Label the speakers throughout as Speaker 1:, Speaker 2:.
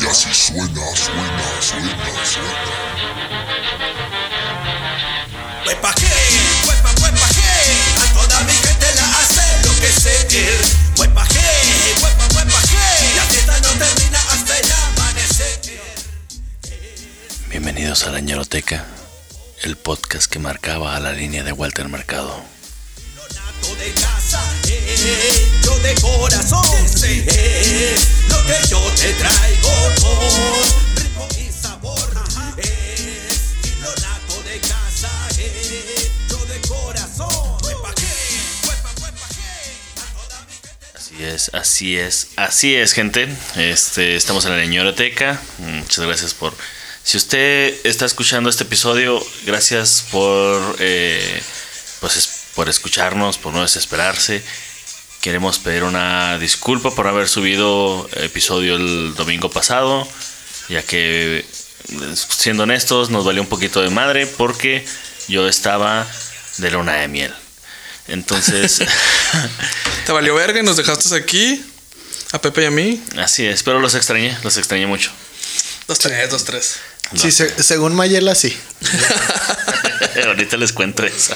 Speaker 1: Y así suena, suena, suena, suena.
Speaker 2: Huepa que, huepa, huepa que, a toda mi gente la hace lo que sé. Huepa que, huepa, huepa que, la fiesta no termina hasta el amanecer.
Speaker 3: Bienvenidos a la Ñeroteca, el podcast que marcaba a la línea de Walter Mercado.
Speaker 2: Lo nato de casa, hecho de corazón, ese es lo que yo te traigo con ritmo y sabor. Es lo nato de casa, hecho de corazón. Huepa que, huepa, huepa que, a toda mi gente
Speaker 3: Así es, así es, así es, gente. Este, estamos en la Ñeroteca. Muchas gracias por. Si usted está escuchando este episodio, gracias por, eh, pues, es- por escucharnos, por no desesperarse. Queremos pedir una disculpa por haber subido episodio el domingo pasado, ya que, siendo honestos, nos valió un poquito de madre porque yo estaba de luna de miel. Entonces,
Speaker 4: Te valió verga y nos dejaste aquí. A Pepe y a mí.
Speaker 3: así es, pero los extrañé, los extrañé mucho.
Speaker 4: Dos, tres, dos, tres.
Speaker 5: Sí, se- según Mayela, sí.
Speaker 3: Ahorita les cuento eso.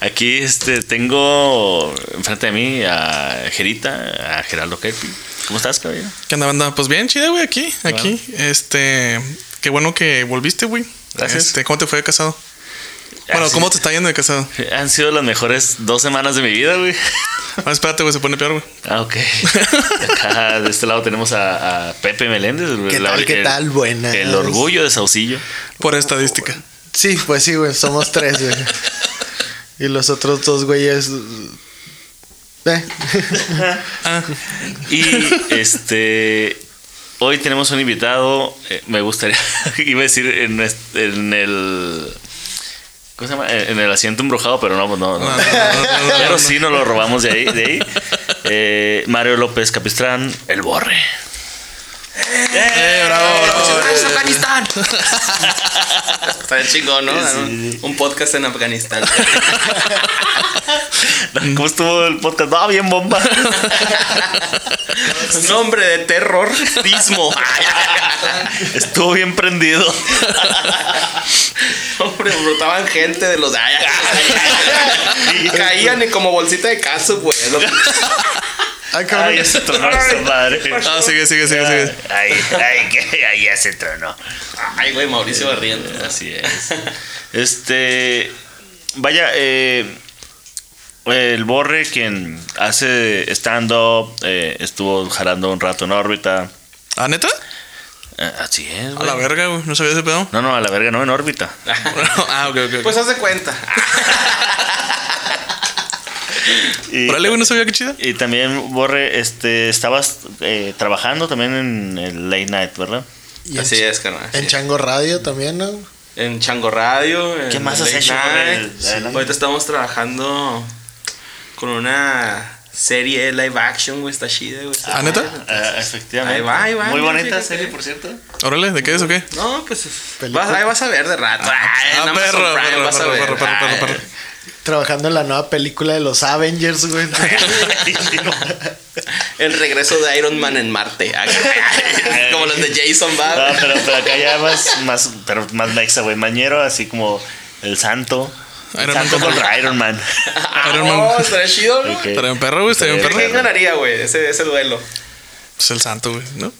Speaker 3: Aquí este, tengo enfrente de mí a Gerita, a Geraldo Kepi. ¿Cómo estás, caballero?
Speaker 4: ¿Qué onda, banda? Pues bien, chida, güey, aquí, aquí. Este, qué bueno que volviste, güey.
Speaker 3: Gracias.
Speaker 4: Este, ¿cómo te fue de casado? Bueno,
Speaker 3: Así-
Speaker 4: ¿cómo te está yendo de casado?
Speaker 3: Ah, Han sido las mejores dos semanas de mi vida, güey.
Speaker 4: Ah, espérate, güey, se pone peor, güey.
Speaker 3: Ah, ok. Acá de este lado tenemos a, a Pepe Meléndez.
Speaker 5: ¿Qué
Speaker 3: la-
Speaker 5: tal, qué
Speaker 3: el-
Speaker 5: tal? Buenas.
Speaker 3: El orgullo de Saucillo.
Speaker 4: Por estadística.
Speaker 5: Sí, pues sí, güey, somos tres, güey. Y los otros dos güeyes. eh.
Speaker 4: Ah,
Speaker 3: Y este. Hoy tenemos un invitado. eh, me gustaría. iba a decir en, est- en el. ¿Cómo se llama? En el asiento embrujado, pero no, pues no. no.
Speaker 4: no, no, no, no, no,
Speaker 3: pero
Speaker 4: no.
Speaker 3: sí nos lo robamos de ahí. De ahí. Eh, Mario López Capistrán, el borre.
Speaker 4: Eh, bravo, bravo.
Speaker 6: Está bien chingón, ¿no?
Speaker 3: Sí,
Speaker 6: un, un podcast en Afganistán.
Speaker 3: ¿Cómo estuvo el podcast? Ah, bien bomba.
Speaker 6: Nombre de terrorismo.
Speaker 3: estuvo bien prendido.
Speaker 6: Hombre, brotaban gente de los. ay, ay, ay. Caían y como bolsita de caso, güey. Lo-
Speaker 5: Ah, cabrón.
Speaker 3: Ay, ya se tronó esa madre.
Speaker 4: Ah, sigue, sigue, sigue, sigue.
Speaker 3: Ay, ay, que- ay, ya se tronó.
Speaker 6: Ay, güey, Mauricio Barrientos.
Speaker 3: Así es. Este. Vaya, eh, el Borre, quien hace stand-up, eh, estuvo jalando un rato en órbita.
Speaker 4: ¿Ah, neta?
Speaker 3: Eh, así es,
Speaker 4: A
Speaker 3: güey.
Speaker 4: la verga, güey. No sabía ese pedo.
Speaker 3: No, no, a la verga, no, en órbita.
Speaker 4: ah, ok, ok.
Speaker 6: Pues haz de cuenta.
Speaker 3: Y,
Speaker 4: Órale, güey, no sabía qué chida.
Speaker 3: y también, Borre, este, estabas eh, trabajando también en el late night, ¿verdad?
Speaker 5: Y en
Speaker 6: Así
Speaker 5: Ch-
Speaker 6: es, carnal.
Speaker 5: En Chango Radio también, ¿no?
Speaker 6: En Chango Radio. en
Speaker 3: ¿Qué más has
Speaker 6: Late
Speaker 3: hecho, güey?
Speaker 6: Night.
Speaker 3: Sí.
Speaker 6: Ahorita estamos trabajando con una serie live action, güey. Está chida, güey.
Speaker 4: ¿Ah, neta?
Speaker 3: Eh, efectivamente.
Speaker 6: Ahí va, ahí va,
Speaker 3: Muy
Speaker 6: mira,
Speaker 3: bonita
Speaker 6: fíjate.
Speaker 3: serie, por cierto.
Speaker 4: Órale, ¿de qué es o qué?
Speaker 6: No, pues
Speaker 5: Película.
Speaker 6: vas- ahí vas a ver de rato. Ay, en
Speaker 4: Ah,
Speaker 6: Amazon
Speaker 4: perro,
Speaker 6: Prime
Speaker 4: perro,
Speaker 6: vas a
Speaker 4: perro,
Speaker 6: ver.
Speaker 4: perro, perro, perro,
Speaker 6: Ay,
Speaker 4: perro.
Speaker 5: Trabajando en la nueva película de los Avengers, güey.
Speaker 6: El regreso de Iron Man en Marte. Ay, ay, Como los de Jason
Speaker 3: No,
Speaker 6: Bourne.
Speaker 3: Ah, pero, pero acá ya más, más, pero más mexa, güey. Mañero, así como el santo. El
Speaker 4: Iron Man
Speaker 3: santo
Speaker 4: contra-
Speaker 3: contra Iron Man.
Speaker 6: Ah,
Speaker 4: Iron Man.
Speaker 6: No, estaría chido, ¿no?
Speaker 3: Ok.
Speaker 4: Estaría un perro, güey. Estaría un
Speaker 3: Estaría
Speaker 4: perro.
Speaker 6: ¿Quién ganaría, güey? Ese, ese duelo.
Speaker 4: Pues el santo, güey, ¿no?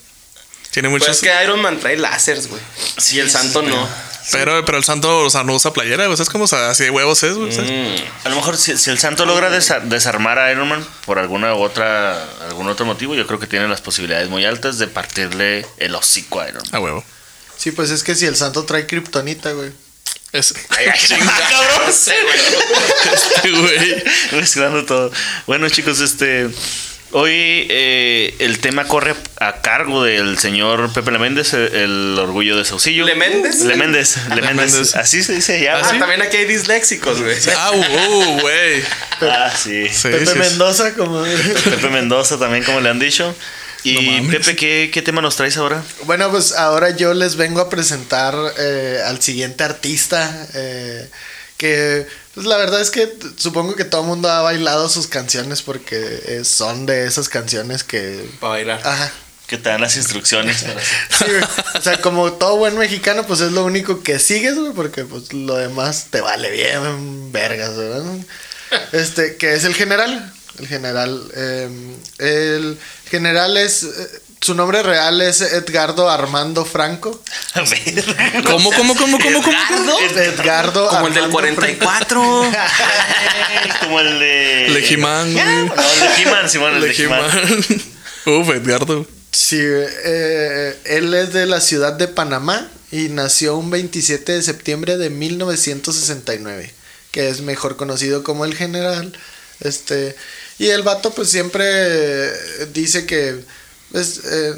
Speaker 4: Tiene
Speaker 6: Pues
Speaker 4: muchos.
Speaker 6: es que Iron Man trae láseres, güey. Sí, el santo no.
Speaker 4: Pero, pero el santo, o sea, no usa playera, güey. Es como así de huevos es, güey. ¿sabes?
Speaker 3: A lo mejor si, si el santo logra desa- desarmar a Iron Man por alguna u otra, algún otro motivo, yo creo que tiene las posibilidades muy altas de partirle el hocico a Iron Man.
Speaker 4: A huevo.
Speaker 5: Sí, pues es que si el santo trae kriptonita, güey.
Speaker 4: Es
Speaker 3: Ah, cabrón!
Speaker 6: Sí, güey.
Speaker 4: este, güey.
Speaker 3: Mezclando todo. Bueno, chicos, este. Hoy eh, el tema corre a cargo del señor Pepe Leméndez, el, el orgullo de Saucillo.
Speaker 6: ¿Le Méndez?
Speaker 3: Leméndez, Leméndez.
Speaker 4: Leméndez.
Speaker 3: Así se dice ya.
Speaker 6: Ah,
Speaker 3: ¿verdad?
Speaker 6: también aquí hay disléxicos, güey.
Speaker 4: Ah, wow, güey.
Speaker 3: Ah, sí.
Speaker 4: Sí,
Speaker 5: Pepe
Speaker 4: sí, sí.
Speaker 5: Mendoza, como.
Speaker 3: Pepe Mendoza también, como le han dicho. Y
Speaker 4: No mames.
Speaker 3: Pepe, ¿qué, qué tema nos traes ahora?
Speaker 5: Bueno, pues ahora yo les vengo a presentar eh, al siguiente artista eh, que Pues la verdad es que t- supongo que todo el mundo ha bailado sus canciones porque eh, son de esas canciones que.
Speaker 6: Para bailar.
Speaker 4: Ah.
Speaker 5: Ajá.
Speaker 3: Que te dan las instrucciones. para-
Speaker 5: Sí, güey. O sea, como todo buen mexicano, pues es lo único que sigues, güey, porque pues lo demás te vale bien, vergas, ¿verdad? Este, que es el general. El general. eh, el general es. eh, su nombre real es Edgardo Armando Franco.
Speaker 3: A ver.
Speaker 4: ¿Cómo, cómo, cómo, cómo, cómo?
Speaker 6: Edgardo.
Speaker 5: Edgardo
Speaker 6: Como el del
Speaker 5: Armando
Speaker 6: 44. Eh.
Speaker 3: Como el de.
Speaker 4: Legiman, güey.
Speaker 3: No, el de He-Man, Simón, el de
Speaker 4: Legiman.
Speaker 3: He-Man.
Speaker 4: Uf, Edgardo.
Speaker 5: Sí, eh, él es de la ciudad de Panamá y nació un 27 de septiembre de 1969, que es mejor conocido como el general. Este, y el vato pues siempre eh, dice que es, eh,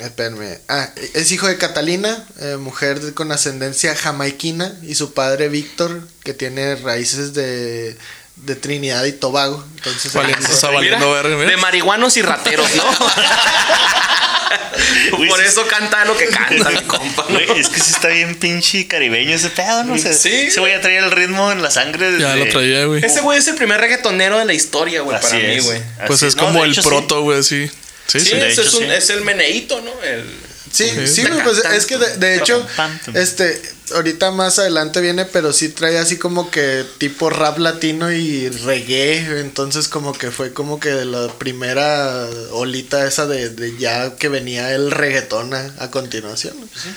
Speaker 5: espérenme, ah, es hijo de Catalina, eh, mujer con ascendencia jamaiquina, y su padre Víctor, que tiene raíces de, de Trinidad y Tobago. Entonces,
Speaker 4: Valiendo, o sea,
Speaker 6: Mira,
Speaker 4: valiendo verga,
Speaker 6: de
Speaker 4: mira.
Speaker 6: marihuanos y rateros, ¿no?
Speaker 3: Güey,
Speaker 6: Por
Speaker 3: sí-
Speaker 6: eso canta lo que canta, mi compa. ¿no?
Speaker 3: Güey, es que sí está bien pinche caribeño ese pedo, ¿no? sé.
Speaker 6: Sí,
Speaker 3: Se voy a traer el ritmo en la sangre.
Speaker 4: Ya
Speaker 3: desde-
Speaker 4: lo traía, güey.
Speaker 6: Ese güey es el primer reggaetonero de la historia, güey,
Speaker 3: Así
Speaker 6: para mí,
Speaker 3: es.
Speaker 6: güey.
Speaker 4: Pues
Speaker 3: Así-
Speaker 4: es
Speaker 3: no,
Speaker 4: como
Speaker 3: de
Speaker 4: el
Speaker 3: hecho, sí.
Speaker 4: proto, güey, así. Sí,
Speaker 6: Sí,
Speaker 4: sí.
Speaker 3: de
Speaker 6: ese
Speaker 3: hecho,
Speaker 6: es, un-
Speaker 3: sí.
Speaker 6: es el meneíto, ¿no? El-
Speaker 5: Sí,
Speaker 4: Ujú.
Speaker 5: sí, güey, pues es que de, de hecho,
Speaker 3: Pam, pam.
Speaker 5: este, ahorita más adelante viene, pero sí trae así como que tipo rap latino y reggae, entonces como que fue como que de la primera olita esa de, de ya que venía el reggaetón a, a continuación.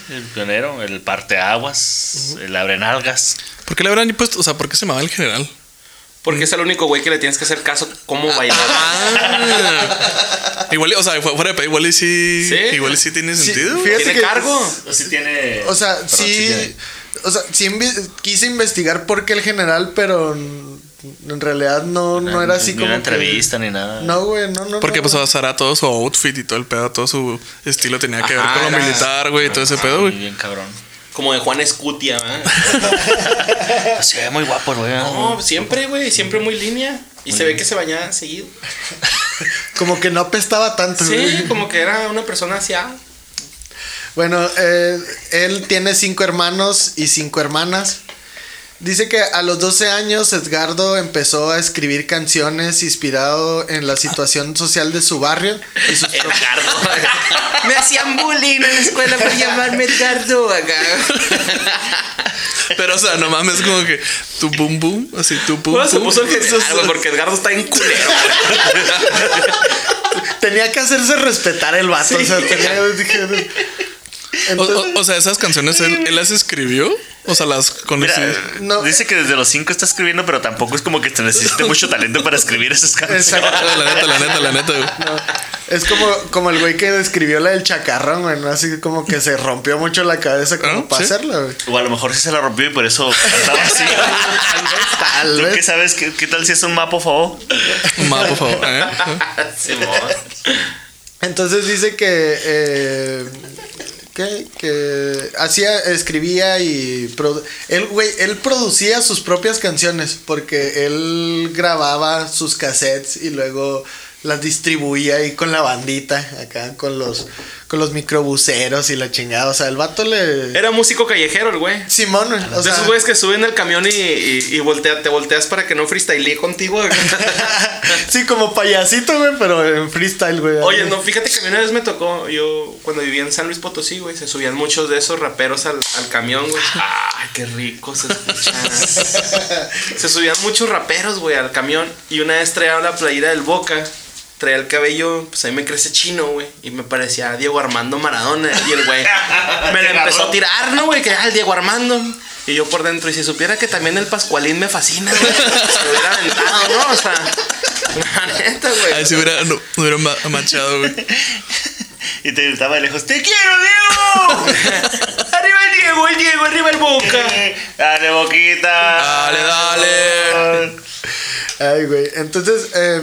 Speaker 3: El pionero, el parteaguas, el abrenalgas.
Speaker 4: ¿Por qué le habrán puesto? O sea, ¿por qué se llamaba el general?
Speaker 6: Porque es el único güey que le tienes que hacer caso cómo
Speaker 4: Ah,
Speaker 6: bailar.
Speaker 4: Igual, o sea, fu- fuera de pe- igual y sí.
Speaker 6: Sí.
Speaker 4: Igual y sí tiene
Speaker 5: Sí,
Speaker 4: sentido.
Speaker 5: fíjate
Speaker 6: ¿Tiene
Speaker 5: que-
Speaker 6: cargo?
Speaker 3: Así tiene.
Speaker 5: O sea,
Speaker 3: Perdón,
Speaker 5: sí,
Speaker 3: tiene-
Speaker 5: o sea, sí inve- quise investigar por qué el general, pero en en realidad no, no era así
Speaker 3: ni
Speaker 5: como
Speaker 3: una
Speaker 5: que-
Speaker 3: entrevista ni nada.
Speaker 5: No, güey, no, no.
Speaker 4: Porque
Speaker 5: no,
Speaker 4: pues
Speaker 5: güey.
Speaker 4: a Sara todo su outfit y todo el pedo, todo su estilo tenía que
Speaker 6: Ajá,
Speaker 4: ver con lo
Speaker 6: era-
Speaker 4: militar, güey, y todo ese pedo,
Speaker 3: Muy
Speaker 4: güey.
Speaker 3: bien, cabrón.
Speaker 6: Como de Juan Escutia, ¿verdad?
Speaker 3: Pues se ve muy guapo, güey.
Speaker 6: No, siempre, güey, siempre muy línea. Y se ve que se bañaba seguido.
Speaker 5: Como que no apestaba tanto,
Speaker 6: Sí,
Speaker 5: güey.
Speaker 6: como que era una persona ah. hacia.
Speaker 5: Bueno, eh, él tiene cinco hermanos y cinco hermanas. Dice que a los 12 años Edgardo empezó a escribir canciones inspirado en la situación social de su barrio y sus pro-
Speaker 6: Me hacían bullying en la escuela por llamarme Edgardo acá.
Speaker 4: Pero, o sea, no mames, como que tu boom boom, así tu boom
Speaker 6: Bueno, se
Speaker 4: boom. Ah,
Speaker 6: puso el general, güey, porque Edgardo está en culero.
Speaker 5: Tenía que hacerse respetar el vato. O sea, tenía- dije,
Speaker 4: O,
Speaker 5: Entonces,
Speaker 4: o- o sea, esas canciones él, él las escribió. O sea, las con
Speaker 3: Mira,
Speaker 4: sí.
Speaker 5: no.
Speaker 3: dice que desde los 5 está escribiendo, pero tampoco es como que te necesite mucho talento para escribir esas canciones.
Speaker 5: exacto.
Speaker 4: La neta, la neta, la neta, güey.
Speaker 5: Es como, como el güey que describió la del chacarrón, güey. ¿no? Así como que se rompió mucho la cabeza como
Speaker 4: Ah,
Speaker 5: para
Speaker 4: sí.
Speaker 5: hacerla, güey.
Speaker 3: O a lo mejor sí se la rompió y por eso cantaba así.
Speaker 5: Tal
Speaker 3: ¿Tú
Speaker 5: vez.
Speaker 3: qué sabes? ¿Qué, qué tal si es un mapa, por favor?
Speaker 4: Ma, por favor. ¿eh?
Speaker 5: Entonces dice que, eh, que, que hacía, escribía y produ- él, güey, él producía sus propias canciones porque él grababa sus cassettes y luego las distribuía ahí con la bandita, acá con los, con los microbuseros y la chingada. O sea, el vato le...
Speaker 6: Era músico callejero el güey.
Speaker 5: Simón, güey, o
Speaker 6: De
Speaker 5: sea,
Speaker 6: esos güeyes que suben al camión y, y, y voltea- te volteas para que no freestylee contigo. güey.
Speaker 5: sí, como payasito, güey, pero en freestyle, güey.
Speaker 6: Oye, no, fíjate que a mí una vez me tocó, yo cuando vivía en San Luis Potosí, güey, se subían muchos de esos raperos al, al camión, güey. ¡Ah, qué rico se escucha! se subían muchos raperos, güey, al camión. Y una vez traía la playera del Boca, traía el cabello, pues a mí me crece chino, güey. Y me parecía Diego Armando Maradona. Y el güey me lo empezó a tirar, ¿no, güey? Que era el Diego Armando. Y yo por dentro, y si supiera que también el Pascualín me fascina, güey, se lo hubiera aventado, ¿no? O sea, la neta, güey.
Speaker 4: Ahí sí hubiera, no, hubiera ma- machado, güey.
Speaker 3: Y te gritaba de lejos, ¡Te quiero, Diego!
Speaker 6: Arriba el Diego, el Diego, arriba el Boca.
Speaker 3: ¡Dale, boquita!
Speaker 4: Dale, dale.
Speaker 5: Ay, güey. Entonces, eh,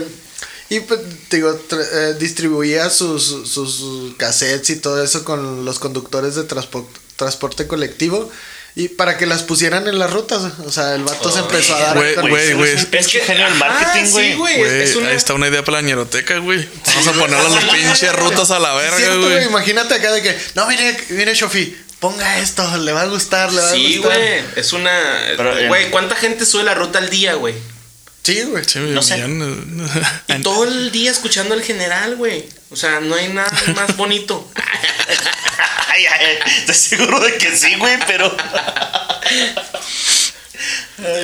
Speaker 5: y pues, te digo, tra- eh, distribuía sus, sus- sus cassettes y todo eso con los conductores de transpo- transporte colectivo. Y para que las pusieran en las rutas. O sea, el vato se empezó a dar.
Speaker 4: Güey,
Speaker 5: a conocer.
Speaker 4: güey, güey.
Speaker 3: Es que genio del marketing,
Speaker 6: Ah, sí,
Speaker 3: güey.
Speaker 6: güey, es- es
Speaker 4: Güey,
Speaker 6: una-
Speaker 4: ahí está una idea para la ñeroteca, güey. Vamos a ponerle las pinches rutas a la
Speaker 5: Es
Speaker 4: verga,
Speaker 5: cierto, güey,
Speaker 4: güey.
Speaker 5: Imagínate acá de que, no, mire, mire, Shofi, ponga esto, le va a gustar, le va
Speaker 6: Sí,
Speaker 5: a gustar.
Speaker 6: güey. Es una.
Speaker 3: Pero, eh,
Speaker 6: Güey, ¿cuánta gente sube la ruta al día, güey?
Speaker 5: Sí, güey.
Speaker 4: Sí, güey,
Speaker 6: No sé.
Speaker 4: millón, eh,
Speaker 6: Y
Speaker 4: an-
Speaker 6: todo el día escuchando al general, güey. O sea, no hay nada más bonito.
Speaker 3: Ay, ay, estoy seguro de que sí, güey, pero.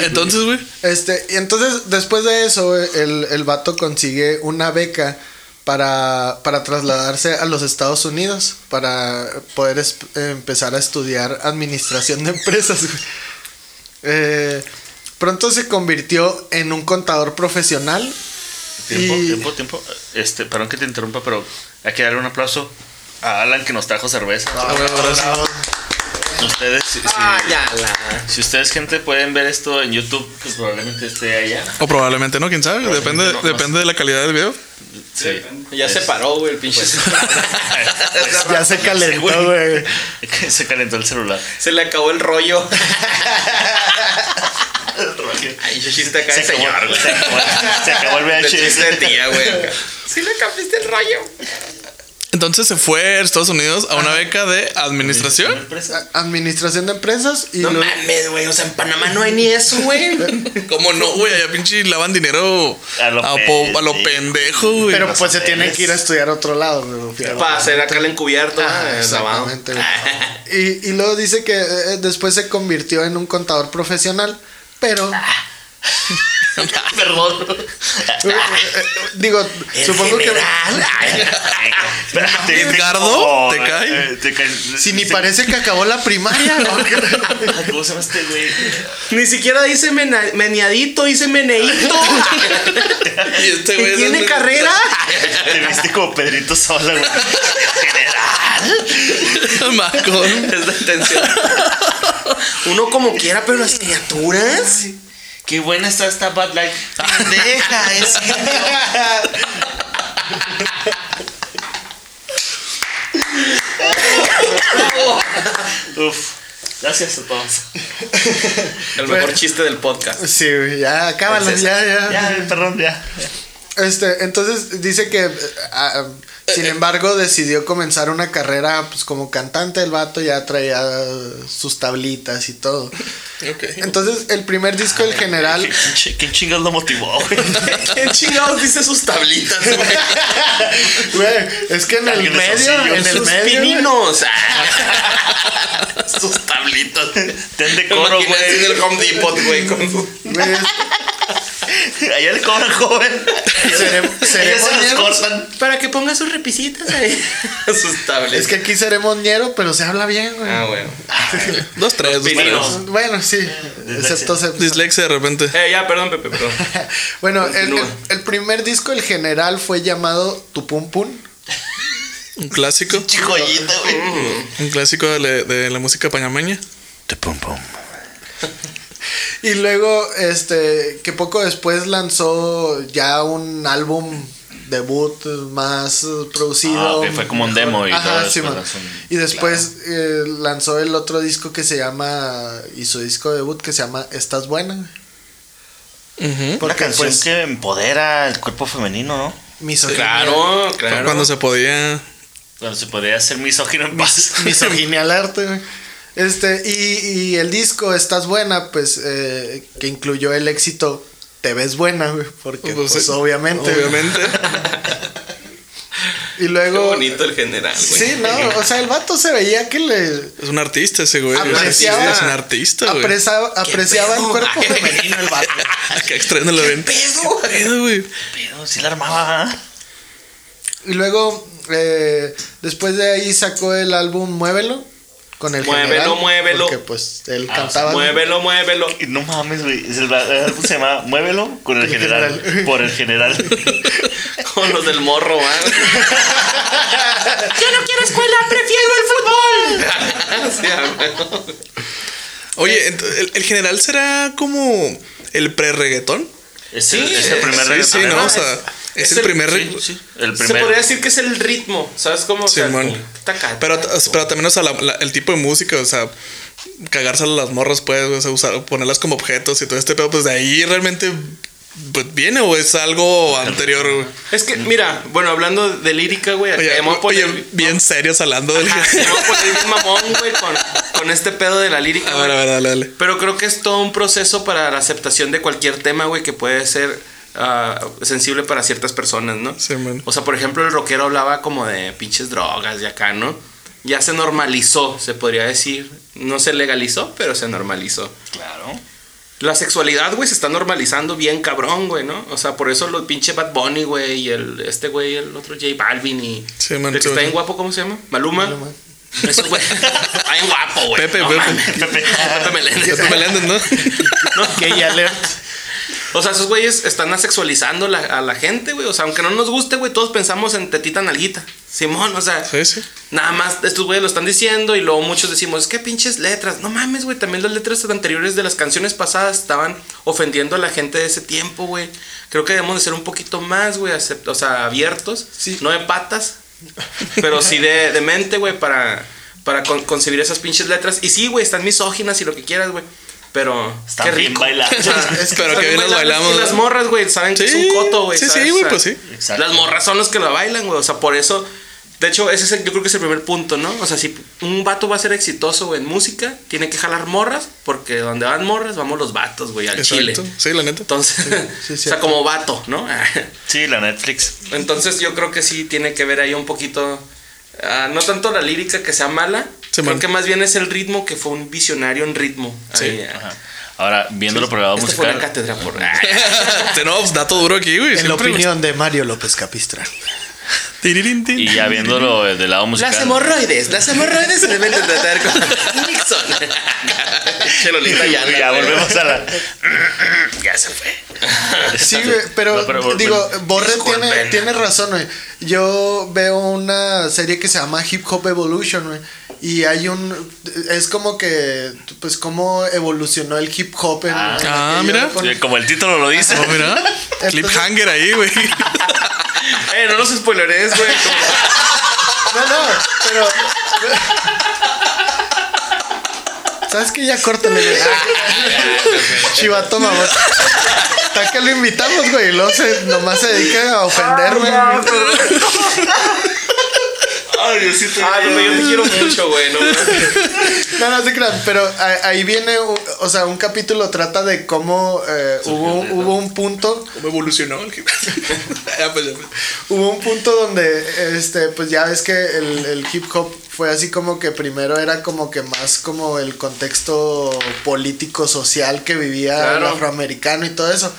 Speaker 4: Entonces, güey.
Speaker 5: Este, y entonces, después de eso, güey, el, el vato consigue una beca para, para trasladarse a los Estados Unidos, para poder es- eh, empezar a estudiar administración de empresas. güey. Eh, pronto se convirtió en un contador profesional.
Speaker 3: Tiempo,
Speaker 5: y-
Speaker 3: tiempo, tiempo. Este, perdón que te interrumpa, pero hay que darle un aplauso a Alan que nos trajo cerveza.
Speaker 5: Ah, güey, ahora sí.
Speaker 3: Ustedes, si, si-
Speaker 6: Ah, ya la.
Speaker 3: si ustedes, gente, pueden ver esto en YouTube, que probablemente esté allá.
Speaker 4: O probablemente no, quién sabe. Depende,
Speaker 3: Probablemente no, no
Speaker 4: depende de la calidad del video.
Speaker 3: Sí.
Speaker 6: Ya se paró, güey, el
Speaker 3: pues,
Speaker 6: pinche.
Speaker 5: Ya se calentó, güey.
Speaker 3: Se calentó el celular.
Speaker 6: se le acabó el rollo. Ay, yo chiste acá
Speaker 3: Se
Speaker 6: de señor,
Speaker 3: acabó,
Speaker 6: güey.
Speaker 3: se acabó, se acabó el
Speaker 6: De chiste de
Speaker 3: VHS.
Speaker 6: tía, güey. acá. Sí le cambiaste el rollo.
Speaker 4: Entonces se fue a Estados Unidos a una beca de administración.
Speaker 5: A- Administración de empresas y
Speaker 6: No
Speaker 5: lo-
Speaker 6: mames, güey. O sea, en Panamá no hay ni eso, güey.
Speaker 4: ¿Cómo no, güey? Allá pinche lavan dinero
Speaker 3: A lo
Speaker 4: po- a lo
Speaker 3: pendejo.
Speaker 4: pendejo, güey.
Speaker 5: Pero pues se tiene
Speaker 3: eres-
Speaker 5: que ir a estudiar a otro lado, güey. fíjate.
Speaker 6: Para hacer acá el encubierto.
Speaker 5: Ah,
Speaker 6: ah, lavado.
Speaker 5: exactamente. güey. Y, y luego dice que eh, después se convirtió en un contador profesional, pero
Speaker 6: Ah.
Speaker 3: Ah, Perdón.
Speaker 5: eh, eh, digo, supongo que
Speaker 3: Espérate,
Speaker 4: Edgardo, ¿te cae?
Speaker 3: eh, te cae.
Speaker 5: si ni
Speaker 3: Se-
Speaker 5: parece que acabó la primaria, ¿no?
Speaker 3: Ay, ¿Cómo se llama este güey?
Speaker 6: Ni siquiera dice mena- meneadito, dice meneíto.
Speaker 4: Y este
Speaker 6: ¿Y
Speaker 4: güey es
Speaker 6: tiene
Speaker 4: donde-
Speaker 6: carrera?
Speaker 3: Te viste como Pedrito Sola, güey.
Speaker 4: Macón.
Speaker 6: Es la intención. Uno como quiera, pero las criaturas.
Speaker 3: Qué buena está esta Bad Light.
Speaker 6: Deja ese.
Speaker 3: Uf. Gracias a todos.
Speaker 6: El mejor chiste del podcast.
Speaker 5: Sí, güey, ya acábalo, ya, ya.
Speaker 3: Ya, perdón, ya.
Speaker 5: Este, entonces dice que, eh, ah, sin
Speaker 6: Eh,
Speaker 5: embargo, decidió comenzar una carrera, pues como cantante. El vato ya traía eh, sus tablitas y todo. Entonces, el primer disco
Speaker 6: Ah,
Speaker 5: del general.
Speaker 3: ¿Qué, qué chingas lo motivó, güey?
Speaker 6: ¿Quién chingados dice sus tablitas, güey?
Speaker 5: Güey, es que en el
Speaker 3: Alguien de
Speaker 5: medio,
Speaker 3: Saucillo,
Speaker 5: en el
Speaker 6: sus
Speaker 5: medio. güey,
Speaker 6: pininos. Ah,
Speaker 3: Sus tablitas. Ten de cobro,
Speaker 6: Como quien es
Speaker 3: güey.
Speaker 6: del Home Depot, güey. con su-
Speaker 5: güey, es-
Speaker 3: Allá le cobran, joven.
Speaker 5: Cere-
Speaker 3: Allá se los
Speaker 5: ceremonia.
Speaker 3: cortan.
Speaker 6: Para que ponga sus repisitas ahí. Sus tablitas.
Speaker 5: Es que aquí seré moñero, pero se habla bien, güey.
Speaker 6: Ah, güey.
Speaker 4: Dos, tres, dos,
Speaker 6: Opinión.
Speaker 4: tres.
Speaker 6: bueno.
Speaker 5: Bueno, sí. Excepto, excepto-
Speaker 4: Dislexia de repente.
Speaker 6: Eh, ya, perdón, Pepe, perdón.
Speaker 5: Bueno, el,
Speaker 6: Continúa.
Speaker 5: el- el primer disco, el general, fue llamado Tupum Pum.
Speaker 4: Un clásico.
Speaker 3: Chijollita, güey.
Speaker 4: Un clásico de, la- de la música pañameña.
Speaker 3: Te pum pum.
Speaker 5: Y luego, este, que poco después lanzó ya un álbum debut más eh, producido.
Speaker 3: Ah, ok, fue como un demo y todo
Speaker 5: Ajá,
Speaker 3: después
Speaker 5: sí, man.
Speaker 3: lanzó un-
Speaker 5: Y después eh, lanzó el otro disco que se llama, y su disco debut que se llama Estás Buena.
Speaker 4: Ujú.
Speaker 3: Una
Speaker 5: Porque,
Speaker 3: canción
Speaker 5: pues,
Speaker 3: que empodera el cuerpo femenino, ¿no?
Speaker 5: misoginia.
Speaker 6: Claro, claro.
Speaker 4: Cuando se podía.
Speaker 3: Bueno, se podría hacer misógino en paz.
Speaker 5: misoginia al arte, güey. Este, y, y el disco Estás Buena, pues, eh, que incluyó el éxito Te Ves Buena, güey, porque, pues,
Speaker 4: sí.
Speaker 5: obviamente. güey.
Speaker 4: Obviamente.
Speaker 5: Y
Speaker 6: Qué
Speaker 5: luego...
Speaker 6: bonito el general, güey.
Speaker 5: Sí, no, o sea, el vato se veía que le
Speaker 4: Es un artista ese güey.
Speaker 5: Apreciaba-
Speaker 4: Es un artista, güey.
Speaker 5: apresa- apreciaba el
Speaker 6: pedo?
Speaker 5: cuerpo femenino el vato.
Speaker 4: Acá extrañándolo bien.
Speaker 6: pedo?
Speaker 4: ¿Qué pedo, güey?
Speaker 3: Pero sí la armaba. ¿eh?
Speaker 5: Y luego, eh, después de ahí sacó el álbum Muévelo con el
Speaker 6: Muévelo,
Speaker 5: general,
Speaker 6: muévelo.
Speaker 5: Porque, pues, él
Speaker 3: Ah,
Speaker 5: cantaba.
Speaker 6: Muévelo, muévelo.
Speaker 3: Y No mames, güey. Es el- el álbum se llama Muévelo con el
Speaker 5: Con el
Speaker 3: general.
Speaker 5: general.
Speaker 3: Por el general.
Speaker 6: Con los del morro, man.
Speaker 2: Yo no quiero escuela, prefiero el fútbol.
Speaker 6: Sí, a huevo.
Speaker 4: Oye, ent- el, el general será como el pre-reggaetón.
Speaker 3: Es
Speaker 6: Sí,
Speaker 3: el, es el primer
Speaker 4: Sí, sí,
Speaker 3: reggaetonero.
Speaker 4: ¿no? O sea, es,
Speaker 6: Es
Speaker 4: el,
Speaker 6: el-
Speaker 4: primer. re-
Speaker 3: Sí, sí, El
Speaker 6: Se podría
Speaker 3: primer.
Speaker 6: decir que es el ritmo, ¿sabes cómo? O sea,
Speaker 4: Simón.
Speaker 6: taca,
Speaker 4: Pero,
Speaker 6: taca.
Speaker 4: pero también, o sea, la- la- el tipo de música, o sea, cagarse a las morras, pues, o sea, usar, ponerlas como objetos y todo este pedo, pues de ahí realmente pues, viene o es algo anterior, güey.
Speaker 6: Es que, mira, bueno, hablando de lírica, güey, acá
Speaker 4: Oye,
Speaker 6: me voy a poner-
Speaker 4: oye, bien serios hablando del.
Speaker 6: Ajá, me voy a poner bien mamón, güey, con, con este pedo de la lírica.
Speaker 4: A ver, a
Speaker 6: güey.
Speaker 4: ver, dale, dale.
Speaker 6: Pero creo que es todo un proceso para la aceptación de cualquier tema, güey, que puede ser ah, sensible para ciertas personas, ¿no?
Speaker 4: Sí, man.
Speaker 6: O sea, por ejemplo, el rockero hablaba como de pinches drogas y acá, ¿no? Ya se normalizó, se podría decir. No se legalizó, pero se normalizó.
Speaker 3: Claro.
Speaker 6: La sexualidad, güey, se está normalizando bien cabrón, güey, ¿no? O sea, por eso los pinche Bad Bunny, güey, y el, este güey, el otro J Balvin y...
Speaker 4: Sí, man,
Speaker 6: el que
Speaker 4: sí,
Speaker 6: está
Speaker 4: man.
Speaker 6: bien guapo, ¿cómo se llama? Maluma. Esos, güey, está bien guapo, güey.
Speaker 4: Pepe,
Speaker 6: No
Speaker 4: Pepe.
Speaker 6: mames, Pepe. Pepe Meléndez.
Speaker 4: Ya te peleando, ¿no?
Speaker 6: No, gay alert. O sea, esos güeyes están asexualizando la- a la gente, güey. O sea, aunque no nos guste, güey, todos pensamos en tetita nalguita. Simón, o sea,
Speaker 4: Sí, sí.
Speaker 6: nada más estos güeyes lo están diciendo y luego muchos decimos, es que pinches letras. No mames, güey, también las letras anteriores de las canciones pasadas estaban ofendiendo a la gente de ese tiempo, güey. Creo que debemos de ser un poquito más, güey, acept- o sea, abiertos.
Speaker 5: Sí.
Speaker 6: No de patas, pero sí de, de mente, güey, para, para con- concebir esas pinches letras. Y sí, güey, están misóginas y lo que quieras, güey. Pero
Speaker 3: Está
Speaker 6: qué
Speaker 3: bien
Speaker 6: rico.
Speaker 3: bailado.
Speaker 6: O sea,
Speaker 5: Es que
Speaker 4: Pero
Speaker 6: están
Speaker 4: que bien las bailamos.
Speaker 6: Y las
Speaker 4: ¿no?
Speaker 6: morras, güey, saben que es un
Speaker 4: Sí,
Speaker 6: coto, güey.
Speaker 4: sí,
Speaker 6: ¿sabes?
Speaker 4: sí, güey,
Speaker 6: O sea,
Speaker 4: pues sí.
Speaker 3: Exacto.
Speaker 6: Las morras son los que lo bailan, güey. O sea, por eso. De hecho, ese es el- yo creo que es el primer punto, ¿no? O sea, si un vato va a ser exitoso güey, en música, tiene que jalar morras, porque donde van morras, vamos los vatos, güey, al chile.
Speaker 4: Exacto. Sí, la neta.
Speaker 6: Entonces,
Speaker 5: sí,
Speaker 6: o sea,
Speaker 5: cierto.
Speaker 6: como vato, ¿no?
Speaker 3: Sí, la Netflix.
Speaker 6: Entonces yo creo que sí tiene que ver ahí un poquito, ah, no tanto la lírica que sea mala,
Speaker 4: Sí,
Speaker 6: creo
Speaker 4: man.
Speaker 6: que más bien es el ritmo que fue un visionario en ritmo.
Speaker 4: Sí,
Speaker 6: Ahí, ah.
Speaker 3: Ajá. Ahora, viéndolo por el lado
Speaker 6: Esta fue una
Speaker 3: musical. Ah,
Speaker 6: cátedra por...
Speaker 4: Te no, pues, dato duro aquí, güey.
Speaker 5: En la
Speaker 4: siempre, güey.
Speaker 5: opinión de Mario López Capistrán.
Speaker 4: Tirirín, tin.
Speaker 3: Y ya viéndolo del lado musical.
Speaker 6: Las hemorroides, las hemorroides se deben de tratar con Nixon. Chelolita ya.
Speaker 3: ya, volvemos a la. ya se fue.
Speaker 5: Sí, güey, pero,
Speaker 3: No, vol-
Speaker 5: digo, Borre
Speaker 6: Disculpen.
Speaker 5: tiene, tiene razón, güey. Yo veo una serie que se llama Hip Hop Evolution, güey. Y hay un... Es como que, pues, cómo evolucionó el hip hop en...
Speaker 3: Ah.
Speaker 5: en
Speaker 4: Ah,
Speaker 5: aquella
Speaker 4: mira.
Speaker 5: época.
Speaker 3: Como el título lo dice.
Speaker 4: Oh, mira. Cliphanger ahí, güey.
Speaker 6: Eh, no los spoileres, güey. como-
Speaker 5: No, no, pero... ¿Sabes qué? Ya córtale, güey. Ah. Chivato, mamá. Hasta que lo invitamos, güey. Y luego se- nomás se dedica a ofender, güey.
Speaker 6: Ah, Ay, Diosito. Ay, güey, Ah, yo te quiero mucho, güey. No, güey.
Speaker 5: No, no se crean, pero a- ahí viene, u- o sea, un capítulo trata de cómo eh, hubo, hubo un punto,
Speaker 4: ¿Cómo evolucionó el ya, pues, ya, pues.
Speaker 5: hubo un punto donde, este, pues ya ves que el, el hip hop fue así como que primero era como que más como el contexto político, social que vivía el
Speaker 6: Claro.
Speaker 5: afroamericano y todo eso.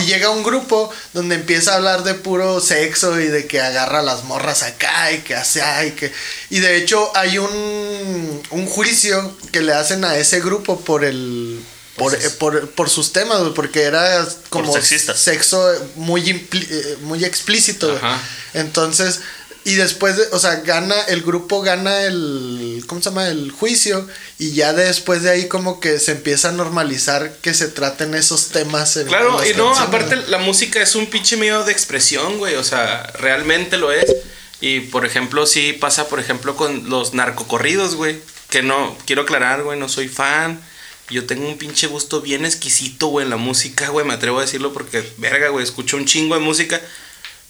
Speaker 5: Y llega un grupo donde empieza a hablar de puro sexo y de que agarra las morras acá y que hace ahí y que... Y de hecho hay un, un juicio que le hacen a ese grupo por el... Por, eh, por, por sus temas, güey, porque era como
Speaker 3: sexistas.
Speaker 5: sexo muy, impli- eh, muy explícito. güey.
Speaker 6: Ajá.
Speaker 5: Entonces, y después, de- o sea, gana, el grupo gana el, ¿cómo se llama? El juicio y ya después de ahí como que se empieza a normalizar que se traten esos temas. en
Speaker 6: Claro,
Speaker 5: las
Speaker 6: y no,
Speaker 5: canciones.
Speaker 6: aparte la música es un pinche medio de expresión, güey. O sea, realmente lo es. Y por ejemplo, sí pasa, por ejemplo, con los narcocorridos, güey. Que no, quiero aclarar, güey, no soy fan. Yo tengo un pinche gusto bien exquisito, güey, en la música, güey. Me atrevo a decirlo porque, verga, güey, escucho un chingo de música.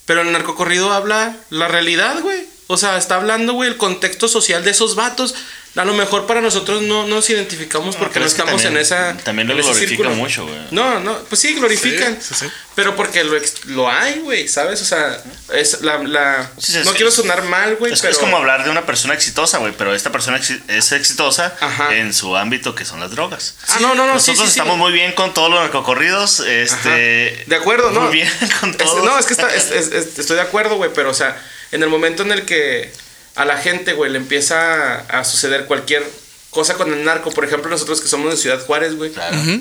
Speaker 6: Pero el narcocorrido habla la realidad, güey. O sea, está hablando, güey, el contexto social de esos vatos. A lo mejor para nosotros no nos identificamos porque
Speaker 3: pero
Speaker 6: no
Speaker 3: es que
Speaker 6: estamos
Speaker 3: también-
Speaker 6: en esa.
Speaker 3: también lo
Speaker 6: en ese
Speaker 3: glorifica
Speaker 6: círculo.
Speaker 3: mucho, güey.
Speaker 6: No, no, pues sí, glorifican.
Speaker 4: Sí, sí, sí.
Speaker 6: Pero porque lo, ex- lo hay, güey, ¿sabes? O sea, es la. la-
Speaker 3: Sí, sí, es
Speaker 6: no
Speaker 3: que-
Speaker 6: quiero sonar mal, güey,
Speaker 3: Es,
Speaker 6: pero.
Speaker 3: es como hablar de una persona exitosa, güey, pero esta persona exi- es exitosa
Speaker 6: Ajá.
Speaker 3: en su ámbito que son las drogas.
Speaker 6: Ah, no, no, no, sí,
Speaker 3: Nosotros
Speaker 6: sí, sí.
Speaker 3: estamos muy bien con todos los narcocorridos, este...
Speaker 6: De acuerdo, ¿no?
Speaker 3: Muy bien con
Speaker 6: Es-
Speaker 3: todos.
Speaker 6: no, es que está- es- es- es- estoy de acuerdo, güey, pero o sea, en el momento en el que a la gente, güey, le empieza a, a suceder cualquier cosa con el narco, por ejemplo, nosotros que somos de Ciudad Juárez, güey,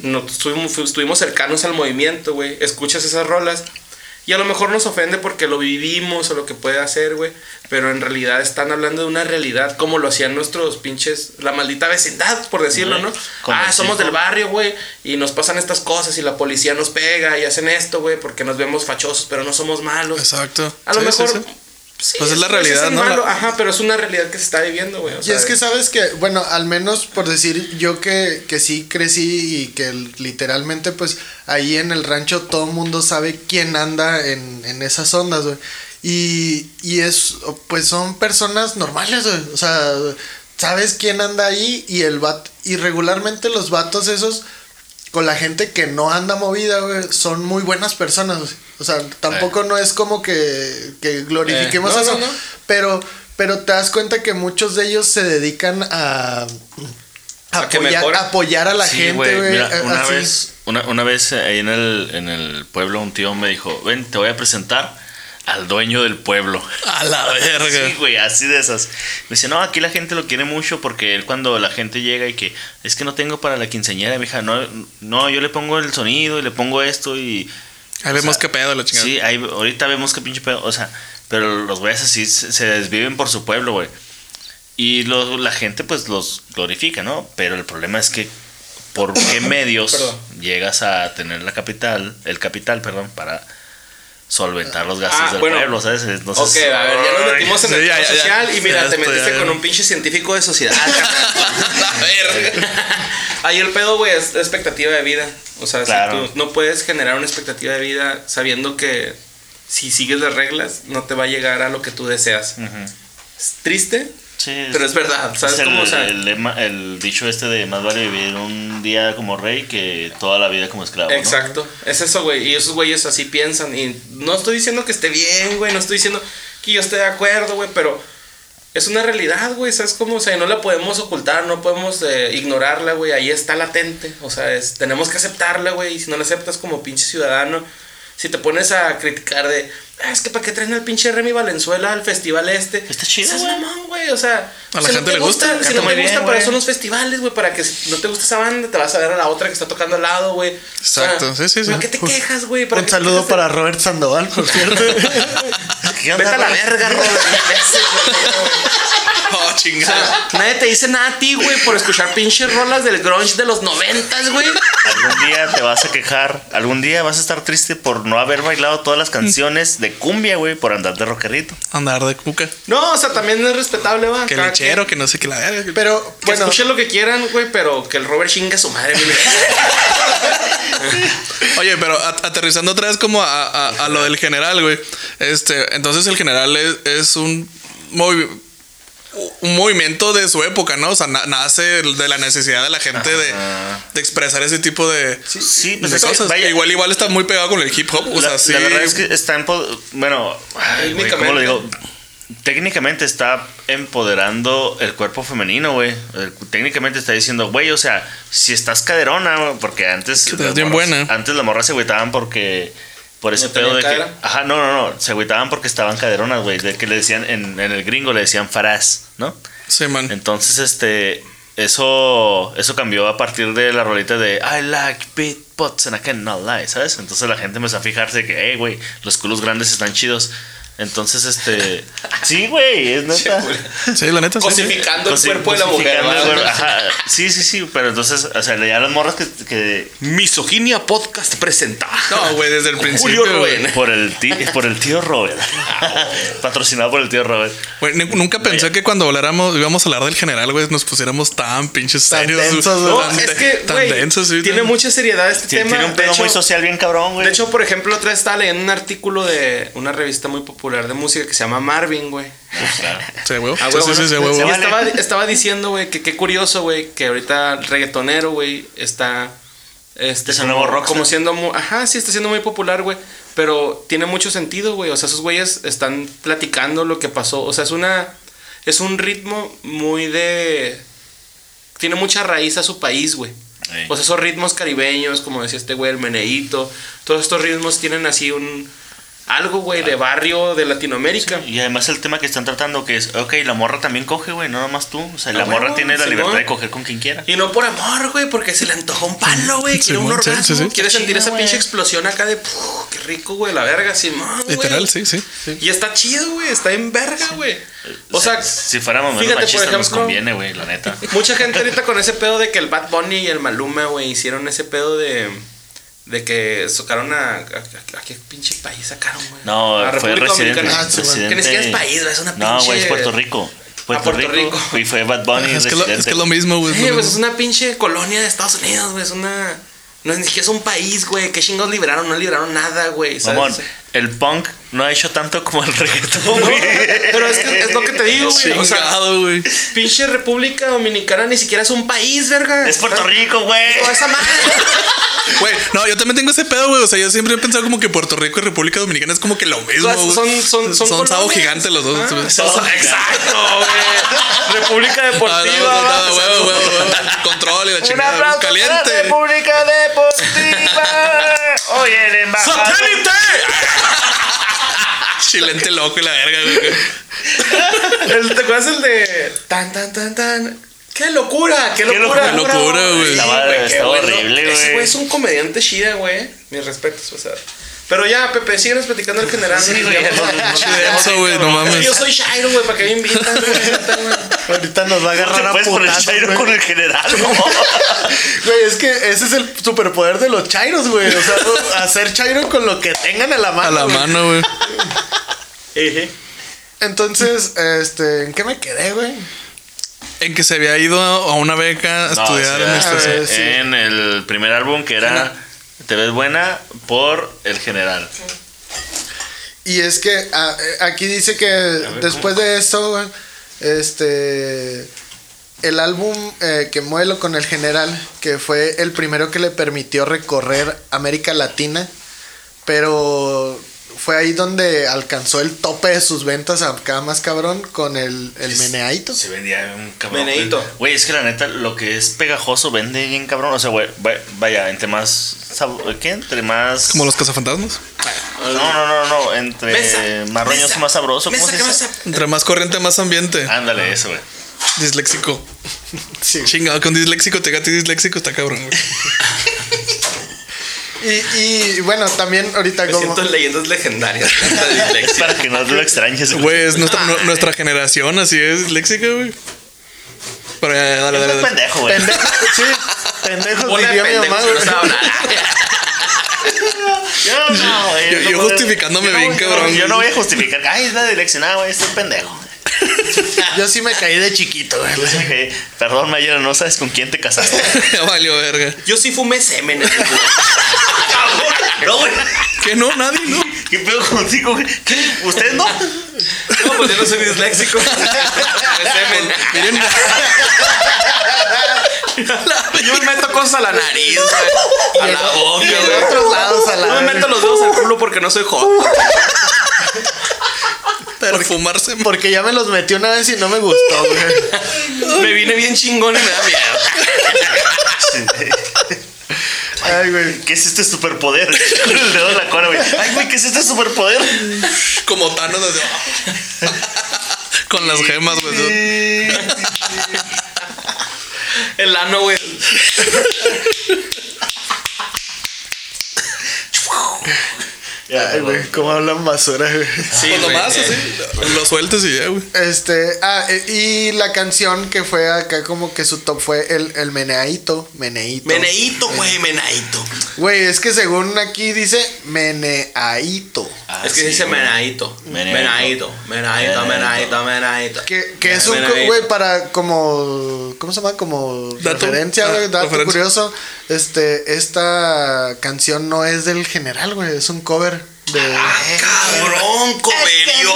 Speaker 6: no, estuvimos, fu- estuvimos cercanos al movimiento, güey, escuchas esas rolas. Y a lo mejor nos ofende porque lo vivimos o lo que puede hacer, güey. Pero en realidad están hablando de una realidad como lo hacían nuestros pinches, la maldita vecindad, por decirlo, ¿no?
Speaker 3: Ujú. Como
Speaker 6: ah, somos
Speaker 3: decir,
Speaker 6: del barrio, güey, y nos pasan estas cosas y la policía nos pega y hacen esto, güey, porque nos vemos fachosos, pero no somos malos.
Speaker 4: Exacto.
Speaker 6: A
Speaker 4: Sí,
Speaker 6: lo
Speaker 4: sí,
Speaker 6: mejor
Speaker 4: sí.
Speaker 6: sí,
Speaker 4: Pues es la
Speaker 6: Pues
Speaker 4: realidad,
Speaker 6: es el
Speaker 4: ¿no? La-
Speaker 6: malo, Ajá, pero es una realidad que se está viviendo, güey. o
Speaker 5: Y
Speaker 6: sea,
Speaker 5: es que sabes que, bueno, al menos por decir yo que, que sí crecí y que l- literalmente pues ahí en el rancho todo mundo sabe quién anda en, en esas ondas, güey. Y, y es, pues son personas normales, güey. O sea, sabes quién anda ahí y el vato, y regularmente los vatos esos con la gente que no anda movida, güey, son muy buenas personas. güey. O sea, tampoco no es como que, que glorifiquemos
Speaker 6: Eh, no,
Speaker 5: eso.
Speaker 6: no, no.
Speaker 5: Pero, pero te das cuenta que muchos de ellos se dedican a,
Speaker 6: A que
Speaker 5: apoyar,
Speaker 6: mejore.
Speaker 5: apoyar a la
Speaker 3: Sí,
Speaker 5: gente, güey.
Speaker 3: Mira,
Speaker 5: a-
Speaker 3: una
Speaker 5: así.
Speaker 3: vez, una, una vez ahí en el, en el pueblo, un tío me dijo, ven, te voy a presentar al dueño del pueblo.
Speaker 4: A la verga.
Speaker 3: Sí, güey, así de esas. Me dice, no, aquí la gente lo quiere mucho porque él cuando la gente llega y que es que no tengo para la quinceañera, mija, no, no, yo le pongo el sonido y le pongo esto y
Speaker 4: Ahí vemos
Speaker 3: sea,
Speaker 4: qué pedo la chingada.
Speaker 3: Sí, ahí, ahorita vemos qué pinche pedo. O sea, pero los güeyes así se, se desviven por su pueblo, güey. Y los- la gente, pues, los glorifica, ¿no? Pero el problema es que, ¿por qué medios
Speaker 6: Perdón.
Speaker 3: llegas a tener la capital, el capital, perdón, para solventar los gastos
Speaker 6: Ah,
Speaker 3: del
Speaker 6: bueno.
Speaker 3: pueblo, ¿sabes? Entonces,
Speaker 6: Ok, a ver, ya nos metimos en
Speaker 4: Sí,
Speaker 6: el
Speaker 4: ya,
Speaker 6: tema
Speaker 4: ya, ya.
Speaker 6: social y mira,
Speaker 4: Ya
Speaker 6: te
Speaker 4: estoy,
Speaker 6: metiste
Speaker 4: ya,
Speaker 6: con
Speaker 4: ya.
Speaker 6: un pinche científico de sociedad. Ahí el pedo, güey, es la expectativa de vida. O sea,
Speaker 3: Claro.
Speaker 6: si tú no puedes generar una expectativa de vida sabiendo que si sigues las reglas no te va a llegar a lo que tú deseas. Es triste,
Speaker 3: Sí,
Speaker 6: pero es verdad. ¿Sabes
Speaker 3: el,
Speaker 6: cómo? O sea,
Speaker 3: el lema- el dicho este de más vale vivir un día como rey que toda la vida como esclavo. ¿no?
Speaker 6: Exacto, es eso, güey. Y esos güeyes así piensan. Y no estoy diciendo que esté bien, güey. No estoy diciendo que yo esté de acuerdo, güey. Pero es una realidad, güey. ¿Sabes cómo? O sea, no la podemos ocultar, no podemos eh, ignorarla, güey. Ahí está latente. O sea, es- tenemos que aceptarla, güey. Y si no la aceptas como pinche ciudadano, si te pones a criticar de, "Ah, es que para qué traen al pinche Remy Valenzuela al festival este.
Speaker 3: Pues Está chido,
Speaker 6: Seas
Speaker 3: güey.
Speaker 6: mamón, güey. O sea,
Speaker 4: A la
Speaker 6: si no
Speaker 4: gente
Speaker 6: te
Speaker 4: le gusta,
Speaker 6: Si
Speaker 3: canta
Speaker 6: no
Speaker 3: muy
Speaker 6: te
Speaker 3: bien,
Speaker 6: gusta, para
Speaker 3: güey.
Speaker 6: eso los festivales, güey, para que si no te gusta esa banda, te vas a ver a la otra que está tocando al lado, güey.
Speaker 4: Exacto, sí, sí, sí.
Speaker 6: ¿Para qué te quejas, güey? ¿Para
Speaker 5: Un
Speaker 6: qué te
Speaker 5: saludo
Speaker 6: quejas?
Speaker 5: para Robert Sandoval, por cierto.
Speaker 3: ¿Qué onda,
Speaker 6: Vete a la
Speaker 3: güey?
Speaker 6: verga, Robert. Imbécil, güey.
Speaker 4: Oh, chingada.
Speaker 6: Nadie te dice nada a ti, güey, por escuchar pinches rolas del grunge de los noventas, güey.
Speaker 3: Algún día te vas a quejar, algún día vas a estar triste por no haber bailado todas las canciones de cumbia, güey, por andar de rockerito.
Speaker 4: Andar de cuca.
Speaker 6: No, o sea, también es respetable, va.
Speaker 4: Que
Speaker 6: Cada
Speaker 4: lechero,
Speaker 6: quien.
Speaker 4: que no sé qué la verga.
Speaker 5: Pero,
Speaker 6: Que
Speaker 5: bueno,
Speaker 6: escuchen lo que quieran, güey, pero que el Robert chingue a su madre, güey.
Speaker 4: Oye, pero a- aterrizando otra vez como a, a- a lo del general, güey. Este, entonces el general es, es un, movi- un movimiento de su época, ¿no? O sea, na- nace de la necesidad de la gente de, de expresar ese tipo de,
Speaker 3: Sí, pues
Speaker 4: de
Speaker 3: es que,
Speaker 4: cosas.
Speaker 3: vaya,
Speaker 4: Igual, igual está muy pegado con el hip hop. O
Speaker 3: la,
Speaker 4: sea, sí.
Speaker 3: la verdad es que está empoderando, bueno, ay, güey, ¿cómo lo digo? Técnicamente está empoderando el cuerpo femenino, güey. El- Técnicamente está diciendo, güey, o sea, si estás caderona, güey, porque antes...
Speaker 4: estás
Speaker 3: las
Speaker 4: bien
Speaker 3: morras-
Speaker 4: buena.
Speaker 3: Antes las morras se agüitaban porque... Por ese
Speaker 6: ¿No
Speaker 3: pedo
Speaker 6: tenían
Speaker 3: de que...
Speaker 6: cadera?
Speaker 3: Ajá, no, no, no. Se agüitaban porque estaban caderonas, güey. De que le decían, en, en el gringo le decían farás, ¿no?
Speaker 4: Sí, man.
Speaker 3: Entonces, este, eso, eso cambió a partir de la rolita de I like big butts and I cannot lie, ¿sabes? Entonces la gente empezó a fijarse que, hey, güey, los culos grandes están chidos. Entonces, este, sí, güey, es neta.
Speaker 4: Sí, la neta. sí, sí.
Speaker 6: Cosificando el
Speaker 3: Cosi-
Speaker 6: cuerpo de la mujer,
Speaker 3: cosificando el
Speaker 6: ¿va?
Speaker 3: cuerpo, ajá. Sí, sí, sí, pero entonces, o sea, ya las morras que, que
Speaker 6: Misoginia Podcast presenta.
Speaker 4: No, güey, desde el principio.
Speaker 6: Julio
Speaker 4: güey.
Speaker 6: Rubén.
Speaker 3: por el tío, por el tío Robert, patrocinado por el tío Robert.
Speaker 4: Güey, ni- nunca pensé que cuando habláramos, íbamos a hablar del general, güey, nos pusiéramos tan pinches
Speaker 5: Tan
Speaker 4: serios.
Speaker 5: densos,
Speaker 4: güey,
Speaker 5: ¿no?
Speaker 6: No,
Speaker 4: tan
Speaker 6: es
Speaker 4: de-
Speaker 6: que,
Speaker 4: tan
Speaker 6: güey,
Speaker 4: densos, sí,
Speaker 6: tiene
Speaker 4: tan-
Speaker 6: mucha seriedad este
Speaker 3: Tiene,
Speaker 6: tema.
Speaker 3: tiene un
Speaker 6: de
Speaker 3: pedo muy
Speaker 6: hecho-
Speaker 3: social bien cabrón, güey.
Speaker 6: De hecho, por ejemplo, otra vez estaba leyendo un artículo de una revista muy popular de música que se llama Marvin, güey.
Speaker 4: Sí, güey.
Speaker 6: Ah,
Speaker 4: Sí,
Speaker 6: huevo,
Speaker 4: sí,
Speaker 6: ¿no?
Speaker 4: sí, sí,
Speaker 6: Y
Speaker 4: huevo.
Speaker 3: Se vale.
Speaker 6: estaba, estaba diciendo, güey, que qué curioso, güey, que ahorita el reggaetonero, güey, está... Este,
Speaker 3: Es el
Speaker 6: como-
Speaker 3: nuevo rockstar.
Speaker 6: Como siendo... mu- Ajá, sí, está siendo muy popular, güey. Pero tiene mucho sentido, güey. O sea, esos güeyes están platicando lo que pasó. O sea, es una... Es un ritmo muy de... Tiene mucha raíz a su país, güey.
Speaker 3: Ey.
Speaker 6: O sea, esos ritmos caribeños, como decía este güey, el meneíto. Todos estos ritmos tienen así un... Algo, güey, de barrio de Latinoamérica.
Speaker 3: Y además el tema que están tratando que es, ok, la morra también coge, güey, no nada más tú. O sea, la
Speaker 6: Ah,
Speaker 3: morra
Speaker 6: bueno,
Speaker 3: tiene la
Speaker 6: Simón.
Speaker 3: libertad de coger con quien quiera.
Speaker 6: Y no por amor, güey, porque se le antojó un palo, güey. Quiere un
Speaker 4: Simón, sí,
Speaker 6: orgasmo.
Speaker 4: sí, sí.
Speaker 6: Quiere
Speaker 3: Está
Speaker 6: sentir
Speaker 3: chido,
Speaker 6: esa
Speaker 3: güey.
Speaker 6: pinche explosión acá de "Puf, qué rico, güey, la verga, Simón. güey".
Speaker 4: Literal, sí, sí.
Speaker 6: Y está chido, güey, está en verga, güey. O sea,
Speaker 3: si fuéramos menos
Speaker 6: fíjate, por
Speaker 3: machistas nos
Speaker 6: ejemplo-
Speaker 3: conviene, güey, la neta.
Speaker 6: mucha gente ahorita con ese pedo de que el Bad Bunny y el Maluma, güey, hicieron ese pedo de De que sacaron a. ¿A, a- a qué pinche país sacaron, güey?
Speaker 3: No,
Speaker 6: a
Speaker 3: fue
Speaker 6: República
Speaker 3: residente.
Speaker 6: Dominicana.
Speaker 5: Ah, sí, güey.
Speaker 6: Que ni siquiera es país, güey, es una
Speaker 3: No, güey, es
Speaker 6: pinche-
Speaker 3: Puerto Rico. Puerto,
Speaker 6: Puerto
Speaker 3: Rico.
Speaker 6: Rico.
Speaker 3: Y fue Bad Bunny.
Speaker 4: Es que, lo,
Speaker 3: Residente.
Speaker 4: es que lo mismo, güey. es
Speaker 6: Sí,
Speaker 4: lo
Speaker 6: pues es
Speaker 4: mismo.
Speaker 6: una pinche colonia de Estados Unidos, güey. Es una. No es ni siquiera es un país, güey. ¿Qué chingados liberaron? No liberaron nada, güey. ¿sabes?
Speaker 3: Mamón, el punk no ha hecho tanto como el reggaetón, güey.
Speaker 6: Pero es, que, es lo que te digo, güey. O sea,
Speaker 4: Chingado, güey.
Speaker 6: pinche República Dominicana ni siquiera es un país, verga.
Speaker 3: Es Puerto
Speaker 6: Está-
Speaker 3: Rico, güey.
Speaker 6: Toda esa madre.
Speaker 4: Güey, no, yo también tengo ese pedo, güey. O sea, yo siempre he pensado como que Puerto Rico y República Dominicana es como que lo mismo,
Speaker 6: Son-
Speaker 4: güey.
Speaker 6: son- son- son
Speaker 4: sabo
Speaker 6: colonias.
Speaker 4: gigante los dos. güey.
Speaker 6: Ah, Exacto, güey. República
Speaker 4: Ah, no,
Speaker 6: Deportiva.
Speaker 4: no, no,
Speaker 6: va.
Speaker 4: huevo, huevo, huevo. Control y la
Speaker 2: Un
Speaker 4: chingada.
Speaker 2: aplauso
Speaker 4: güey,
Speaker 2: para la
Speaker 4: Caliente.
Speaker 2: República Deportiva. Oye, el embajador.
Speaker 4: ¡Satélite! Chilente loco y la verga, güey.
Speaker 6: El- ¿Te acuerdas el de tan tan tan tan? ¡Qué locura! ¡Qué locura!
Speaker 4: locura, Qué locura, güey.
Speaker 6: Sí,
Speaker 4: La
Speaker 3: madre,
Speaker 6: qué
Speaker 3: está horrible,
Speaker 6: Ese
Speaker 3: güey.
Speaker 6: güey es un comediante chida, güey. Mis respetos, o sea. Pero ya, Pepe, síguenos platicando el general. Sí,
Speaker 4: Eso, güey, no mames.
Speaker 6: Yo soy Shairo, güey, para que me invitan. güey, neta, güey.
Speaker 5: Ahorita nos va a
Speaker 3: Te
Speaker 5: agarrar a
Speaker 3: puedes poner
Speaker 5: putazos,
Speaker 3: chairo
Speaker 5: güey.
Speaker 3: con el general, ¿no?
Speaker 5: Güey, es que ese es el superpoder de los chairos, güey. O sea, no- hacer chairo con lo que tengan a la mano.
Speaker 4: A la
Speaker 5: güey.
Speaker 4: mano, güey.
Speaker 5: Entonces, este, ¿en qué me quedé, güey?
Speaker 4: En que se había ido a una beca a estudiar
Speaker 3: No,
Speaker 4: en este
Speaker 3: sí,
Speaker 4: esta.
Speaker 5: estación.
Speaker 3: eh,
Speaker 5: Sí.
Speaker 3: En el primer álbum que era Te ves buena por el general.
Speaker 5: Y es que a- eh, aquí dice que después de esto, güey, este, el álbum eh, que muelo con el general, que fue el primero que le permitió recorrer América Latina, pero fue ahí donde alcanzó el tope de sus ventas acá más cabrón con el, el meneadito.
Speaker 3: Se vendía un cabrón.
Speaker 6: Meneíto.
Speaker 3: Güey, es que la neta, lo que es pegajoso vende bien cabrón. O sea, güey, va- vaya, entre más. sab- ¿Qué? Entre más.
Speaker 4: Como los cazafantasmas.
Speaker 3: No, no, no, no. Entre
Speaker 6: Mesa,
Speaker 3: más roñoso,
Speaker 6: mesa,
Speaker 3: Eh, más sabroso. ¿Cómo
Speaker 6: Mesa,
Speaker 3: se
Speaker 6: ¿qué
Speaker 3: dice?
Speaker 6: vas a-
Speaker 4: Entre más corriente, más ambiente.
Speaker 3: Ándale, eso, güey.
Speaker 4: Disléxico.
Speaker 5: Sí, güey.
Speaker 4: Chingado, con disléxico, te gato y disléxico está cabrón, güey.
Speaker 5: Y, y bueno, también ahorita
Speaker 6: Me
Speaker 5: como...
Speaker 6: siento en leyendas legendarias. neta, dislexia.
Speaker 3: Para que no te lo extrañes, güey.
Speaker 4: Güey, es nuestra, nu- nuestra generación, así es disléxica, güey. Pero ya, dale, dale,
Speaker 3: Es
Speaker 4: dale.
Speaker 3: pendejo, güey.
Speaker 5: Pendejos, sí, pendejos
Speaker 6: Bola de
Speaker 5: diría mi mamá,
Speaker 6: pendejos que no
Speaker 5: güey.
Speaker 6: sabe hablar.
Speaker 3: Yo no, güey,
Speaker 4: Yo-
Speaker 3: no
Speaker 4: yo
Speaker 3: voy-
Speaker 4: justificándome
Speaker 3: yo no
Speaker 4: bien,
Speaker 3: voy-
Speaker 4: cabrón.
Speaker 3: Yo no voy a justificar. Ay, es la dirección. Ah, güey, estoy pendejo.
Speaker 5: Yo sí me caí de chiquito, güey.
Speaker 3: Yo sé que- Perdón, Mayera, no sabes con quién te casaste.
Speaker 4: Ya valió, verga.
Speaker 6: Yo sí fumé semen. en el culo.
Speaker 3: No, güey.
Speaker 4: Que no, nadie, ¿no?
Speaker 3: ¿Qué pedo contigo, güey? ¿Qué? ¿Usted no?
Speaker 6: No, pues yo no soy disléxico. Fumé semen.
Speaker 4: Miren,
Speaker 6: Yo me meto cosas a la nariz, güey. A la boca,
Speaker 5: Y
Speaker 6: güey.
Speaker 5: de otros lados a la
Speaker 6: No me
Speaker 5: verga.
Speaker 6: meto los dedos al culo porque no soy hot.
Speaker 4: perfumarse.
Speaker 5: Porque ya me los metí una vez y no me gustó, güey.
Speaker 6: Me vine bien chingón y me da miedo.
Speaker 5: Ay, güey.
Speaker 3: ¿Qué es este superpoder? Con el dedo en la cola, güey. Ay, güey, ¿qué es este superpoder?
Speaker 4: Como Thanos desde abajo. Con las gemas, güey.
Speaker 6: El ano, güey.
Speaker 3: Ya,
Speaker 5: Ay,
Speaker 3: güey.
Speaker 5: güey, cómo hablan basura, güey.
Speaker 6: Sí,
Speaker 4: Pues
Speaker 6: güey.
Speaker 4: nomás así. Lo sueltas y ya, güey.
Speaker 5: Este, ah, e- y la canción que fue acá como que su top fue el, el meneadito, meneíto.
Speaker 6: Meneíto, güey, meneíto.
Speaker 5: Güey, es que según aquí dice meneadito.
Speaker 6: Ah, es que
Speaker 3: sí,
Speaker 6: dice
Speaker 3: güey.
Speaker 6: meneíto.
Speaker 3: Meneíto.
Speaker 6: Meneíto, meneíto, meneíto, meneíto.
Speaker 5: Que, que es un,
Speaker 6: Meneíto.
Speaker 5: güey, para como, ¿cómo se llama? Como
Speaker 4: Dato.
Speaker 5: referencia,
Speaker 4: Ah,
Speaker 5: güey, dato
Speaker 4: referencia.
Speaker 5: curioso. Este, esta canción no es del general, güey, es un cover de...
Speaker 6: Cabrón, comerio.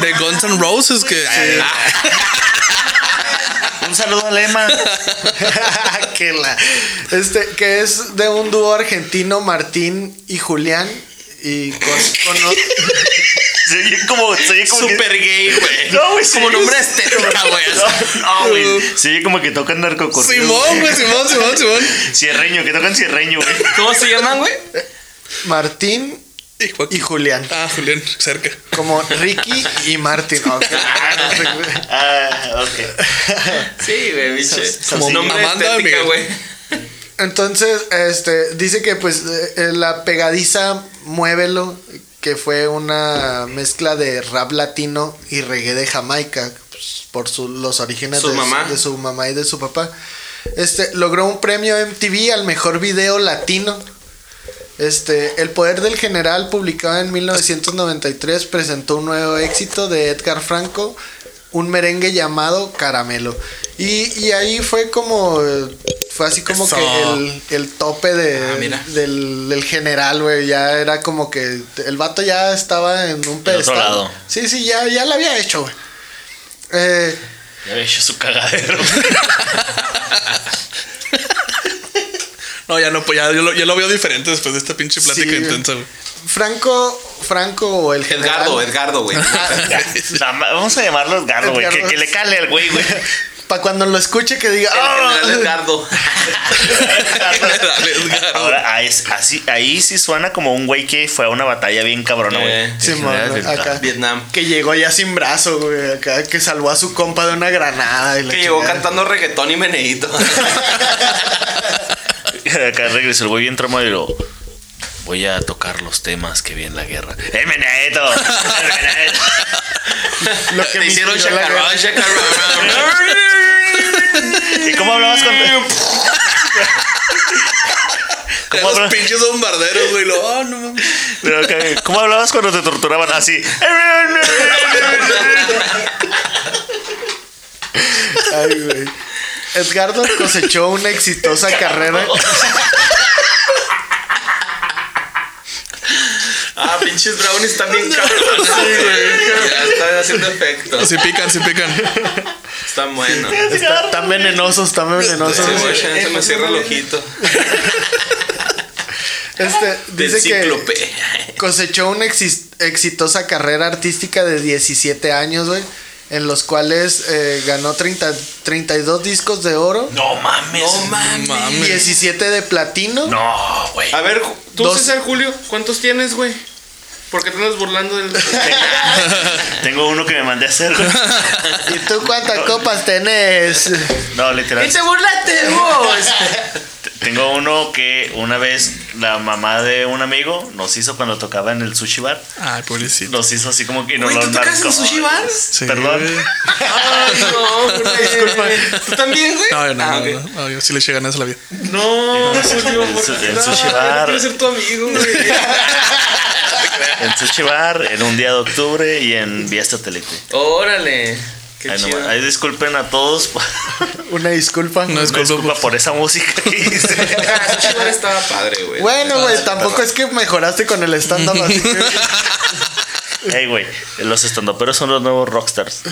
Speaker 4: De Guns N' Roses, que. eh, ah,
Speaker 3: Un saludo a Lema.
Speaker 5: que la- Este, que es de un dúo argentino, Martín y Julián. Y con, con o-
Speaker 3: Se oye como. Se oye como que-
Speaker 6: Super gay, güey.
Speaker 3: No, güey, sí.
Speaker 6: Como nombre estética, güey.
Speaker 3: No, güey. Se oye como que tocan narcocorridos.
Speaker 4: Simón, güey, Simón, Simón, Simón.
Speaker 3: Cierreño, que tocan cierreño, güey.
Speaker 6: ¿Cómo se llaman, güey?
Speaker 5: Martín
Speaker 4: Y Joaquín.
Speaker 5: y Julián.
Speaker 4: Ah, Julián, cerca.
Speaker 5: Como Ricky y Martín. Ok.
Speaker 3: Ah, ok.
Speaker 6: Sí, güey,
Speaker 4: Como
Speaker 6: biche. Nombre
Speaker 4: Amanda
Speaker 6: estética,
Speaker 4: Miguel.
Speaker 6: güey.
Speaker 5: Entonces, este, dice que pues eh, eh, la pegadiza Muévelo, que fue una mezcla de rap latino y reggae de Jamaica, pues, por su- los orígenes
Speaker 6: Su
Speaker 5: de,
Speaker 6: mamá.
Speaker 5: de su mamá y de su papá. Este, logró un premio MTV al mejor video latino. Este, El poder del general, publicado en 1993, presentó un nuevo éxito de Edgar Franco, un merengue llamado Caramelo. Y, y ahí fue como, eh, fue así como
Speaker 4: Eso.
Speaker 5: que el, el tope
Speaker 6: Ah,
Speaker 5: de,
Speaker 6: mira.
Speaker 5: del, del general, güey. Ya era como que el vato ya estaba en un
Speaker 3: otro
Speaker 5: pedestal.
Speaker 3: lado.
Speaker 5: Sí, sí, ya, ya lo había hecho, güey. Eh,
Speaker 3: Ya había hecho su cagadero.
Speaker 4: No, ya no, pues ya, yo lo, ya lo veo diferente después de esta pinche plática
Speaker 5: Sí.
Speaker 4: intensa, güey.
Speaker 5: Franco, Franco o el general.
Speaker 6: Edgardo, Ah, Edgardo, güey.
Speaker 3: La ma- Vamos a llamarlo Edgardo, güey. Que,
Speaker 5: Edgardo.
Speaker 3: que le cale al güey, güey.
Speaker 5: Para cuando lo escuche que diga.
Speaker 6: El
Speaker 5: "Ah".
Speaker 6: general Edgardo.
Speaker 4: Dale, Edgardo.
Speaker 3: Ahora, ahí, es- así, ahí sí suena como un güey que fue a una batalla bien cabrona, güey.
Speaker 6: Eh,
Speaker 5: Sí,
Speaker 3: En general,
Speaker 5: mano,
Speaker 3: del-
Speaker 5: acá.
Speaker 6: Vietnam.
Speaker 5: Que llegó ya sin brazo, güey. Acá que salvó a su compa de una granada. y la
Speaker 6: Que llegó
Speaker 5: chingada.
Speaker 6: cantando reggaetón y meneíto.
Speaker 3: Acá regresó el güey bien traumado y lo. Voy a tocar los temas que vi en la guerra. ¡Eh, Meneto! ¡Meneto!
Speaker 5: Lo que
Speaker 6: Te
Speaker 5: me
Speaker 6: hicieron
Speaker 5: inspiró la
Speaker 6: chacarrón,
Speaker 5: guerra.
Speaker 6: chacarrón.
Speaker 3: ¿Y cómo hablabas con.? ¿Cómo, habla-
Speaker 4: Los pinches bombarderos, güey. Lo, ah, no mames.
Speaker 3: Pero, ok, ¿Cómo hablabas cuando te torturaban así? "Eh,
Speaker 5: Ay, güey. Edgardo cosechó una exitosa carrera.
Speaker 6: Ah, pinches brownies están bien cabrones. Ya están haciendo efecto.
Speaker 4: Sí pican, sí pican.
Speaker 6: Están buenos.
Speaker 5: Está- Están venenosos, están venenosos.
Speaker 6: Sí, güey, se me cierra el ojito.
Speaker 5: Este,
Speaker 6: Del
Speaker 5: dice que
Speaker 6: cíclope.
Speaker 5: cosechó una exis- exitosa carrera artística de 17 años, güey. En los cuales eh, ganó 30, 32 discos de oro,
Speaker 3: No mames.
Speaker 6: No mames.
Speaker 4: Mames.
Speaker 5: 17 de platino.
Speaker 3: No, güey.
Speaker 6: A ver, tú,
Speaker 5: Dos.
Speaker 6: César Julio, ¿cuántos tienes, güey? ¿Por qué te andas burlando del.?
Speaker 3: Tengo uno que me mandé a hacer. güey.
Speaker 5: ¿Y tú cuántas copas tenés?
Speaker 3: No, literal.
Speaker 6: burlaste vos!
Speaker 3: Tengo uno que una vez la mamá de un amigo nos hizo cuando tocaba en el sushi bar.
Speaker 4: Ay, pobrecito.
Speaker 3: Nos hizo así como que nos
Speaker 6: Güey, ¿tú tocas en
Speaker 3: marcó.
Speaker 6: sushi bar?
Speaker 4: Sí,
Speaker 3: Perdón.
Speaker 4: güey.
Speaker 6: Ay, no, güey. ¿Tú también, güey?
Speaker 4: No, yo no,
Speaker 6: Ah,
Speaker 4: no,
Speaker 6: ok.
Speaker 4: no, no, yo sí le eché ganas a la vida.
Speaker 6: No, Julio,
Speaker 3: El
Speaker 6: por
Speaker 3: su- el
Speaker 6: no,
Speaker 3: sushi
Speaker 6: yo
Speaker 3: bar.
Speaker 6: Quiero ser tu amigo, güey.
Speaker 3: En sushi bar, en un día de octubre y en Vía Satélite.
Speaker 6: Órale. Qué
Speaker 3: Ay, no
Speaker 6: chido.
Speaker 3: ma- ay, disculpen a todos. por-
Speaker 5: Una disculpa.
Speaker 4: No
Speaker 3: Una disculpa por esa música que hice.
Speaker 6: Ah, el sushi bar estaba padre, güey.
Speaker 5: Bueno, güey, tampoco es que mejoraste con el stand-up, así
Speaker 3: Ey, güey, los estandoperos son los nuevos rockstars.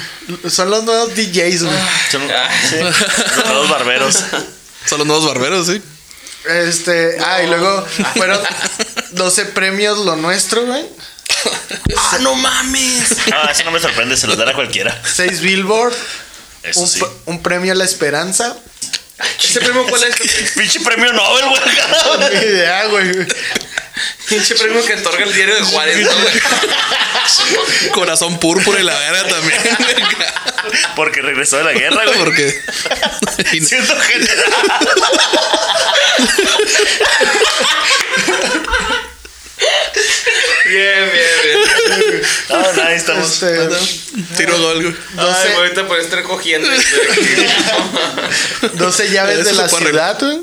Speaker 5: que son los nuevos DJs, güey.
Speaker 3: Son
Speaker 6: Ah.
Speaker 3: sí, los nuevos barberos.
Speaker 4: Son los nuevos barberos, sí.
Speaker 5: Este, ah, y luego fueron 12 premios lo nuestro, güey.
Speaker 6: ¡Ah, no mames!
Speaker 3: No, eso no me sorprende, se los dará cualquiera.
Speaker 5: 6 Billboard,
Speaker 3: Eso
Speaker 5: un,
Speaker 3: sí.
Speaker 5: pr- un premio a la esperanza.
Speaker 6: ¿Ese premio cuál es?
Speaker 3: Pinche premio Nobel, güey.
Speaker 5: Ni idea, güey.
Speaker 6: Pinche premio que otorga el diario de Juárez, ¿no, güey?
Speaker 4: Corazón púrpura y la vera también.
Speaker 3: Porque regresó de la guerra, güey.
Speaker 4: Porque. Y no-
Speaker 3: Siento general.
Speaker 6: Bien, bien, bien.
Speaker 3: No, no, ahí estamos.
Speaker 5: Este,
Speaker 4: Tiro gol, güey.
Speaker 6: Ay,
Speaker 5: sé.
Speaker 6: güey, ahorita puedes estar cogiendo. güey.
Speaker 5: 12 llaves
Speaker 4: Eso
Speaker 5: de
Speaker 4: se
Speaker 5: la
Speaker 4: puede
Speaker 5: ciudad, güey.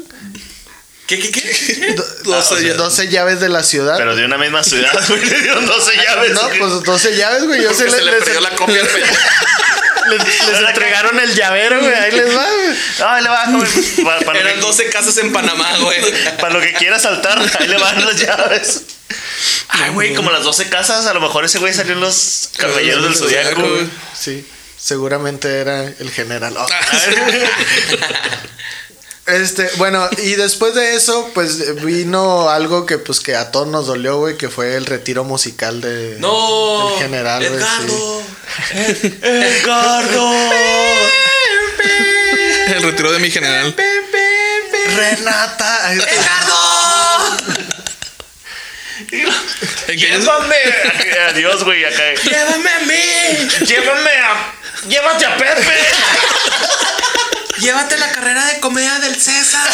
Speaker 6: ¿Qué, qué, qué?
Speaker 5: Do-
Speaker 4: Ah, o sea,
Speaker 5: 12 llaves de la ciudad.
Speaker 3: Pero de una misma ciudad, güey, le dieron 12 llaves.
Speaker 5: No,
Speaker 3: güey.
Speaker 5: pues 12 llaves, güey. Yo
Speaker 6: Porque
Speaker 5: se
Speaker 6: se
Speaker 5: les,
Speaker 6: le
Speaker 5: les-
Speaker 6: perdió la copia al pellejo.
Speaker 5: les- les entregaron el llavero, güey. Ahí les va, güey.
Speaker 3: No, ahí le van, güey. Pa- Para,
Speaker 6: Eran
Speaker 3: lo
Speaker 6: 12 casas en Panamá, güey.
Speaker 3: que, para lo que quiera saltar, ahí le van las llaves. Ay, güey, como las 12 casas, a lo mejor ese güey salió en los caballeros del zodiaco. güey.
Speaker 5: Sí, seguramente era el general. Oh. Este, bueno, y después de eso, pues vino algo que pues que a todos nos dolió, güey, que fue el retiro musical de
Speaker 6: No.
Speaker 5: del general, güey. sí.
Speaker 6: Edgardo.
Speaker 3: Edgardo.
Speaker 4: El retiro de mi general.
Speaker 5: Renata. ay,
Speaker 6: ¡Edgardo!
Speaker 4: ¿En qué años-
Speaker 3: Adiós, güey, acá.
Speaker 6: ¡Llévame a mí!
Speaker 3: Llévame a. Llévate a Pepe.
Speaker 6: ¡Llévate la carrera de comedia del César!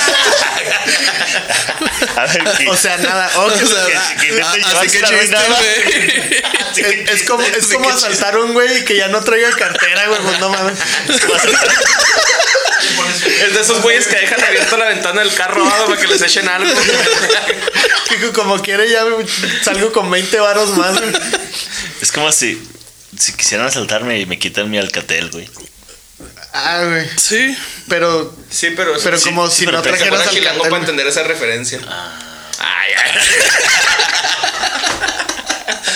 Speaker 3: A ver, que-
Speaker 5: O sea, nada. oh, que-
Speaker 4: O sea,
Speaker 3: que- que intenten
Speaker 4: ah,
Speaker 3: llevarse
Speaker 4: así que
Speaker 3: la
Speaker 4: chiste,
Speaker 3: arruinada.
Speaker 4: güey.
Speaker 3: Así que-
Speaker 5: es, es como, es
Speaker 4: Sí,
Speaker 5: como
Speaker 4: qué chido.
Speaker 5: asaltar a un güey y que ya no traiga cartera, güey. pues, no mames.
Speaker 3: vas a-
Speaker 6: Es de esos güeyes que dejan abierto la ventana del carro abajo para que les echen algo.
Speaker 5: Que Como quiere, ya salgo con 20 varos más. güey.
Speaker 3: Es como si, si quisieran asaltarme y me quitan mi alcatel, güey.
Speaker 5: Ah, güey.
Speaker 4: Sí.
Speaker 5: Pero,
Speaker 6: Sí, pero.
Speaker 5: pero
Speaker 6: sí,
Speaker 5: como si
Speaker 3: pero
Speaker 5: no
Speaker 3: te
Speaker 6: Se
Speaker 5: trajeras
Speaker 6: fuera
Speaker 5: al
Speaker 6: chilango para
Speaker 5: cartel.
Speaker 6: entender esa referencia.
Speaker 5: Ah,
Speaker 6: Ay, ay.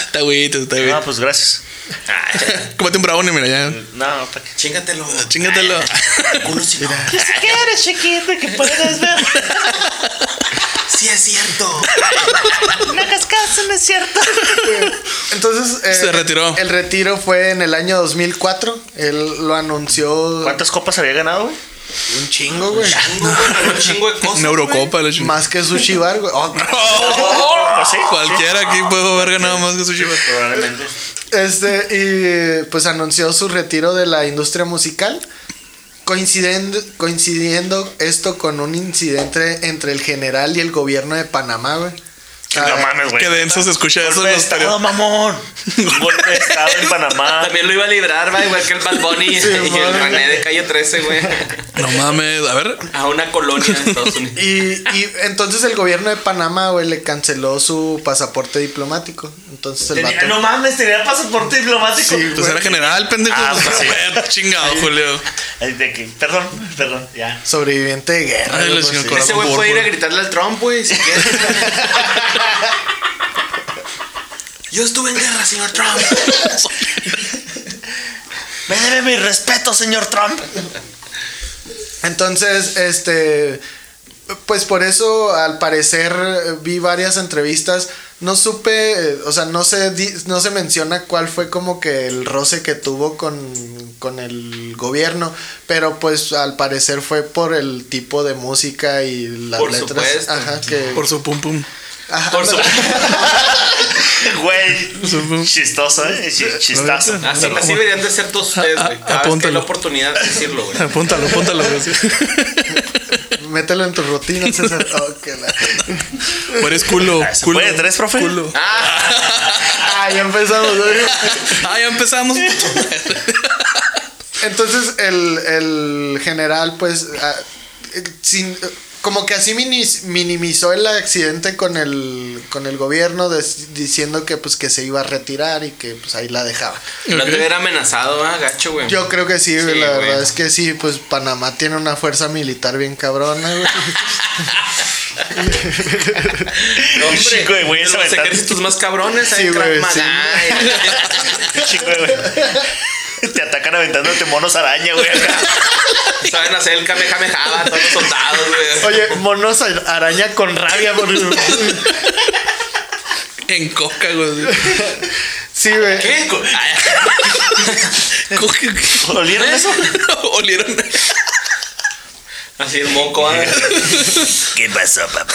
Speaker 4: Está agüita, está
Speaker 3: Ah,
Speaker 4: agüita.
Speaker 3: pues gracias.
Speaker 4: Cómete un brownie, mira, ya.
Speaker 3: No, ¿para qué?
Speaker 6: Chingatelo.
Speaker 3: eh,
Speaker 4: Chingatelo.
Speaker 2: ¿Qué eres chiquito que puedes ver?
Speaker 6: Sí, es cierto.
Speaker 2: No hagas caso, no es cierto.
Speaker 5: Entonces, eh,
Speaker 4: Se retiró.
Speaker 5: El retiro fue en el año 2004. Él lo anunció
Speaker 3: ¿Cuántas copas había ganado, güey?
Speaker 5: un chingo, güey.
Speaker 6: Un chingo de cosas.
Speaker 4: Una Eurocopa, la chingada.
Speaker 5: Más que Sushi Bar, güey. Oh,
Speaker 3: Pues sí.
Speaker 4: Cualquiera aquí puede haber ganado más que su chiva.
Speaker 3: Probablemente.
Speaker 5: Este, y pues anunció su retiro de la industria musical. Coincidiendo, coincidiendo esto con un incidente entre el general y el gobierno de Panamá, güey.
Speaker 3: Ah,
Speaker 5: Ah,
Speaker 3: No mames, güey.
Speaker 4: Qué denso se escucha eso
Speaker 3: Golpe
Speaker 4: en
Speaker 3: de
Speaker 4: los
Speaker 3: estado,
Speaker 4: periódicos.
Speaker 3: mamón. Un Golpe de estado en Panamá.
Speaker 6: También lo iba a librar, va, igual que el Bad Bunny y el
Speaker 5: madre.
Speaker 6: René de calle 13, güey.
Speaker 4: No mames, a ver.
Speaker 6: A una colonia de Estados Unidos.
Speaker 5: Y, y entonces el gobierno de Panamá, güey, le canceló su pasaporte diplomático. Entonces el
Speaker 3: Tenía-
Speaker 5: vato...
Speaker 3: no mames, tenía pasaporte diplomático.
Speaker 5: Sí,
Speaker 4: Pues era general, pendejo.
Speaker 3: Ah, pues sí.
Speaker 4: Chingado, Julio.
Speaker 3: Ay, de que- Perdón, perdón, ya.
Speaker 5: Sobreviviente de guerra.
Speaker 4: Ay,
Speaker 5: algo
Speaker 4: lo sigo
Speaker 5: así.
Speaker 4: con-
Speaker 6: Ese güey puede ir a gritarle al Trump, güey, si quiere. Yo estuve en guerra, señor Trump.
Speaker 3: Me debe mi respeto, señor Trump.
Speaker 5: Entonces, este, pues por eso al parecer eh, vi varias entrevistas. No supe, eh, o sea, no se, di- no se menciona cuál fue como que el roce que tuvo con, con el gobierno, pero pues al parecer fue por el tipo de música y las
Speaker 6: Por
Speaker 5: letras.
Speaker 6: supuesto.
Speaker 5: Ajá, que,
Speaker 4: Por su pum pum.
Speaker 5: ajá,
Speaker 6: Por su.
Speaker 3: Güey, chistoso, ¿eh? Chi- Chistazo.
Speaker 6: Así, así deberían de ser todos ustedes, güey. Cada vez que hay
Speaker 4: Apúntalo.
Speaker 6: la oportunidad de decirlo, güey.
Speaker 4: Apúntalo, apúntalo. güey.
Speaker 5: mételo en tu rutina, César. Oh, que la-
Speaker 4: Pero es culo.
Speaker 3: Ah, ¿Se
Speaker 4: culo.
Speaker 3: puede tres, profe?
Speaker 4: Culo.
Speaker 5: Ah, ya empezamos. ¿no?
Speaker 4: Ah, ya empezamos.
Speaker 5: Entonces el, el general, pues, ah, eh, sin, eh, como que así minis- minimizó el accidente con el, con el gobierno, des- diciendo que pues que se iba a retirar y que pues ahí la dejaba.
Speaker 6: No te hubiera amenazado, ah, gacho, güey.
Speaker 5: Yo creo que sí,
Speaker 6: Sí,
Speaker 5: güey, la
Speaker 6: güey.
Speaker 5: verdad es que sí, pues Panamá tiene una fuerza militar bien cabrona, güey.
Speaker 6: No, hombre,
Speaker 3: Chico de güeyes
Speaker 6: de los
Speaker 3: aventando.
Speaker 6: ejércitos más cabrones,
Speaker 5: Sí,
Speaker 6: ahí
Speaker 5: güey,
Speaker 6: Krav Maga,
Speaker 5: sí.
Speaker 6: ay,
Speaker 3: Chico, güey. Te atacan aventándote monos araña, güey.
Speaker 6: Saben hacer el kamejamejaba, todos los soldados, güey.
Speaker 5: Oye, monos ar- araña con rabia, por
Speaker 4: En coca, güey.
Speaker 5: Sí, güey.
Speaker 6: ¿Qué? Ay,
Speaker 4: Coca.
Speaker 3: ¿Olieron eso?
Speaker 4: Olieron.
Speaker 6: Así el moco, ah.
Speaker 3: ¿Qué pasó, papá?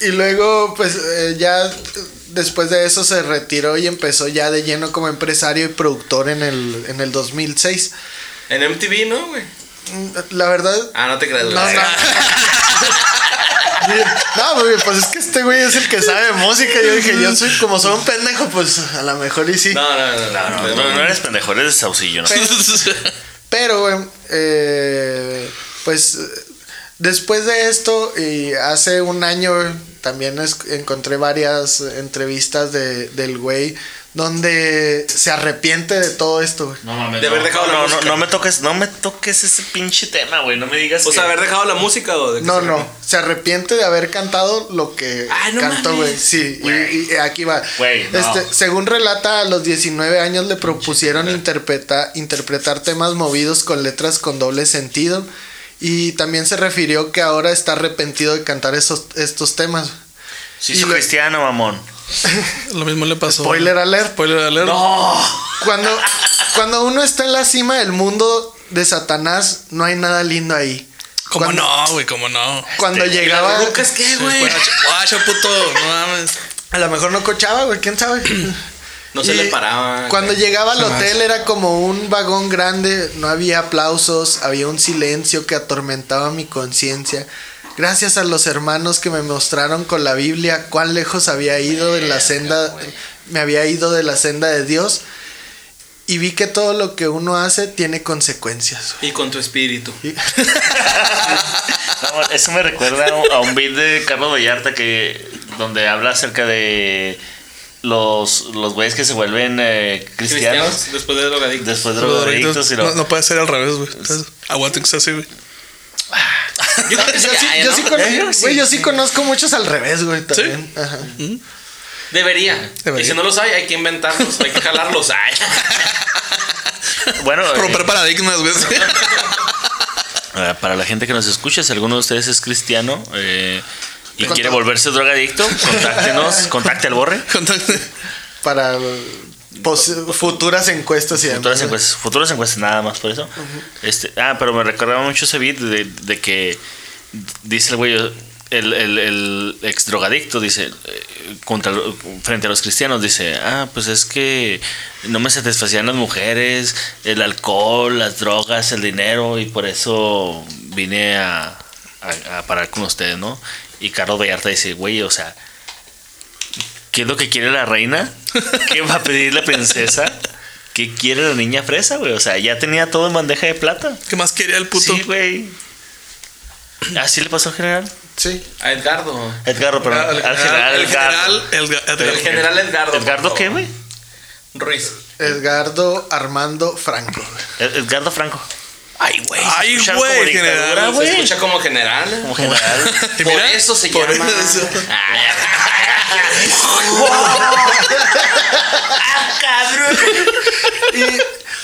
Speaker 5: Y luego, pues eh, ya eh, después de eso se retiró y empezó ya de lleno como empresario y productor en el, en el 2006.
Speaker 6: En MTV, ¿no, güey?
Speaker 5: Mm, La verdad...
Speaker 6: Ah, no te creas, güey.
Speaker 5: No, no. No, güey, pues es que este güey es el que sabe de música. Yo dije, yo soy como soy un pendejo, pues a lo mejor y sí.
Speaker 6: No, no, no, no, no,
Speaker 3: No, no eres pendejo, eres saucillo, ¿no?
Speaker 5: Pero, güey, eh, pues eh, después de esto y hace un año también es- encontré varias entrevistas de, del güey donde se arrepiente de todo esto, güey.
Speaker 3: No mames.
Speaker 6: De haber dejado la
Speaker 3: no, no,
Speaker 6: música.
Speaker 3: no me toques, no me toques ese pinche tema, güey. No me digas.
Speaker 6: O sea,
Speaker 3: que-
Speaker 6: haber dejado la música, o de que
Speaker 5: No,
Speaker 6: se-
Speaker 5: no, se arrepiente de haber cantado lo que
Speaker 6: Ay, Ah, no
Speaker 5: cantó,
Speaker 6: mames.
Speaker 5: güey. Sí, y-
Speaker 3: Güey.
Speaker 5: y, aquí va.
Speaker 3: Güey, no.
Speaker 5: Este, según relata, a los 19 años le propusieron interpreta- interpretar temas movidos con letras con doble sentido. Y también se refirió que ahora está arrepentido de cantar esos, estos temas.
Speaker 3: Sí,
Speaker 5: y
Speaker 3: soy
Speaker 5: lo-
Speaker 3: cristiano, mamón.
Speaker 4: Lo mismo le pasó.
Speaker 5: Spoiler alert.
Speaker 4: Spoiler alert.
Speaker 5: Cuando, cuando uno está en la cima del mundo de Satanás, no hay nada lindo ahí.
Speaker 4: ¿Cómo
Speaker 5: cuando-
Speaker 4: no, güey? ¿Cómo no?
Speaker 5: Cuando
Speaker 6: Este, ¿Y
Speaker 5: llegaba...
Speaker 6: las rucas qué, güey?
Speaker 4: Guacha, puto. No mames.
Speaker 5: A lo mejor no cochaba, güey, quién sabe.
Speaker 6: No se
Speaker 5: Y
Speaker 6: le paraba.
Speaker 5: Cuando llegaba al
Speaker 4: Jamás.
Speaker 5: hotel era como un vagón grande, no había aplausos, había un silencio que atormentaba mi conciencia. Gracias a los hermanos que me mostraron con la Biblia cuán lejos había ido de la senda, me había ido de la senda de Dios. y vi que todo lo que uno hace tiene consecuencias.
Speaker 6: Y con tu espíritu.
Speaker 3: No, eso me recuerda a un- a un beat de Carlos Vallarta que donde habla acerca de los los güeyes que se vuelven eh, cristianos
Speaker 6: Cristianos, después de drogadicto.
Speaker 3: después de drogadictos y lo- Pues-
Speaker 4: No, no puede ser al revés, güey. Entonces, Aguanta que sea así, güey.
Speaker 6: Yo creo que
Speaker 5: Yo
Speaker 6: sí,
Speaker 5: sí,
Speaker 6: ay,
Speaker 5: yo
Speaker 6: ¿no?
Speaker 5: sí cono-
Speaker 3: Eh, yo sí.
Speaker 5: güey, yo sí conozco muchos al revés, güey, también. Ajá.
Speaker 6: Debería.
Speaker 4: Debería.
Speaker 6: Y si no los hay, hay que inventarlos, hay que jalarlos. Ay.
Speaker 3: bueno eh,
Speaker 4: Romper paradigmas, güey.
Speaker 3: Ah, Para la gente que nos escucha, si alguno de ustedes es cristiano eh, y
Speaker 5: Contact-
Speaker 3: quiere volverse drogadicto, contáctenos, contacte al borre.
Speaker 4: Entonces,
Speaker 5: Para pos- futuras encuestas y
Speaker 3: Futuras
Speaker 5: demás.
Speaker 3: encuestas, futuras encuestas nada más por eso. este, ah, pero me recordaba mucho ese beat de, de que dice el güey, el, el, el ex drogadicto, dice, eh, contra, lo- frente a los cristianos, dice, ah, pues es que no me satisfacían las mujeres, el alcohol, las drogas, el dinero, y por eso vine a, a- a parar con ustedes, ¿no? Y Carlos Vallarta dice, güey, o sea, ¿Qué es lo que quiere la reina? ¿Qué va a pedir la princesa? ¿Qué quiere la niña fresa, güey? O sea, ya tenía todo en bandeja de plata.
Speaker 4: ¿Qué más quería el puto?
Speaker 3: Sí, güey. Así le pasó al general.
Speaker 5: Sí.
Speaker 6: A Edgardo.
Speaker 3: Edgardo, perdón. Al, general,
Speaker 4: el
Speaker 3: Edgardo.
Speaker 4: general, el ga-
Speaker 6: El
Speaker 4: Edgardo.
Speaker 6: general Edgardo.
Speaker 3: ¿Edgardo qué, güey?
Speaker 6: Ruiz.
Speaker 5: Edgardo Armando Franco.
Speaker 3: Ed- Edgardo Franco. Ay, güey. se
Speaker 4: Ay,
Speaker 3: escucha
Speaker 4: güey,
Speaker 3: como dictadura,
Speaker 4: general,
Speaker 6: Se
Speaker 3: Ah, güey.
Speaker 6: escucha como general.
Speaker 3: Como general.
Speaker 4: Y
Speaker 6: Por
Speaker 4: mira,
Speaker 6: eso se
Speaker 4: por
Speaker 6: llama.
Speaker 4: eso.
Speaker 6: Ay,
Speaker 5: Y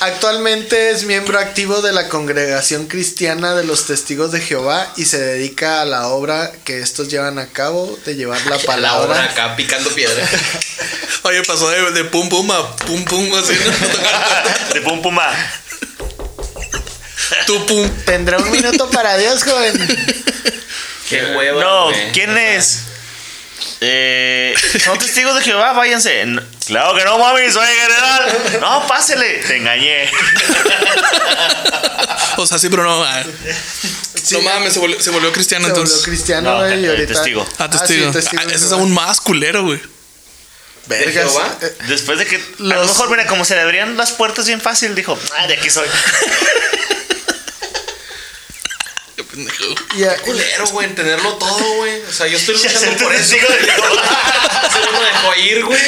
Speaker 5: actualmente es miembro activo de la Congregación Cristiana de los Testigos de Jehová y se dedica a la obra que estos llevan a cabo de llevar la
Speaker 6: palabra
Speaker 5: palabra.
Speaker 6: acá picando piedra.
Speaker 4: Oye, pasó de, de pum pum a pum pum así. ¿no?
Speaker 3: De pum puma.
Speaker 4: tu pum.
Speaker 5: Tendrá un minuto para Dios, joven.
Speaker 6: Qué hueva.
Speaker 3: Eh, No,
Speaker 6: güey.
Speaker 3: ¿quién es? Eh, son testigos de Jehová, váyanse. "No, claro que no, mami, soy general. No, pásele. Te engañé.
Speaker 4: O sea, sí, pero no. ah.
Speaker 5: Sí,
Speaker 4: no mames, se volvió, se volvió cristiano
Speaker 5: Se volvió
Speaker 4: entonces.
Speaker 5: cristiano,
Speaker 3: No,
Speaker 5: güey, y
Speaker 3: eh,
Speaker 5: ahorita.
Speaker 3: testigo.
Speaker 4: Ah, testigo.
Speaker 5: Ah, sí, testigo
Speaker 4: Ah,
Speaker 5: de
Speaker 4: ese es
Speaker 5: Jehová.
Speaker 4: aún más culero, güey.
Speaker 5: Vergas.
Speaker 6: Jehová?
Speaker 5: Eh,
Speaker 3: Después de que a lo
Speaker 5: Los-
Speaker 3: mejor, mira, como se le abrían las puertas bien fácil, dijo, ah, de aquí soy.
Speaker 4: Qué pendejo.
Speaker 5: y a-
Speaker 6: Culero, güey, en tenerlo todo, güey. O sea, yo estoy
Speaker 3: Ya
Speaker 6: luchando
Speaker 3: ser
Speaker 6: por eso.
Speaker 3: testigo de
Speaker 6: Se me dejó ir, güey.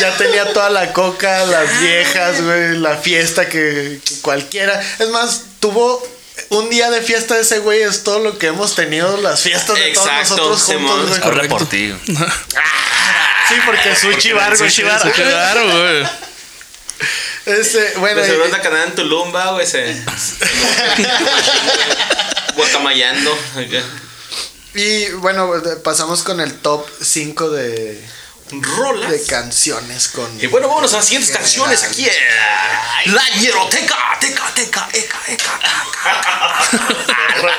Speaker 5: Ya tenía toda la coca, las viejas, güey, la fiesta que, que cualquiera. Es más, tuvo un día de fiesta de ese güey, es todo lo que hemos tenido, las fiestas de
Speaker 6: Exacto,
Speaker 5: todos nosotros
Speaker 6: Simón.
Speaker 5: juntos, güey.
Speaker 3: Habla por ti. Ah.
Speaker 5: Sí, porque sushi bar, güey,
Speaker 3: sushi
Speaker 5: sushi
Speaker 3: bar.
Speaker 5: bar.
Speaker 4: Qué raro, güey.
Speaker 5: Este, bueno,
Speaker 6: De
Speaker 5: y-
Speaker 6: seguro anda canada en Tulum, va, güey. Se... Guacamayando.
Speaker 5: y, bueno, pasamos con el top 5 de,
Speaker 6: Rolas.
Speaker 5: de canciones con...
Speaker 6: Y bueno, vámonos a las siguientes canciones aquí. en La Hieroteca, teca, teca, eca, eca, eca.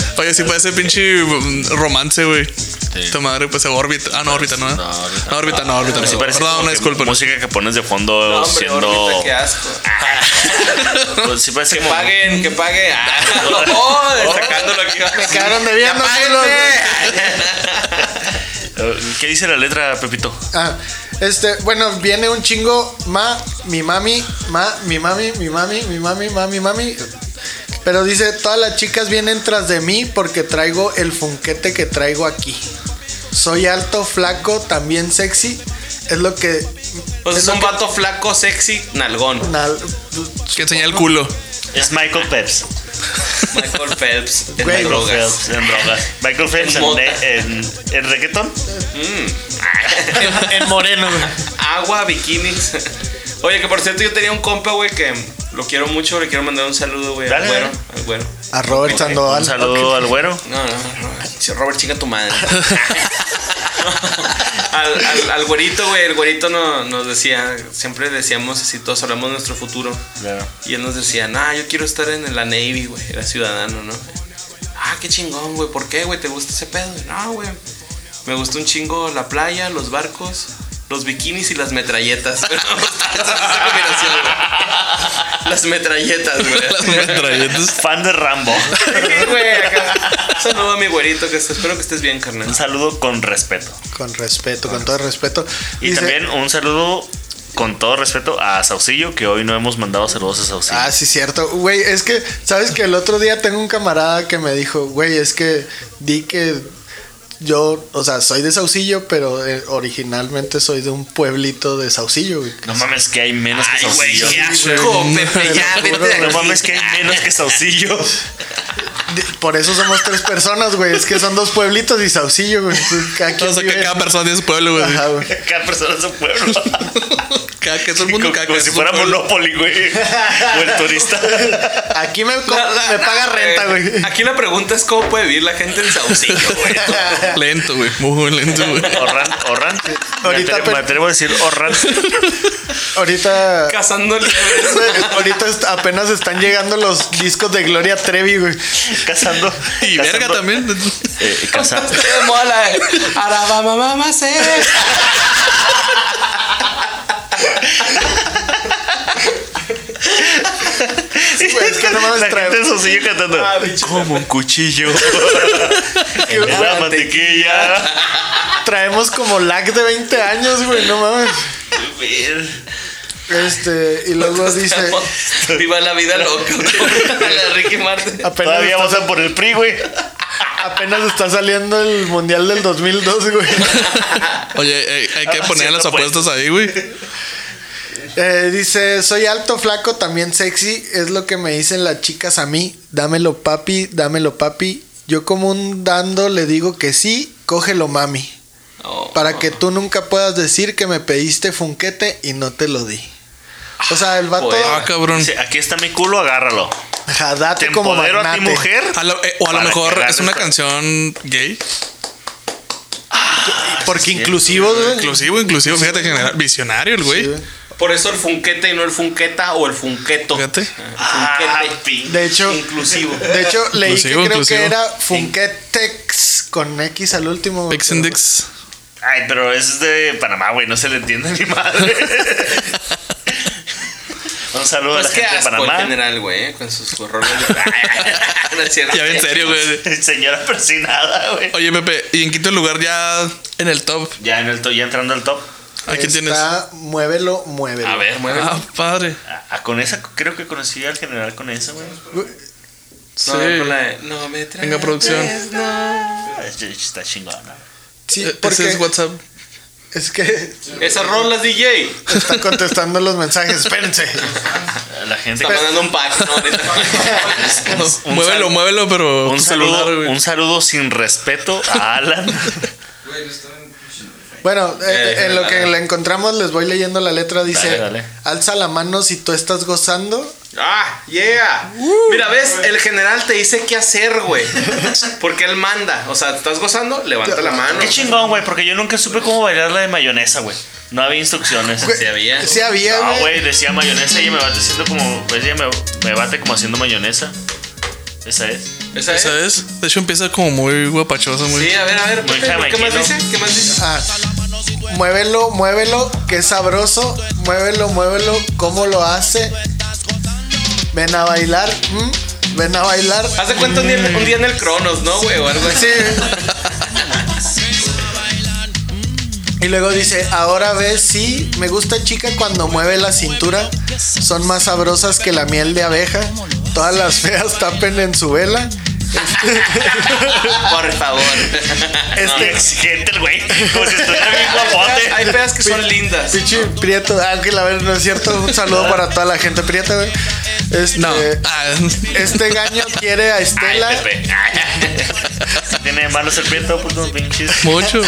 Speaker 4: Oye, sí parece pinche mm, romance, güey. Esta madre, pues, órbita. Ah, no, órbita, ¿no? No,
Speaker 3: órbita.
Speaker 4: órbita, no, órbita.
Speaker 3: Pero sí
Speaker 4: no.
Speaker 3: parece como
Speaker 4: Perdón,
Speaker 3: que
Speaker 4: disculpen.
Speaker 3: Música que pones de fondo
Speaker 6: No, hombre,
Speaker 3: siendo.
Speaker 6: ahorita, qué asco.
Speaker 3: Pues sí parece
Speaker 6: Que
Speaker 3: como.
Speaker 6: paguen, que paguen. Ah, oh, destacándolo aquí.
Speaker 5: Me quedaron debiendo, culos, güey.
Speaker 3: ¿Qué dice la letra, Pepito?
Speaker 5: Ah, este, bueno, viene un chingo ma, mi mami, ma, mi mami, mi mami, mi mami, mami, mami. Pero dice, todas las chicas vienen tras de mí porque traigo el funquete que traigo aquí. Soy alto, flaco, también sexy. Es lo que...
Speaker 6: Pues es
Speaker 5: lo
Speaker 6: un
Speaker 5: que-
Speaker 6: vato flaco, sexy, nalgón.
Speaker 5: Nal-
Speaker 4: Que enseña el culo.
Speaker 3: Es Michael Phelps.
Speaker 6: Michael Phelps en
Speaker 5: Güey,
Speaker 3: Michael
Speaker 6: drogas.
Speaker 3: Phelps en drogas. Michael Phelps en,
Speaker 6: mota.
Speaker 3: en, en reggaetón.
Speaker 5: en moreno, güey.
Speaker 6: Mm. Agua, bikinis. Oye, que por cierto, yo tenía un compa, güey, que lo quiero mucho. Le quiero mandar un saludo, güey, al
Speaker 3: Dale,
Speaker 6: güero.
Speaker 3: dale.
Speaker 6: Al güero.
Speaker 5: A Robert Sandoval.
Speaker 3: Un saludo al güero.
Speaker 6: No, no, no. Sí, Robert, chinga tu madre. al, al, al güerito, güey. El güerito no, nos decía, siempre decíamos así, todos hablamos de nuestro futuro.
Speaker 3: Claro.
Speaker 6: Y él nos decía, nah, yo quiero estar en la Navy, güey. Era ciudadano, ¿no? Ah, qué chingón, güey. ¿Por qué, güey? ¿Te gusta ese pedo? No, güey. Me gusta un chingo la playa, los barcos, los bikinis y las metralletas. Pero no me gusta esa combinación, güey. las metralletas, güey.
Speaker 4: Las metralletas.
Speaker 3: Fan de Rambo.
Speaker 6: Sí, güey, acá. Un Saludo a mi güerito, que est- espero que estés bien, carnal.
Speaker 3: Un saludo con respeto.
Speaker 5: Con respeto, con todo respeto.
Speaker 3: Y
Speaker 5: Dice-
Speaker 3: también un saludo con todo respeto a Saucillo, que hoy no hemos mandado saludos a Saucillo.
Speaker 5: Ah, sí, cierto. Güey, es que, ¿sabes que El otro día tengo un camarada que me dijo, güey, es que di que yo, o sea, soy de Saucillo, pero eh, originalmente soy de un pueblito de Saucillo, güey.
Speaker 3: no mames que hay menos que Saucillo.
Speaker 6: asco, Pepe, ya,
Speaker 5: Te lo
Speaker 6: vete de
Speaker 5: juro.
Speaker 3: no
Speaker 6: aquí.
Speaker 3: mames que hay menos que Saucillo.
Speaker 5: De- Por eso somos tres personas, güey. Es que son dos pueblitos y Saucillo, güey. Entonces, Cada quien
Speaker 4: O sea, que
Speaker 5: vive-
Speaker 4: cada persona tiene su pueblo, güey.
Speaker 5: Ajá, güey.
Speaker 3: Cada persona es un pueblo.
Speaker 4: Cada que es el mundo,
Speaker 3: como
Speaker 4: cada
Speaker 3: como
Speaker 4: que
Speaker 3: si fuera Monopoly, güey. O el turista.
Speaker 5: Aquí me, co-
Speaker 6: La- la-
Speaker 5: me paga
Speaker 6: no,
Speaker 5: renta, güey.
Speaker 6: Aquí la pregunta es cómo puede vivir la gente en Saucillo, güey.
Speaker 4: Lento, güey. Muy lento, güey.
Speaker 3: Orran, Orran.
Speaker 5: Ahorita,
Speaker 3: me, atrevo,
Speaker 5: pero-
Speaker 3: me atrevo a decir Orran.
Speaker 5: Ahorita.
Speaker 6: Cazando libres.
Speaker 5: Ahorita est- apenas están llegando los discos de Gloria Trevi, güey.
Speaker 3: Cazando.
Speaker 4: Y
Speaker 3: cazando-
Speaker 4: verga también.
Speaker 3: eh, cazando.
Speaker 6: Te mola. eh. Araba mamá más eh.
Speaker 5: Es que no mames,
Speaker 3: La
Speaker 5: trae-
Speaker 3: gente de Saucillo cantando.
Speaker 6: Ah, bicho.
Speaker 3: Como un cuchillo. en la
Speaker 6: La
Speaker 3: mantequilla.
Speaker 5: traemos como lag de 20 años, güey. No mames. Este, y luego dice.
Speaker 6: Viva la vida loca. ¿no? La de Ricky Martin.
Speaker 5: Apenas,
Speaker 3: Todavía
Speaker 5: está,
Speaker 3: pasan por el PRI, güey.
Speaker 5: apenas está saliendo el mundial del 2002, güey.
Speaker 4: Oye, eh, hay que
Speaker 3: Ah,
Speaker 4: poner
Speaker 3: sí,
Speaker 4: las
Speaker 3: no, pues.
Speaker 4: apuestas ahí, güey.
Speaker 5: Eh, dice, soy alto, flaco, también sexy. Es lo que me dicen las chicas a mí. Dámelo, papi, dámelo, papi. Yo como un dando le digo que sí, cógelo, mami.
Speaker 6: Oh.
Speaker 5: Para que tú nunca puedas decir que me pediste funquete y no te lo di. O sea, el vato...
Speaker 6: Poeta.
Speaker 4: Ah, cabrón.
Speaker 3: Dice, aquí está mi culo, agárralo.
Speaker 5: Ajá, date
Speaker 3: Te
Speaker 5: como
Speaker 3: empodero a ti,
Speaker 5: magnate.
Speaker 3: mujer.
Speaker 4: A lo- eh, o a lo
Speaker 3: Para que
Speaker 4: mejor
Speaker 3: agarres
Speaker 4: es una
Speaker 3: esta-
Speaker 4: canción gay.
Speaker 5: Porque
Speaker 3: Sí,
Speaker 5: inclusivo... güey.
Speaker 4: Inclusivo, inclusivo. Fíjate, general, visionario el
Speaker 5: Sí,
Speaker 4: güey.
Speaker 5: güey.
Speaker 6: Por eso el funquete y no el funqueta o el funqueto.
Speaker 4: Fíjate.
Speaker 3: Ah, pin-
Speaker 5: De hecho...
Speaker 6: Inclusivo.
Speaker 5: De hecho, leí
Speaker 4: Inclusivo,
Speaker 5: que creo
Speaker 4: inclusivo.
Speaker 5: que era Funketex con X al último.
Speaker 4: Pix and Dix.
Speaker 3: Ay, pero es de Panamá, güey. No se le entiende a mi madre. Un saludo
Speaker 6: Pues
Speaker 3: a la
Speaker 6: qué
Speaker 3: gente de
Speaker 6: asco el
Speaker 3: Panamá.
Speaker 6: general, güey, eh, con sus roles de... No es cierto.
Speaker 4: Ya en serio, güey.
Speaker 3: Señora persinada, güey.
Speaker 4: Oye, Pepe, y en quinto lugar ya en el top.
Speaker 3: Ya, en el to- ya entrando al top.
Speaker 4: ¿A Ah, quién tienes?
Speaker 5: Está, muévelo, muévelo.
Speaker 6: A ver, mueve.
Speaker 4: Ah, padre.
Speaker 3: Ah, ah, con esa, creo que conocí al general con esa, güey.
Speaker 4: Sí. Eh,
Speaker 6: No, con la de, no me traes.
Speaker 4: Venga, producción.
Speaker 3: Ah, Está chingona.
Speaker 5: Sí,
Speaker 4: Eh,
Speaker 5: porque
Speaker 4: Ese es WhatsApp.
Speaker 5: es que
Speaker 6: Esas rolas, DJ.
Speaker 5: está contestando los mensajes. Espérense.
Speaker 3: La gente.
Speaker 6: Está mandando un pack, ¿no? Ahorita.
Speaker 3: Un
Speaker 4: muévelo,
Speaker 3: saludo.
Speaker 4: muévelo, pero.
Speaker 3: Un
Speaker 4: tu celular,
Speaker 3: saludo,
Speaker 4: güey.
Speaker 3: un saludo sin respeto a Alan.
Speaker 5: Bueno, eh,
Speaker 6: Eh,
Speaker 5: en lo que
Speaker 6: dale.
Speaker 5: la encontramos les voy leyendo la letra. Dice,
Speaker 3: Dale, dale.
Speaker 5: alza la mano si tú estás gozando.
Speaker 6: Ah, yeah. Mira, ves, el general te dice qué hacer, güey. Porque él manda. O sea, ¿estás gozando? Levanta la mano.
Speaker 3: Qué chingón, güey, porque yo nunca supe cómo bailar la de mayonesa, güey. No había instrucciones.
Speaker 6: Sí había.
Speaker 5: Sí había,
Speaker 3: Ah,
Speaker 5: güey.
Speaker 3: güey, decía mayonesa y ella me bate haciendo como. pues, ella me, me bate como haciendo mayonesa. Esa es.
Speaker 6: ¿Esa es?
Speaker 4: ¿Sabes? De hecho, empieza como muy guapachoso, muy.
Speaker 6: Sí, a ver, a ver.
Speaker 3: Muy
Speaker 6: Pepe, ¿Qué más
Speaker 3: jamaiquino.
Speaker 6: dice? ¿Qué más dice?
Speaker 5: Ah, muévelo, muévelo, qué sabroso. Muévelo, muévelo, cómo lo hace. Ven a bailar. ¿m? Ven a bailar.
Speaker 6: Haz de cuenta un día, en- un día en el Cronos, ¿no, güey? O algo así.
Speaker 5: Sí. Y luego dice, ahora ves, sí, me gusta chica cuando mueve la cintura. Son más sabrosas que la miel de abeja. Todas las feas tapen en su vela.
Speaker 6: Por favor.
Speaker 3: Este exigente, el güey. Como si estuviera bien
Speaker 6: Hay
Speaker 3: guapote.
Speaker 6: pedas que son lindas.
Speaker 5: Pichi, Prieto, ah, Ángel, a ver, no es cierto. Un saludo para toda la gente Prieto, güey. Este,
Speaker 4: No. Ah,
Speaker 5: este gaño quiere a Estela.
Speaker 3: Ay, Pepe. Tiene de malo ser prieto, pues no pinches.
Speaker 4: mucho.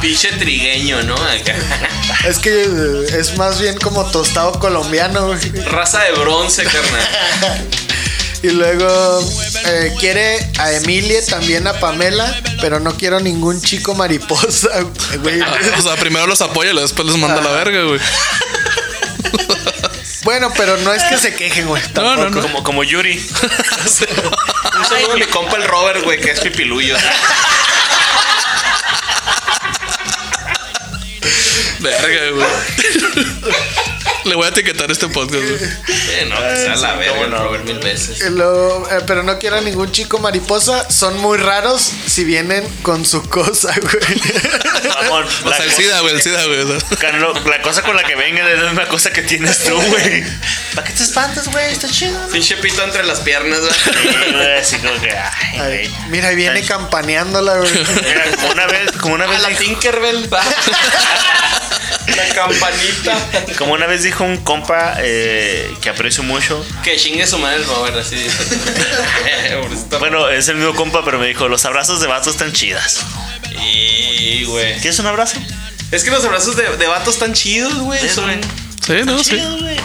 Speaker 6: Pinche trigueño, ¿no? Acá.
Speaker 5: es que eh, es más bien como tostado colombiano, güey.
Speaker 6: Raza de bronce, carnal.
Speaker 5: Y luego eh, quiere a Emilie, también a Pamela, pero no quiero ningún chico mariposa, güey.
Speaker 4: o sea, primero los apoya y luego después los manda a la verga, güey.
Speaker 5: Bueno, pero no es que se quejen, güey.
Speaker 4: No, no, no.
Speaker 3: Como, como Yuri.
Speaker 6: Un saludo a mi compa el Robert, güey, que es pipiluyo.
Speaker 4: Verga, güey. Le voy a etiquetar este podcast, güey.
Speaker 6: Eh, no, que sea la verga el Robert mil veces.
Speaker 5: Y luego, eh, pero no quiero a ningún chico mariposa. Son muy raros si vienen con su cosa, güey.
Speaker 3: Mamón,
Speaker 4: O
Speaker 3: la
Speaker 4: sea, el
Speaker 3: cosa-
Speaker 4: SIDA, güey, el SIDA, güey. o sea.
Speaker 3: Carlo, la cosa con la que venga es la misma cosa que tienes tú, güey. ¿Para qué te espantas, güey? Está chido.
Speaker 6: Pinche pito entre las piernas, güey.
Speaker 3: Sí, güey, así como que, ay,
Speaker 5: Ay,
Speaker 3: güey.
Speaker 5: mira, ahí viene
Speaker 3: Está-
Speaker 5: campaneándola, güey.
Speaker 3: Mira, como una vez, como una
Speaker 6: A
Speaker 3: vez
Speaker 6: la
Speaker 3: dijo-
Speaker 6: Tinkerbell. La campanita.
Speaker 3: Como una vez dijo un compa eh, que aprecio mucho.
Speaker 6: Que chingue su madre el Robert, así. dice. Pobrecito.
Speaker 3: Bueno, es el mismo compa, pero me dijo, los abrazos de vato están chidas.
Speaker 6: Y, güey.
Speaker 3: ¿Quieres un abrazo?
Speaker 6: Es que los abrazos de, de vatos están chidos, güey. Son-
Speaker 4: Sí, no, Oh, sí.
Speaker 3: Chido, güey.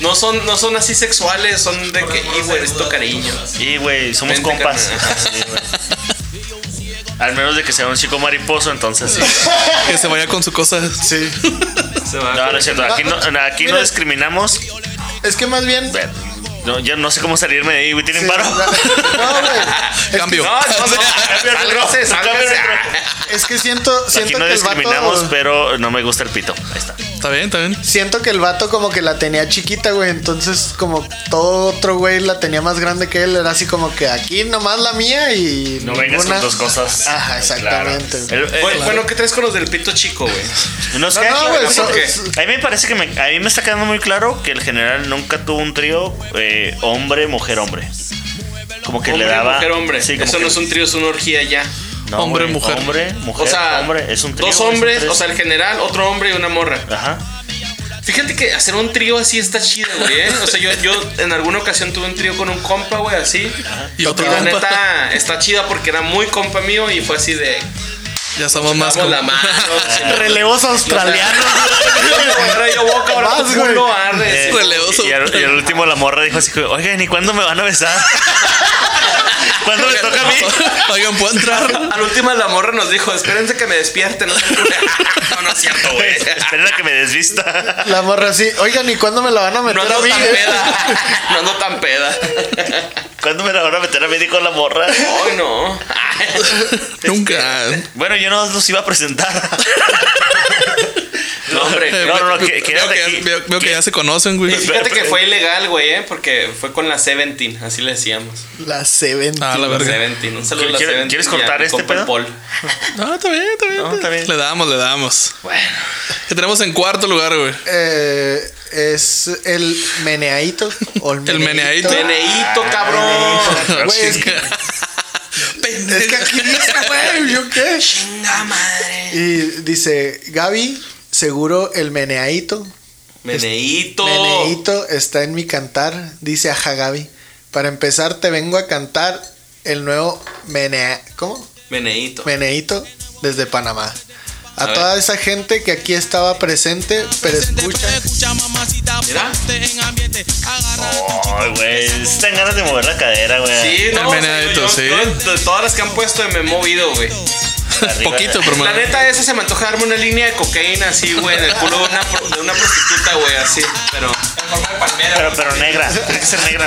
Speaker 6: No son, no son así sexuales, son de que, y, güey, esto cariño.
Speaker 3: Y, güey, somos
Speaker 6: Vente,
Speaker 3: compas.
Speaker 6: carnal. Ajá.
Speaker 3: Sí, güey. Al menos de que sea un chico mariposo, entonces sí.
Speaker 4: Que se vaya con su cosa.
Speaker 5: Sí.
Speaker 6: Se va
Speaker 3: No, no es cierto. Aquí no, aquí no
Speaker 5: Mira.
Speaker 3: discriminamos.
Speaker 5: Es que más bien.
Speaker 3: Ver, No, yo no sé cómo salirme de ahí, güey. ¿Tienen paro?
Speaker 5: No, güey.
Speaker 4: Cambio.
Speaker 6: No, no, no.
Speaker 3: Sálganse, sálganse.
Speaker 6: Sálganse, sálganse.
Speaker 5: Es que siento,
Speaker 3: Aquí
Speaker 5: siento
Speaker 3: no
Speaker 5: que el
Speaker 3: discriminamos,
Speaker 5: vato.
Speaker 3: pero no me gusta el pito. Ahí está.
Speaker 4: Está bien, está bien.
Speaker 5: Siento que el vato como que la tenía chiquita, güey. Entonces, como todo otro güey la tenía más grande que él, era así como que aquí nomás la mía y.
Speaker 3: No vengas
Speaker 5: ninguna.
Speaker 3: con tus cosas.
Speaker 5: Ajá, exactamente.
Speaker 3: Claro. El- el-
Speaker 6: Bueno, bueno, ¿qué traes con los del pito chico, güey?
Speaker 3: no es
Speaker 5: No,
Speaker 3: que-
Speaker 5: no,
Speaker 6: bueno,
Speaker 5: güey. so-
Speaker 6: porque-
Speaker 5: so-
Speaker 3: A mí me parece que me, a mí me está quedando muy claro que el general nunca tuvo un trío eh, hombre, mujer, hombre. Como que
Speaker 6: Hombre,
Speaker 3: le daba.
Speaker 6: mujer, hombre.
Speaker 3: Sí, como
Speaker 6: Eso
Speaker 3: que-
Speaker 6: no es un trío, es una orgía ya.
Speaker 3: no,
Speaker 4: hombre,
Speaker 3: güey,
Speaker 4: mujer.
Speaker 3: Hombre, mujer,
Speaker 6: o sea,
Speaker 3: hombre. Es un trío.
Speaker 6: dos
Speaker 3: es un
Speaker 6: hombres,
Speaker 3: tres.
Speaker 6: o sea, el general, otro hombre y una morra.
Speaker 3: Ajá.
Speaker 6: Fíjate que hacer un trío así está chido, güey. ¿eh? O sea, yo, yo en alguna ocasión tuve un trío con un compa, güey, así.
Speaker 4: Y otro
Speaker 6: Y la
Speaker 4: compa.
Speaker 6: neta está chida porque era muy compa mío y fue así de.
Speaker 4: Ya estamos más
Speaker 6: Vamos la
Speaker 4: como-
Speaker 6: mano.
Speaker 5: Relevos australianos.
Speaker 6: Ahora yo boca, ahora
Speaker 5: Vas,
Speaker 6: tu culo
Speaker 5: güey.
Speaker 6: arde.
Speaker 3: Eh,
Speaker 4: Relevoso.
Speaker 3: Y, al, y al último la morra dijo así, oigan, ¿y cuándo me van a besar? ¿Cuándo me toca a mí?
Speaker 4: Oigan, ¿puedo entrar?
Speaker 6: Al último la morra nos dijo, espérense que me despierte. No, no, no es cierto, güey.
Speaker 3: Esperen a que me desvista.
Speaker 5: La morra así. Oigan, ¿y cuándo me la van a meter
Speaker 6: No
Speaker 5: a
Speaker 6: ando
Speaker 5: mí?
Speaker 6: tan
Speaker 5: eh?"
Speaker 6: peda. No ando tan peda.
Speaker 3: ¿Cuándo me la van a meter a mí? Dijo la morra.
Speaker 6: Ay, no.
Speaker 4: Nunca.
Speaker 3: Bueno, yo no los iba a presentar.
Speaker 6: No, hombre.
Speaker 4: Eh,
Speaker 3: No, no, no, que-
Speaker 4: veo,
Speaker 3: quédate
Speaker 4: que
Speaker 3: aquí.
Speaker 4: ya, veo- veo que ya se conocen, güey.
Speaker 6: Y fíjate que fue ilegal, güey, ¿eh? Porque fue con la Seventeen, así le decíamos.
Speaker 5: La Seven.
Speaker 4: Ah, la
Speaker 6: La
Speaker 4: verga.
Speaker 6: Seventeen, un saludo a la
Speaker 3: ¿Quieres-
Speaker 6: Seventeen.
Speaker 3: quieres
Speaker 6: y a mi
Speaker 3: cortar este
Speaker 6: compa el
Speaker 3: pedo?
Speaker 6: Paul.
Speaker 4: No, está bien, está bien.
Speaker 3: No, está bien.
Speaker 4: Le damos, le damos. Bueno. Que tenemos en cuarto lugar, güey.
Speaker 5: Eh, es el meneadito. O el,
Speaker 4: El meneadito.
Speaker 6: Teneito, cabrón.
Speaker 5: Güey, es que, es que aquí dice, güey, ¿yo qué?
Speaker 6: Chinga madre.
Speaker 5: Y dice, Gaby, seguro el meneadito.
Speaker 6: Meneito.
Speaker 5: Meneíto está en mi cantar, dice Aja Gaby. Para empezar, te vengo a cantar el nuevo menea, ¿cómo?
Speaker 6: Meneito.
Speaker 5: Meneíto desde Panamá. A,
Speaker 6: ver.
Speaker 5: toda esa gente que aquí estaba presente, pero escucha.
Speaker 6: Mira.
Speaker 3: Ay, güey, están ganas de mover la cadera, güey.
Speaker 6: Sí, no, o sea,
Speaker 4: Meneadito,
Speaker 6: yo-
Speaker 4: sí.
Speaker 6: yo de todas las que han puesto me he movido, güey.
Speaker 3: Arriba.
Speaker 4: Poquito, pero
Speaker 6: La
Speaker 4: me-
Speaker 6: neta, esa se me antoja darme una línea de cocaína así, güey, en el culo de una, pro- de una prostituta, güey, así. Pero.
Speaker 3: Pero, pero negra, tiene que ser negra.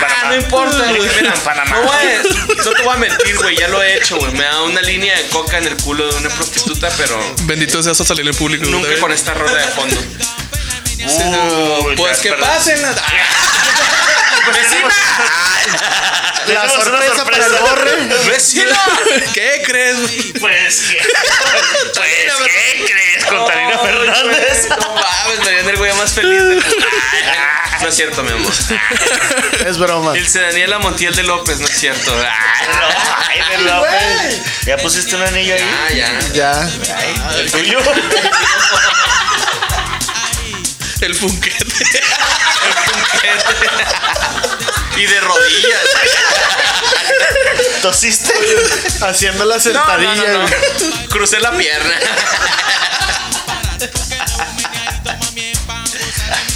Speaker 6: Ah, no importa, güey. Mira,
Speaker 3: En Panamá.
Speaker 6: No, voy a- no te voy a mentir, güey. Ya lo he hecho, güey. Me da una línea de coca en el culo de una prostituta, pero
Speaker 4: Bendito sea eso salir en público.
Speaker 6: nunca
Speaker 4: güey.
Speaker 6: con esta rola de fondo.
Speaker 3: Uy,
Speaker 4: Pues
Speaker 3: ya,
Speaker 4: que
Speaker 3: perdón.
Speaker 4: pasen. Ah,
Speaker 6: ¡Vecina!
Speaker 5: La
Speaker 3: Tenemos una
Speaker 5: sorpresa para el borre.
Speaker 6: ¡Vecina!
Speaker 4: ¿Qué crees? güey?
Speaker 3: Pues, ¿qué? Pues, ¿qué crees con Tarina Fernández?
Speaker 6: No mames, me harían el güey más feliz. del mundo. No es cierto, mi amor.
Speaker 5: Es broma.
Speaker 6: Ilse Daniela Montiel de López, no es cierto.
Speaker 3: Ay, no, ay, de López. ¿Ya pusiste un anillo ahí?
Speaker 6: Ah, ya.
Speaker 5: Ya.
Speaker 3: ¿El tuyo?
Speaker 4: El funquete.
Speaker 6: Y de rodillas.
Speaker 3: ¿Tosiste?
Speaker 5: Haciendo la
Speaker 6: No, no,
Speaker 5: sentadilla.
Speaker 6: no, no.
Speaker 5: güey.
Speaker 6: Crucé la pierna.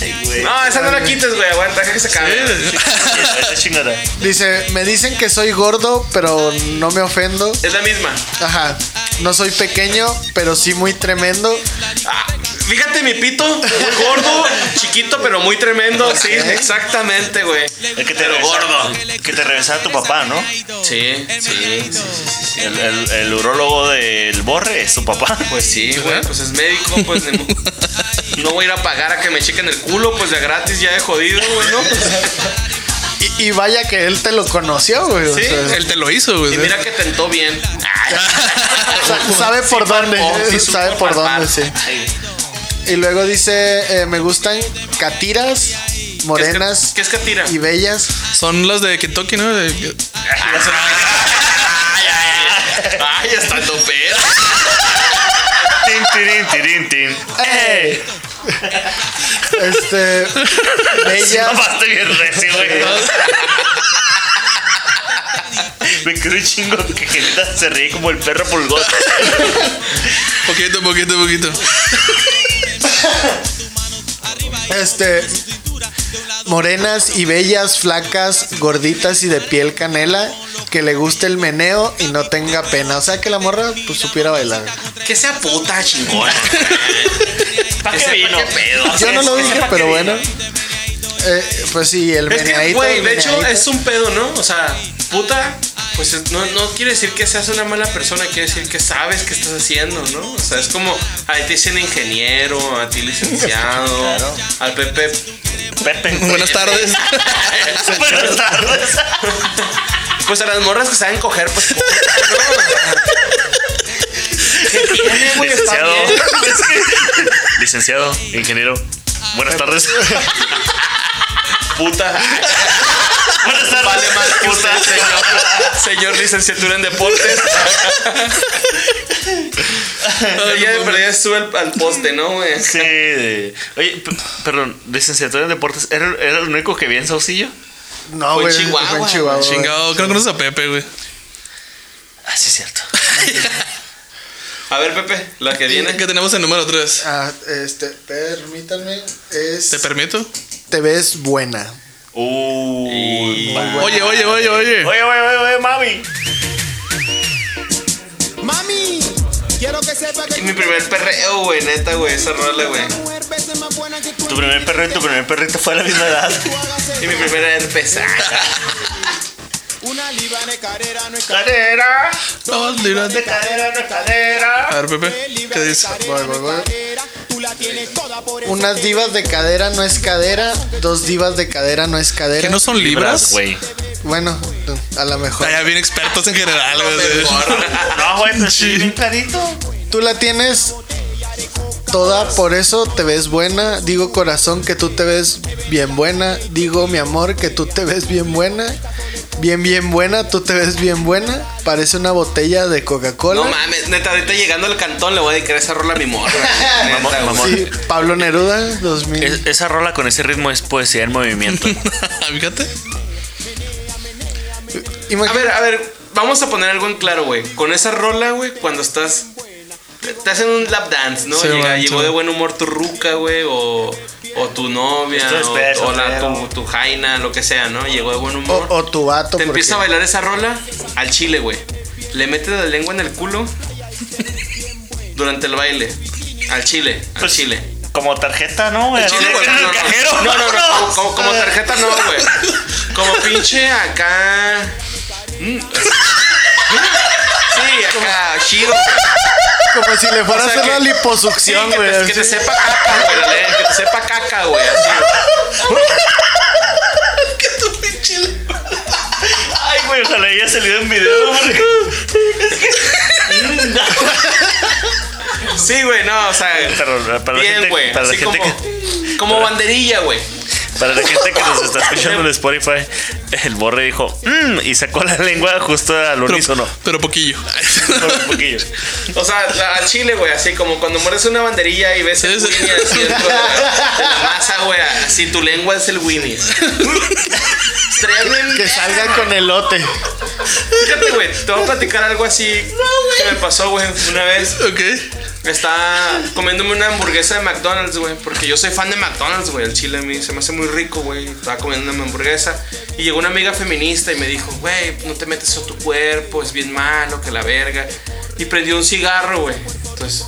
Speaker 3: Ay, güey.
Speaker 6: No, esa no la quites, güey. Aguanta, deja que se acabe.
Speaker 3: Esa chingada.
Speaker 5: Dice, me dicen que soy gordo, pero no me ofendo.
Speaker 6: Es la misma.
Speaker 5: Ajá. No soy pequeño, pero sí muy tremendo.
Speaker 6: Ah, Fíjate mi pito, muy gordo, chiquito pero muy tremendo, sí, exactamente, güey.
Speaker 3: El que te
Speaker 6: Pero
Speaker 3: regresaba-
Speaker 6: gordo.
Speaker 3: Que te regresaba tu papá, ¿no?
Speaker 6: Sí, sí, sí, sí, sí.
Speaker 3: El, el, el urólogo del borre es su papá.
Speaker 6: Pues sí, güey, pues es médico, pues ni mo- no voy a ir a pagar a que me chequen el culo, pues de gratis ya he jodido, güey, ¿no?
Speaker 5: Y, y vaya que él te lo conoció, güey. o
Speaker 6: Sí,
Speaker 5: sea,
Speaker 4: Él te lo hizo,
Speaker 5: Pues
Speaker 4: güey.
Speaker 6: Y mira que tentó bien.
Speaker 5: sa- sabe por dónde. ¿eh?
Speaker 6: Oh, sí, supo
Speaker 5: sabe por
Speaker 6: palpar.
Speaker 5: dónde, sí.
Speaker 6: Ay,
Speaker 5: Y luego dice, eh, me gustan catiras,
Speaker 6: ¿qué es que-
Speaker 5: morenas
Speaker 6: ¿Qué es que tira?
Speaker 5: y bellas.
Speaker 4: Son las de Kentucky, ¿no? De-
Speaker 6: Ay, ay, ay. Ay, está topera.
Speaker 3: Tin, tirín, tirín, tin.
Speaker 5: Ah, ¡Ey! Este, bellas,
Speaker 3: Papá, estoy bien recio, güey. Me quedó un chingo que Genita se ríe como el perro pulgón.
Speaker 4: Poquito, poquito, poquito.
Speaker 5: este, morenas y bellas, flacas, gorditas y de piel canela, que le guste el meneo y no tenga pena. O sea, que la morra pues supiera bailar.
Speaker 6: Que sea puta chingona. ¿Para qué vino? pedo?
Speaker 5: Yo no lo dije, pero bueno. Eh, pues sí, el
Speaker 6: Es que,
Speaker 5: meneadito.
Speaker 6: güey,
Speaker 5: el
Speaker 6: de hecho
Speaker 5: meneadito.
Speaker 6: es un pedo, ¿no? O sea, puta, pues es- no, no quiere decir que seas una mala persona, quiere decir que sabes qué estás haciendo, ¿no? O sea, es como a ti dicen ingeniero, a ti licenciado, al Pepe.
Speaker 3: Pepe.
Speaker 4: Buenas tardes.
Speaker 3: Buenas tardes.
Speaker 6: Pues a las morras que saben coger, pues. puta, ¿no? ¿Qué tiene, güey? Está
Speaker 3: Licenciado.
Speaker 6: bien.
Speaker 3: Es que- Licenciado, ingeniero. Buenas tardes.
Speaker 6: Puta.
Speaker 3: Buenas tardes.
Speaker 6: Vale más que usted,
Speaker 3: puta.
Speaker 6: señor. Señor licenciatura en deportes. Ella de perdida sube al, al poste, ¿no, güey?
Speaker 3: Sí. de- Oye, p- perdón, licenciatura en deportes. ¿Era, era el único que vi en Saucillo?
Speaker 5: No,
Speaker 6: Fue
Speaker 5: güey.
Speaker 6: en Chihuahua,
Speaker 5: Fue en Chihuahua. güey.
Speaker 4: Chingado, creo que no es a Pepe, güey.
Speaker 3: Ah, sí, es cierto.
Speaker 6: A ver, Pepe, la que viene.
Speaker 4: Que tenemos el número 3.
Speaker 5: Ah, este, permítanme. Es.
Speaker 4: ¿Te permito?
Speaker 5: Te ves buena.
Speaker 3: Uy. va.
Speaker 4: Oye, oye, oye, oye.
Speaker 3: Uh, Oye, oye, oye, oye, mami.
Speaker 7: Mami, quiero que sepa que
Speaker 6: Mi primer perreo, güey, neta, güey, esa rola, güey.
Speaker 7: mujer veces más buena que tú.
Speaker 3: Tu primer perrito, tu primer perrito fue a la misma edad.
Speaker 7: hagas
Speaker 6: Y mi primera herpes. Ah,
Speaker 7: Una libane carrera no es
Speaker 3: Cadera,
Speaker 4: No, líbrate.
Speaker 3: cadera, no es cadera.
Speaker 4: A ver, Pepe, ¿qué dice?
Speaker 5: Voy, voy, voy.
Speaker 7: carrera, tú la tienes toda por eso.
Speaker 5: Unas divas de cadera no es cadera. Dos divas de cadera no es cadera.
Speaker 4: ¿Que no son libras?
Speaker 3: güey.
Speaker 5: Bueno, a lo mejor.
Speaker 4: Ah, ya bien expertos en general, güey.
Speaker 3: No, güey, pero sí, bien clarito.
Speaker 5: Tú la tienes toda, por eso te ves buena. Digo corazón que tú te ves bien buena. Digo mi amor que tú te ves bien buena. Bien, bien buena, tú te ves bien buena. Parece una botella de Coca-Cola.
Speaker 6: no mames, neta, ahorita llegando al cantón le voy a dedicar esa rola a mi morra. güey.
Speaker 3: Mamón,
Speaker 6: Neta,
Speaker 3: mamón.
Speaker 6: güey.
Speaker 5: Sí, Pablo Neruda, 2000.
Speaker 3: Es- esa rola con ese ritmo es poesía en movimiento.
Speaker 4: Fíjate.
Speaker 6: A
Speaker 5: Imagina-
Speaker 6: ver, a ver, vamos a poner algo en claro, güey. Con esa rola, güey, cuando estás. Te, te hacen un lap dance, ¿no?
Speaker 4: Sí,
Speaker 6: Llega-
Speaker 4: man,
Speaker 6: llegó
Speaker 4: sí.
Speaker 6: de buen humor tu ruca, güey, o, o tu novia,
Speaker 3: Esto es
Speaker 6: o,
Speaker 3: peso,
Speaker 6: o la-
Speaker 3: pero-
Speaker 6: tu, tu jaina, lo que sea, ¿no? Llegó de buen humor.
Speaker 5: o, o tu vato.
Speaker 6: Te empieza a
Speaker 5: porque-
Speaker 6: bailar esa rola al chile, güey. Le metes la lengua en el culo durante el baile. Al chile, al
Speaker 3: Pues,
Speaker 6: chile.
Speaker 3: Como tarjeta, ¿no? güey?
Speaker 6: Al chile, güey,
Speaker 3: En el cajero.
Speaker 6: No, no, no,
Speaker 3: vámonos.
Speaker 6: como- como, como tarjeta no, güey. Como pinche acá. Mm. Sí, acá, chido.
Speaker 5: Como si le fuera
Speaker 6: O sea,
Speaker 5: a hacer la
Speaker 6: que- Sí,
Speaker 5: liposucción,
Speaker 6: que,
Speaker 5: güey.
Speaker 6: te, que te
Speaker 5: así.
Speaker 6: sepa caca, güey. la lengua, Que te sepa caca, güey. Así, güey.
Speaker 3: Ay, güey, ojalá haya salido en video.
Speaker 6: Sí, güey, no, o sea.
Speaker 3: Para, para la
Speaker 6: Bien,
Speaker 3: gente,
Speaker 6: güey.
Speaker 3: para la
Speaker 6: Así
Speaker 3: gente
Speaker 6: como,
Speaker 3: que,
Speaker 6: como banderilla, güey.
Speaker 3: para la gente que nos está escuchando en Spotify, el borre dijo "Mm", y sacó la lengua justo al unísono.
Speaker 4: Pero, pero poquillo.
Speaker 3: Por un poquillo.
Speaker 6: O sea, la- al chile, güey, así como cuando mueres una banderilla y ves el
Speaker 4: Sí, sí.
Speaker 6: Winnie así dentro de la, de la masa, güey, así tu lengua es el Winnie. Estaría bien
Speaker 5: Que salga con elote.
Speaker 6: Fíjate, güey, te voy a platicar algo así que me pasó, güey, una vez.
Speaker 4: Ok.
Speaker 6: Estaba comiéndome una hamburguesa de McDonald's, güey, porque yo soy fan de McDonald's, güey. El chile a mí se me hace muy rico, güey. Estaba comiendo una hamburguesa y llegó una amiga feminista y me dijo, güey, no te metes a tu cuerpo, es bien malo, que la verga. Y prendió un cigarro, güey. Entonces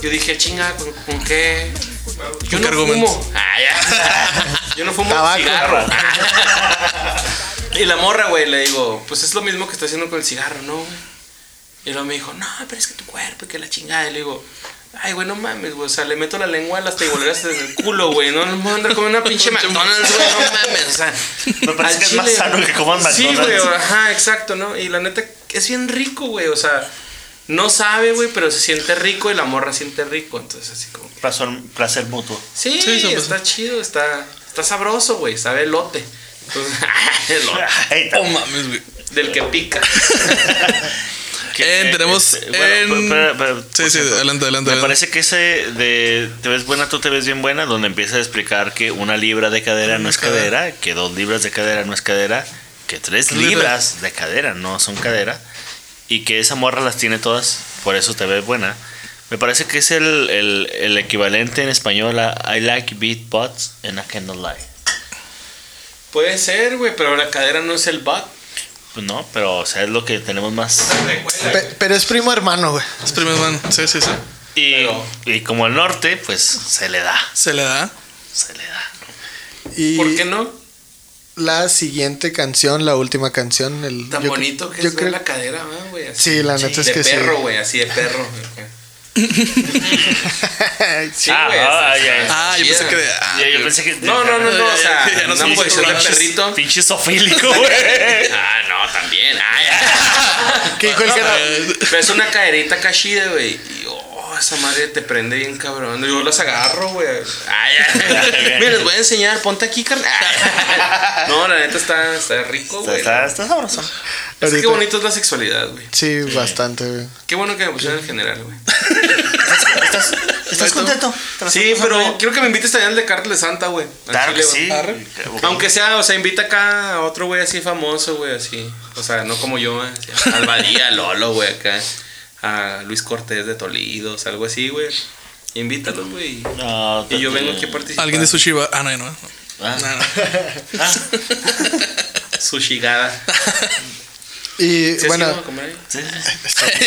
Speaker 6: yo dije, chinga, ¿con, con qué? Yo
Speaker 4: ¿Con
Speaker 6: no
Speaker 4: qué argumentos?
Speaker 6: fumo. Ah, ya. Yo no fumo
Speaker 5: Tabaco.
Speaker 6: cigarro. Y la morra, güey, le digo, pues es lo mismo que está haciendo con el cigarro, ¿no, güey? Y luego me dijo, no, pero es que tu cuerpo, y que la chingada. Y le digo, ay, güey, no mames, güey. O sea, le meto la lengua a las teiboleras en el culo, güey. No, no me voy a andar como una pinche McDonald's, güey. No mames, o sea.
Speaker 3: Me parece
Speaker 6: al
Speaker 3: que es más
Speaker 6: chile,
Speaker 3: sano
Speaker 6: güey.
Speaker 3: que coman
Speaker 6: Sí, güey,
Speaker 3: McDonald's.
Speaker 6: ajá, exacto, ¿no? Y la neta, es bien rico, güey. O sea, no sabe, güey, pero se siente rico y la morra siente rico. Entonces, así como,
Speaker 3: Placer, placer mutuo.
Speaker 6: sí,
Speaker 4: Sí, eso
Speaker 6: está chido, está, está sabroso, güey. Sabe elote. Entonces, elote.
Speaker 3: Ay,
Speaker 4: Oh mames, güey.
Speaker 6: Del que pica.
Speaker 3: que-
Speaker 4: Eh, tenemos
Speaker 3: este, bueno,
Speaker 4: en-
Speaker 3: pero- pero- pero,
Speaker 4: Sí,
Speaker 3: por
Speaker 4: sí,
Speaker 3: cierto,
Speaker 4: adelante, adelante,
Speaker 3: Me
Speaker 4: adelante.
Speaker 3: parece que ese de te ves buena, tú te ves bien buena, donde empieza a explicar que una libra de cadera no es cadera, que dos libras de cadera no es cadera, que tres
Speaker 4: Libra.
Speaker 3: libras de cadera no son cadera, y que esa morra las tiene todas, por eso te ves buena. Me parece que es el, el- el equivalente en español a I like beat butts and I cannot lie.
Speaker 6: Puede ser, güey, pero la cadera no es el bat.
Speaker 3: Pues no, pero o sea, es lo que tenemos más.
Speaker 5: Pe- pero es primo hermano, güey.
Speaker 4: Las primeras van. Sí, sí, sí.
Speaker 3: Y,
Speaker 6: Pero-
Speaker 3: y como el norte, pues se le da,
Speaker 4: Se le da.
Speaker 3: se le da.
Speaker 5: Y
Speaker 6: ¿Por qué no?
Speaker 5: la siguiente canción, la última canción, el
Speaker 6: Tan
Speaker 5: yo cre-
Speaker 6: bonito que
Speaker 5: yo
Speaker 6: es ver
Speaker 5: creo-
Speaker 6: la cadera, ¿va, güey. así.
Speaker 5: Sí, la neta es que
Speaker 6: de
Speaker 5: sí.
Speaker 6: perro, güey, así de perro. Sí,
Speaker 3: Ah,
Speaker 6: güey,
Speaker 3: ah,
Speaker 6: así.
Speaker 3: ya, ya.
Speaker 4: Ah, yo pensé
Speaker 6: Chida.
Speaker 4: que. ah,
Speaker 3: Ya, yo pensé que.
Speaker 6: No, no, no, no, o sea,
Speaker 4: Ya, ya, ya nos
Speaker 6: una
Speaker 4: hizo
Speaker 6: posición de
Speaker 4: pinches-
Speaker 6: perrito.
Speaker 3: Pinche sofílico, güey.
Speaker 6: Ah, no, también. Ah, ya.
Speaker 5: ¿Qué dijo el
Speaker 6: No,
Speaker 5: que no?
Speaker 6: pero- Pero es una caderita cachida, güey. Y, oh, oh, esa madre te prende bien cabrón. Yo las agarro, güey. Ay, ay. Mira, les voy a enseñar, ponte aquí, carnal. Ay. No, la neta está, está rico,
Speaker 3: Está,
Speaker 6: güey.
Speaker 3: está, está sabroso.
Speaker 6: Es que
Speaker 5: Ahorita-
Speaker 6: qué bonito es la sexualidad, güey.
Speaker 5: Sí, bastante, güey.
Speaker 6: Qué bueno que me pusieron el general, güey.
Speaker 3: ¿Estás, estás contento? ¿Te la
Speaker 6: Sí,
Speaker 3: estás pasando
Speaker 6: pero
Speaker 3: bien?
Speaker 6: quiero que me invites también al de Cartel de Santa, güey. Al
Speaker 3: Claro que
Speaker 6: chile, güey.
Speaker 3: sí.
Speaker 4: Arre.
Speaker 6: Aunque sea, o sea, invita acá a otro güey así famoso, güey, así. O sea, no como yo, así, al Badía, Lolo, güey, acá. A Luis Cortés de Tolidos, algo así, güey. Invítalos, güey.
Speaker 3: No,
Speaker 6: Y yo vengo aquí a
Speaker 3: por
Speaker 6: participar.
Speaker 4: Alguien de Sushi Bar. Ah, no, no. no.
Speaker 3: Ah.
Speaker 4: No, no.
Speaker 3: Ah.
Speaker 6: Sushigada.
Speaker 5: Y
Speaker 6: ¿Sí
Speaker 5: bueno,
Speaker 6: bueno. a comer ahí?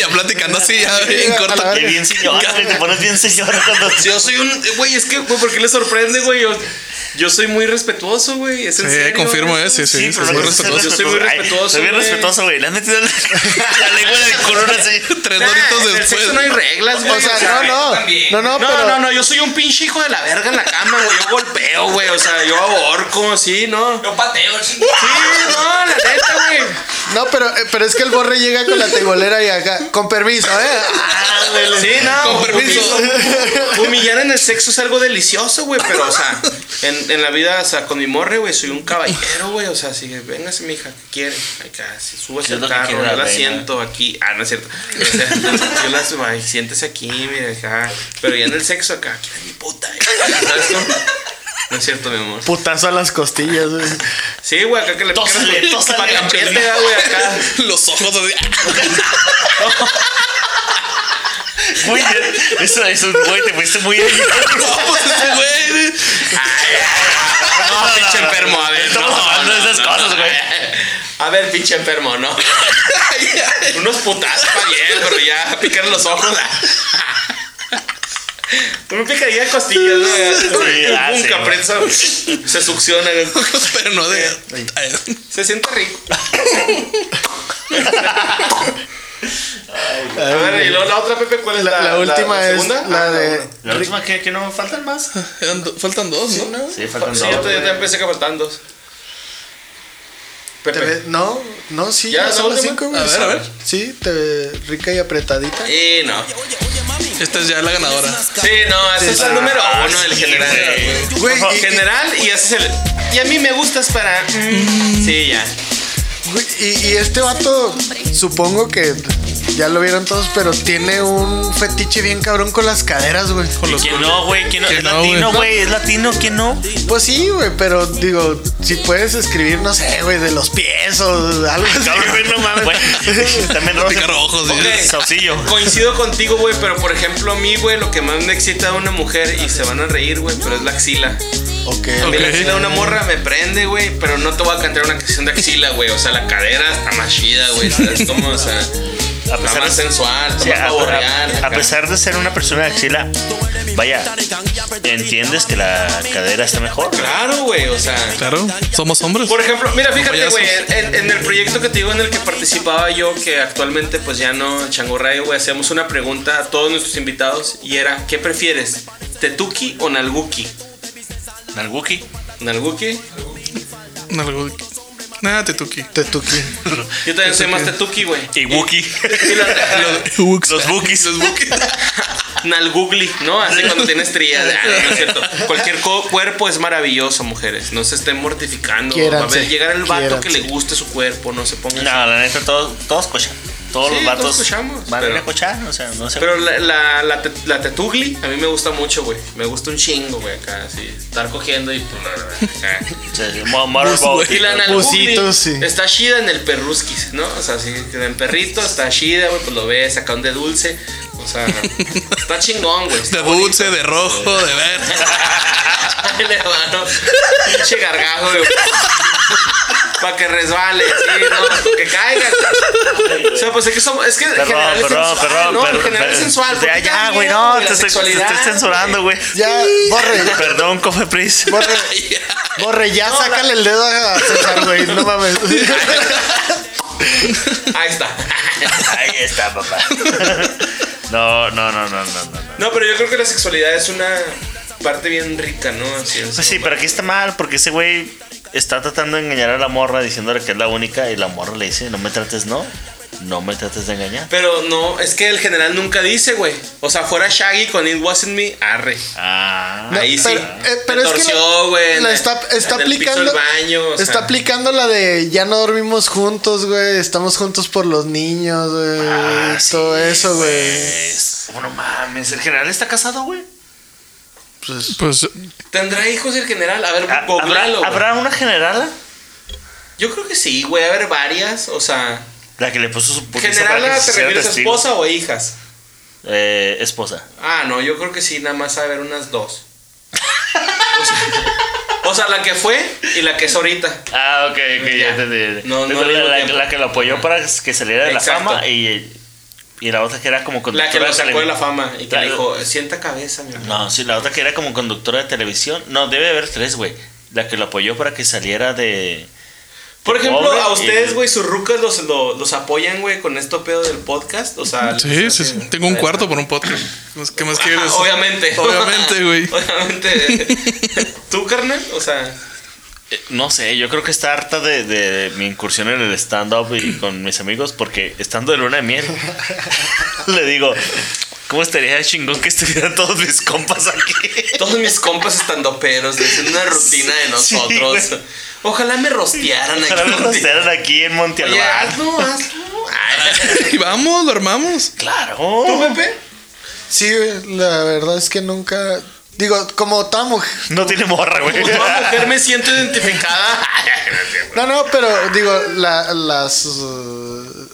Speaker 4: ya platicando así, ya
Speaker 5: a
Speaker 4: bien
Speaker 5: la
Speaker 4: corto.
Speaker 5: verga.
Speaker 3: Qué Ah, bien señor, güey, te pones bien señor cuando...
Speaker 6: Yo soy un. Güey, es que, güey, ¿por qué le sorprende, güey? Yo, yo soy muy respetuoso, güey. Es en
Speaker 4: Sí,
Speaker 6: serio.
Speaker 4: confirmo, eh, sí, sí.
Speaker 3: Sí, pero
Speaker 4: soy
Speaker 3: no
Speaker 4: muy
Speaker 3: sé ser
Speaker 4: respetuoso.
Speaker 6: Yo soy muy respetuoso,
Speaker 3: Ay, Soy bien
Speaker 6: güey.
Speaker 3: respetuoso, güey. Le han metido la, la lengua en el color así.
Speaker 4: Tres
Speaker 6: Nah,
Speaker 4: doritos
Speaker 6: en el
Speaker 4: después.
Speaker 6: sexo no hay reglas, güey.
Speaker 5: O sea, no, no.
Speaker 6: también.
Speaker 5: No, no,
Speaker 6: no,
Speaker 5: pero-
Speaker 6: no, no, yo soy un pinche hijo de la verga en la cama, güey. Yo golpeo, güey. O sea, yo ahorco, sí, ¿no? Yo pateo, sí. Sí, no, la neta, güey.
Speaker 5: no, pero, eh, pero es que el borre llega con la tegolera y acá, con permiso, ¿eh?
Speaker 6: Sí, no.
Speaker 4: Con permiso.
Speaker 6: humillar- Humillar en el sexo es algo delicioso, güey. Pero, o sea, en, en la vida, o sea, con mi morre, güey, soy un caballero, güey. O sea, si véngase, mija, ¿qué quiere? "Ah, Acá, si subes
Speaker 3: Yo
Speaker 6: el
Speaker 3: lo que
Speaker 6: carro,
Speaker 3: quiero es
Speaker 6: yo
Speaker 3: la
Speaker 6: la
Speaker 3: reina.
Speaker 6: siento aquí. Ah, no es cierto. O sea, yo la subo, ay, siéntese aquí, mira, acá. Pero ya en el sexo, acá, ¿quién es mi puta? eh? ¿Sabes cómo? No es cierto, mi amor.
Speaker 5: Putazo a las costillas, güey.
Speaker 6: Sí, güey, acá que le pican
Speaker 3: Tósale, tósale.
Speaker 6: para que apriete, ah, güey, acá.
Speaker 4: Los ojos así.
Speaker 3: Muy bien. Eso es un güey, te fuiste muy bien.
Speaker 4: No, pues este güey.
Speaker 6: No, Ah, pinche enfermo, a ver.
Speaker 3: Estamos
Speaker 6: no,
Speaker 3: hablando de
Speaker 6: no,
Speaker 3: esas
Speaker 6: no,
Speaker 3: cosas, güey.
Speaker 6: A ver, pinche enfermo, ¿no? Unos putazos está bien, pero ya picar los ojos. la- Tú me picaría costillas, ¿no?
Speaker 3: Sí, ah, sí,
Speaker 6: Nunca
Speaker 3: güey.
Speaker 6: prensa. Se succiona, güey.
Speaker 4: Pero no de. Ay,
Speaker 6: Se siente rico. A ver, y luego la otra, Pepe, ¿cuál es la,
Speaker 5: La, la última
Speaker 6: la
Speaker 5: es
Speaker 6: segunda?
Speaker 5: la
Speaker 6: Ah,
Speaker 5: de.
Speaker 6: bueno.
Speaker 3: La última que, que no faltan más.
Speaker 4: eran do- Faltan dos, ¿no?
Speaker 3: Sí, faltan
Speaker 6: Sí,
Speaker 3: dos.
Speaker 6: yo te, yo te
Speaker 3: güey.
Speaker 6: empecé que faltan dos.
Speaker 5: te ve-
Speaker 6: Pepe.
Speaker 5: no, no, sí,
Speaker 6: ¿Ya
Speaker 5: ya,
Speaker 6: la
Speaker 5: son las
Speaker 6: última?
Speaker 5: cinco,
Speaker 4: A
Speaker 5: güey.
Speaker 4: ver, a ver.
Speaker 5: Sí, te ve rica y apretadita.
Speaker 6: Y no.
Speaker 4: Esta es ya la ganadora.
Speaker 6: Sí, no, ese es el número Ah, uno del general.
Speaker 3: güey.
Speaker 5: Güey,
Speaker 6: Ajá.
Speaker 5: y-
Speaker 6: general y ese es el. Y a mí me gustas para. mm, Sí, ya.
Speaker 5: Güey, Y, y este vato, supongo que ya lo vieron todos, pero tiene un fetiche bien cabrón con las caderas, güey.
Speaker 3: ¿Quién no, güey? ¿Quién no?
Speaker 4: Que
Speaker 3: Es
Speaker 4: no,
Speaker 3: latino,
Speaker 4: güey.
Speaker 3: güey. Es latino, ¿quién no?
Speaker 5: Pues sí, güey, pero digo, si puedes escribir, no sé, güey, de los pies o algo así.
Speaker 3: Cabrón, güey, no mames. Güey, También
Speaker 4: Picar ojos,
Speaker 3: Ok.
Speaker 4: sí.
Speaker 3: Saucillo.
Speaker 6: Coincido contigo, güey, pero por ejemplo, a mí, güey, lo que más me excita de una mujer y se van a reír, güey, pero es la axila.
Speaker 5: Ok.
Speaker 6: A mí la
Speaker 4: Ok.
Speaker 6: axila de una morra me prende, güey, pero no te voy a cantar una canción de axila, güey. O sea, la cadera está más chida, güey. ¿Sabes cómo? O sea,
Speaker 3: A
Speaker 6: está
Speaker 3: pesar
Speaker 6: más
Speaker 3: de-
Speaker 6: sensual, está
Speaker 3: Sí,
Speaker 6: más
Speaker 3: a,
Speaker 6: saboreal,
Speaker 3: a- a
Speaker 6: acá.
Speaker 3: pesar de ser una persona de axila, vaya, entiendes que la cadera está mejor.
Speaker 6: Claro, güey, o sea.
Speaker 4: Claro, somos hombres.
Speaker 6: Por ejemplo, mira, fíjate,
Speaker 4: Payasos.
Speaker 6: güey, en, en el proyecto que te digo en el que participaba yo, que actualmente pues ya no, Chango Radio, güey, hacíamos una pregunta a todos nuestros invitados y era, ¿qué prefieres? ¿Tetuki o Nalguki?
Speaker 3: Nalguki.
Speaker 6: ¿Nalguki?
Speaker 4: Algo- Nada, Tetuki.
Speaker 5: Tetuki.
Speaker 6: Yo también soy más Tetuki, güey.
Speaker 3: Y Wookie.
Speaker 6: Y la-
Speaker 3: Los Wookiees. Los Wookiees.
Speaker 6: Nalgugli, ¿no? Así cuando tienes trías. Ah, no es cierto. Cualquier co- cuerpo es maravilloso, mujeres. No se estén mortificando. Va a
Speaker 5: Quiéranse,
Speaker 6: ver, llegar el vato que
Speaker 5: quiéranse.
Speaker 6: le guste su cuerpo, no se pongan...
Speaker 3: No, la neta, todos, todos cochan. Todos
Speaker 6: Sí,
Speaker 3: los vatos
Speaker 6: todos cochamos,
Speaker 3: van a ir
Speaker 6: pero-
Speaker 3: a cochar. O sea, no sé.
Speaker 6: Pero la, la, la, te- la tetugli a mí me gusta mucho, güey. Me gusta un chingo, güey, acá, así. Estar cogiendo y... pues, acá.
Speaker 3: o sea, el mo- motorboat.
Speaker 6: Y la nalgugli
Speaker 5: Busitos, sí.
Speaker 6: está chida en el perruskis, ¿no? O sea, así que en perrito está chida, güey, pues lo ves, acá un de dulce. O sea, está chingón, güey.
Speaker 4: De dulce, de rojo, de verde.
Speaker 6: Ay, le mano. Pinche gargajo, güey. Para que resbale, sí, no, que caiga. O sea, pues es que somos. Es que en
Speaker 3: Perdón,
Speaker 6: general es
Speaker 3: perdón,
Speaker 6: sensual,
Speaker 3: perdón.
Speaker 6: ¿no? En
Speaker 3: perdón,
Speaker 6: general
Speaker 3: perdón. Pues
Speaker 6: es sensual.
Speaker 3: Ya,
Speaker 6: porque
Speaker 3: ya,
Speaker 6: también,
Speaker 3: güey, no, te
Speaker 6: güey, la
Speaker 3: estoy, te
Speaker 6: sexualidad,
Speaker 3: estoy censurando, güey.
Speaker 5: Ya, borre,
Speaker 3: Perdón, Cofepris.
Speaker 5: borre, borre, ya sácale el dedo a César, güey, no mames.
Speaker 6: güey. Ahí está.
Speaker 3: Ahí está, papá. No, no, no, no, no, no. no.
Speaker 6: No, pero yo creo que la sexualidad es una parte bien rica, ¿no? Así es.
Speaker 3: Pues sí, pero aquí está mal, porque ese güey está tratando de engañar a la morra diciéndole que es la única y la morra le dice, no me trates, no. No me trates de engañar.
Speaker 6: Pero no, es que el general nunca dice, güey. O sea, fuera Shaggy con It Wasn't Me, arre.
Speaker 3: Ah,
Speaker 5: No,
Speaker 6: Ahí sí.
Speaker 5: pero, eh, pero
Speaker 6: Te
Speaker 5: es que
Speaker 6: torció,
Speaker 5: la-
Speaker 6: güey, en
Speaker 5: la
Speaker 6: el-
Speaker 5: está, está
Speaker 6: en el piso
Speaker 5: aplicando.
Speaker 6: del baño, o sea.
Speaker 5: está aplicando la de ya no dormimos juntos, güey. Estamos juntos por los niños, güey.
Speaker 3: ah, sí,
Speaker 5: todo eso, güey.
Speaker 3: pues. Oh, no mames, el general está casado, güey.
Speaker 5: Pues,
Speaker 4: Pues
Speaker 6: ¿Tendrá hijos el general? A ver,
Speaker 3: Ah, ¿Habrá,
Speaker 6: googlealo, güey.
Speaker 3: ¿Habrá una generala?
Speaker 6: Yo creo que sí, güey. A ver, varias. O sea,
Speaker 3: La que le puso su putiza para
Speaker 6: ¿general
Speaker 3: que se
Speaker 6: te
Speaker 3: hiciera
Speaker 6: refieres a
Speaker 3: testigo.
Speaker 6: esposa o hijas?
Speaker 3: Eh, esposa.
Speaker 6: Ah, no, yo creo que sí, nada más a ver unas dos. O sea, o sea, la que fue y la que es ahorita.
Speaker 3: Ah, ok, ok, ya,
Speaker 6: Ya.
Speaker 3: entendí.
Speaker 6: No, no
Speaker 3: Entonces,
Speaker 6: al mismo
Speaker 3: la,
Speaker 6: tiempo.
Speaker 3: la que lo apoyó para que saliera de
Speaker 6: Exacto.
Speaker 3: la fama y, y la otra que era como
Speaker 6: La que
Speaker 3: conductora
Speaker 6: lo sacó de la fama y que
Speaker 3: La-
Speaker 6: le dijo, sienta cabeza, mi amor.
Speaker 3: No, sí, la otra que era como conductora de televisión. No, debe haber tres, güey. La que lo apoyó para que saliera de.
Speaker 6: Por
Speaker 3: de
Speaker 6: ejemplo,
Speaker 3: pobre
Speaker 6: a
Speaker 3: y-
Speaker 6: ustedes, güey, sus rucas los, lo- los, apoyan, güey, con esto pedo del podcast. O sea,
Speaker 4: sí, sí, sí. tengo un cuarto por un podcast. Pues, ¿Qué más
Speaker 6: Ajá,
Speaker 4: quieres?
Speaker 6: obviamente.
Speaker 4: Obviamente, güey.
Speaker 6: Obviamente. ¿Tú, carnal? O sea,
Speaker 3: Eh, No sé, yo creo que está harta de, de mi incursión en el stand-up y con mis amigos porque estando de luna de miel, le digo, ¿cómo estaría chingón que estuvieran todos mis compas aquí?
Speaker 6: todos mis compas estando peros, haciendo una rutina de
Speaker 3: Sí,
Speaker 6: nosotros.
Speaker 3: güey.
Speaker 6: Ojalá me rostearan aquí.
Speaker 3: Para estar aquí en Monte
Speaker 6: Oye,
Speaker 3: Albán.
Speaker 6: hazlo, hazlo. Ay.
Speaker 4: Y vamos, lo armamos.
Speaker 3: Claro.
Speaker 6: ¿Tú, Pepe?
Speaker 5: sí, güey, la verdad es que nunca. Digo, como toda mujer.
Speaker 3: No tiene morra, güey.
Speaker 6: Como Pues, toda mujer me siento identificada.
Speaker 5: No, no, pero digo, la- las. uh,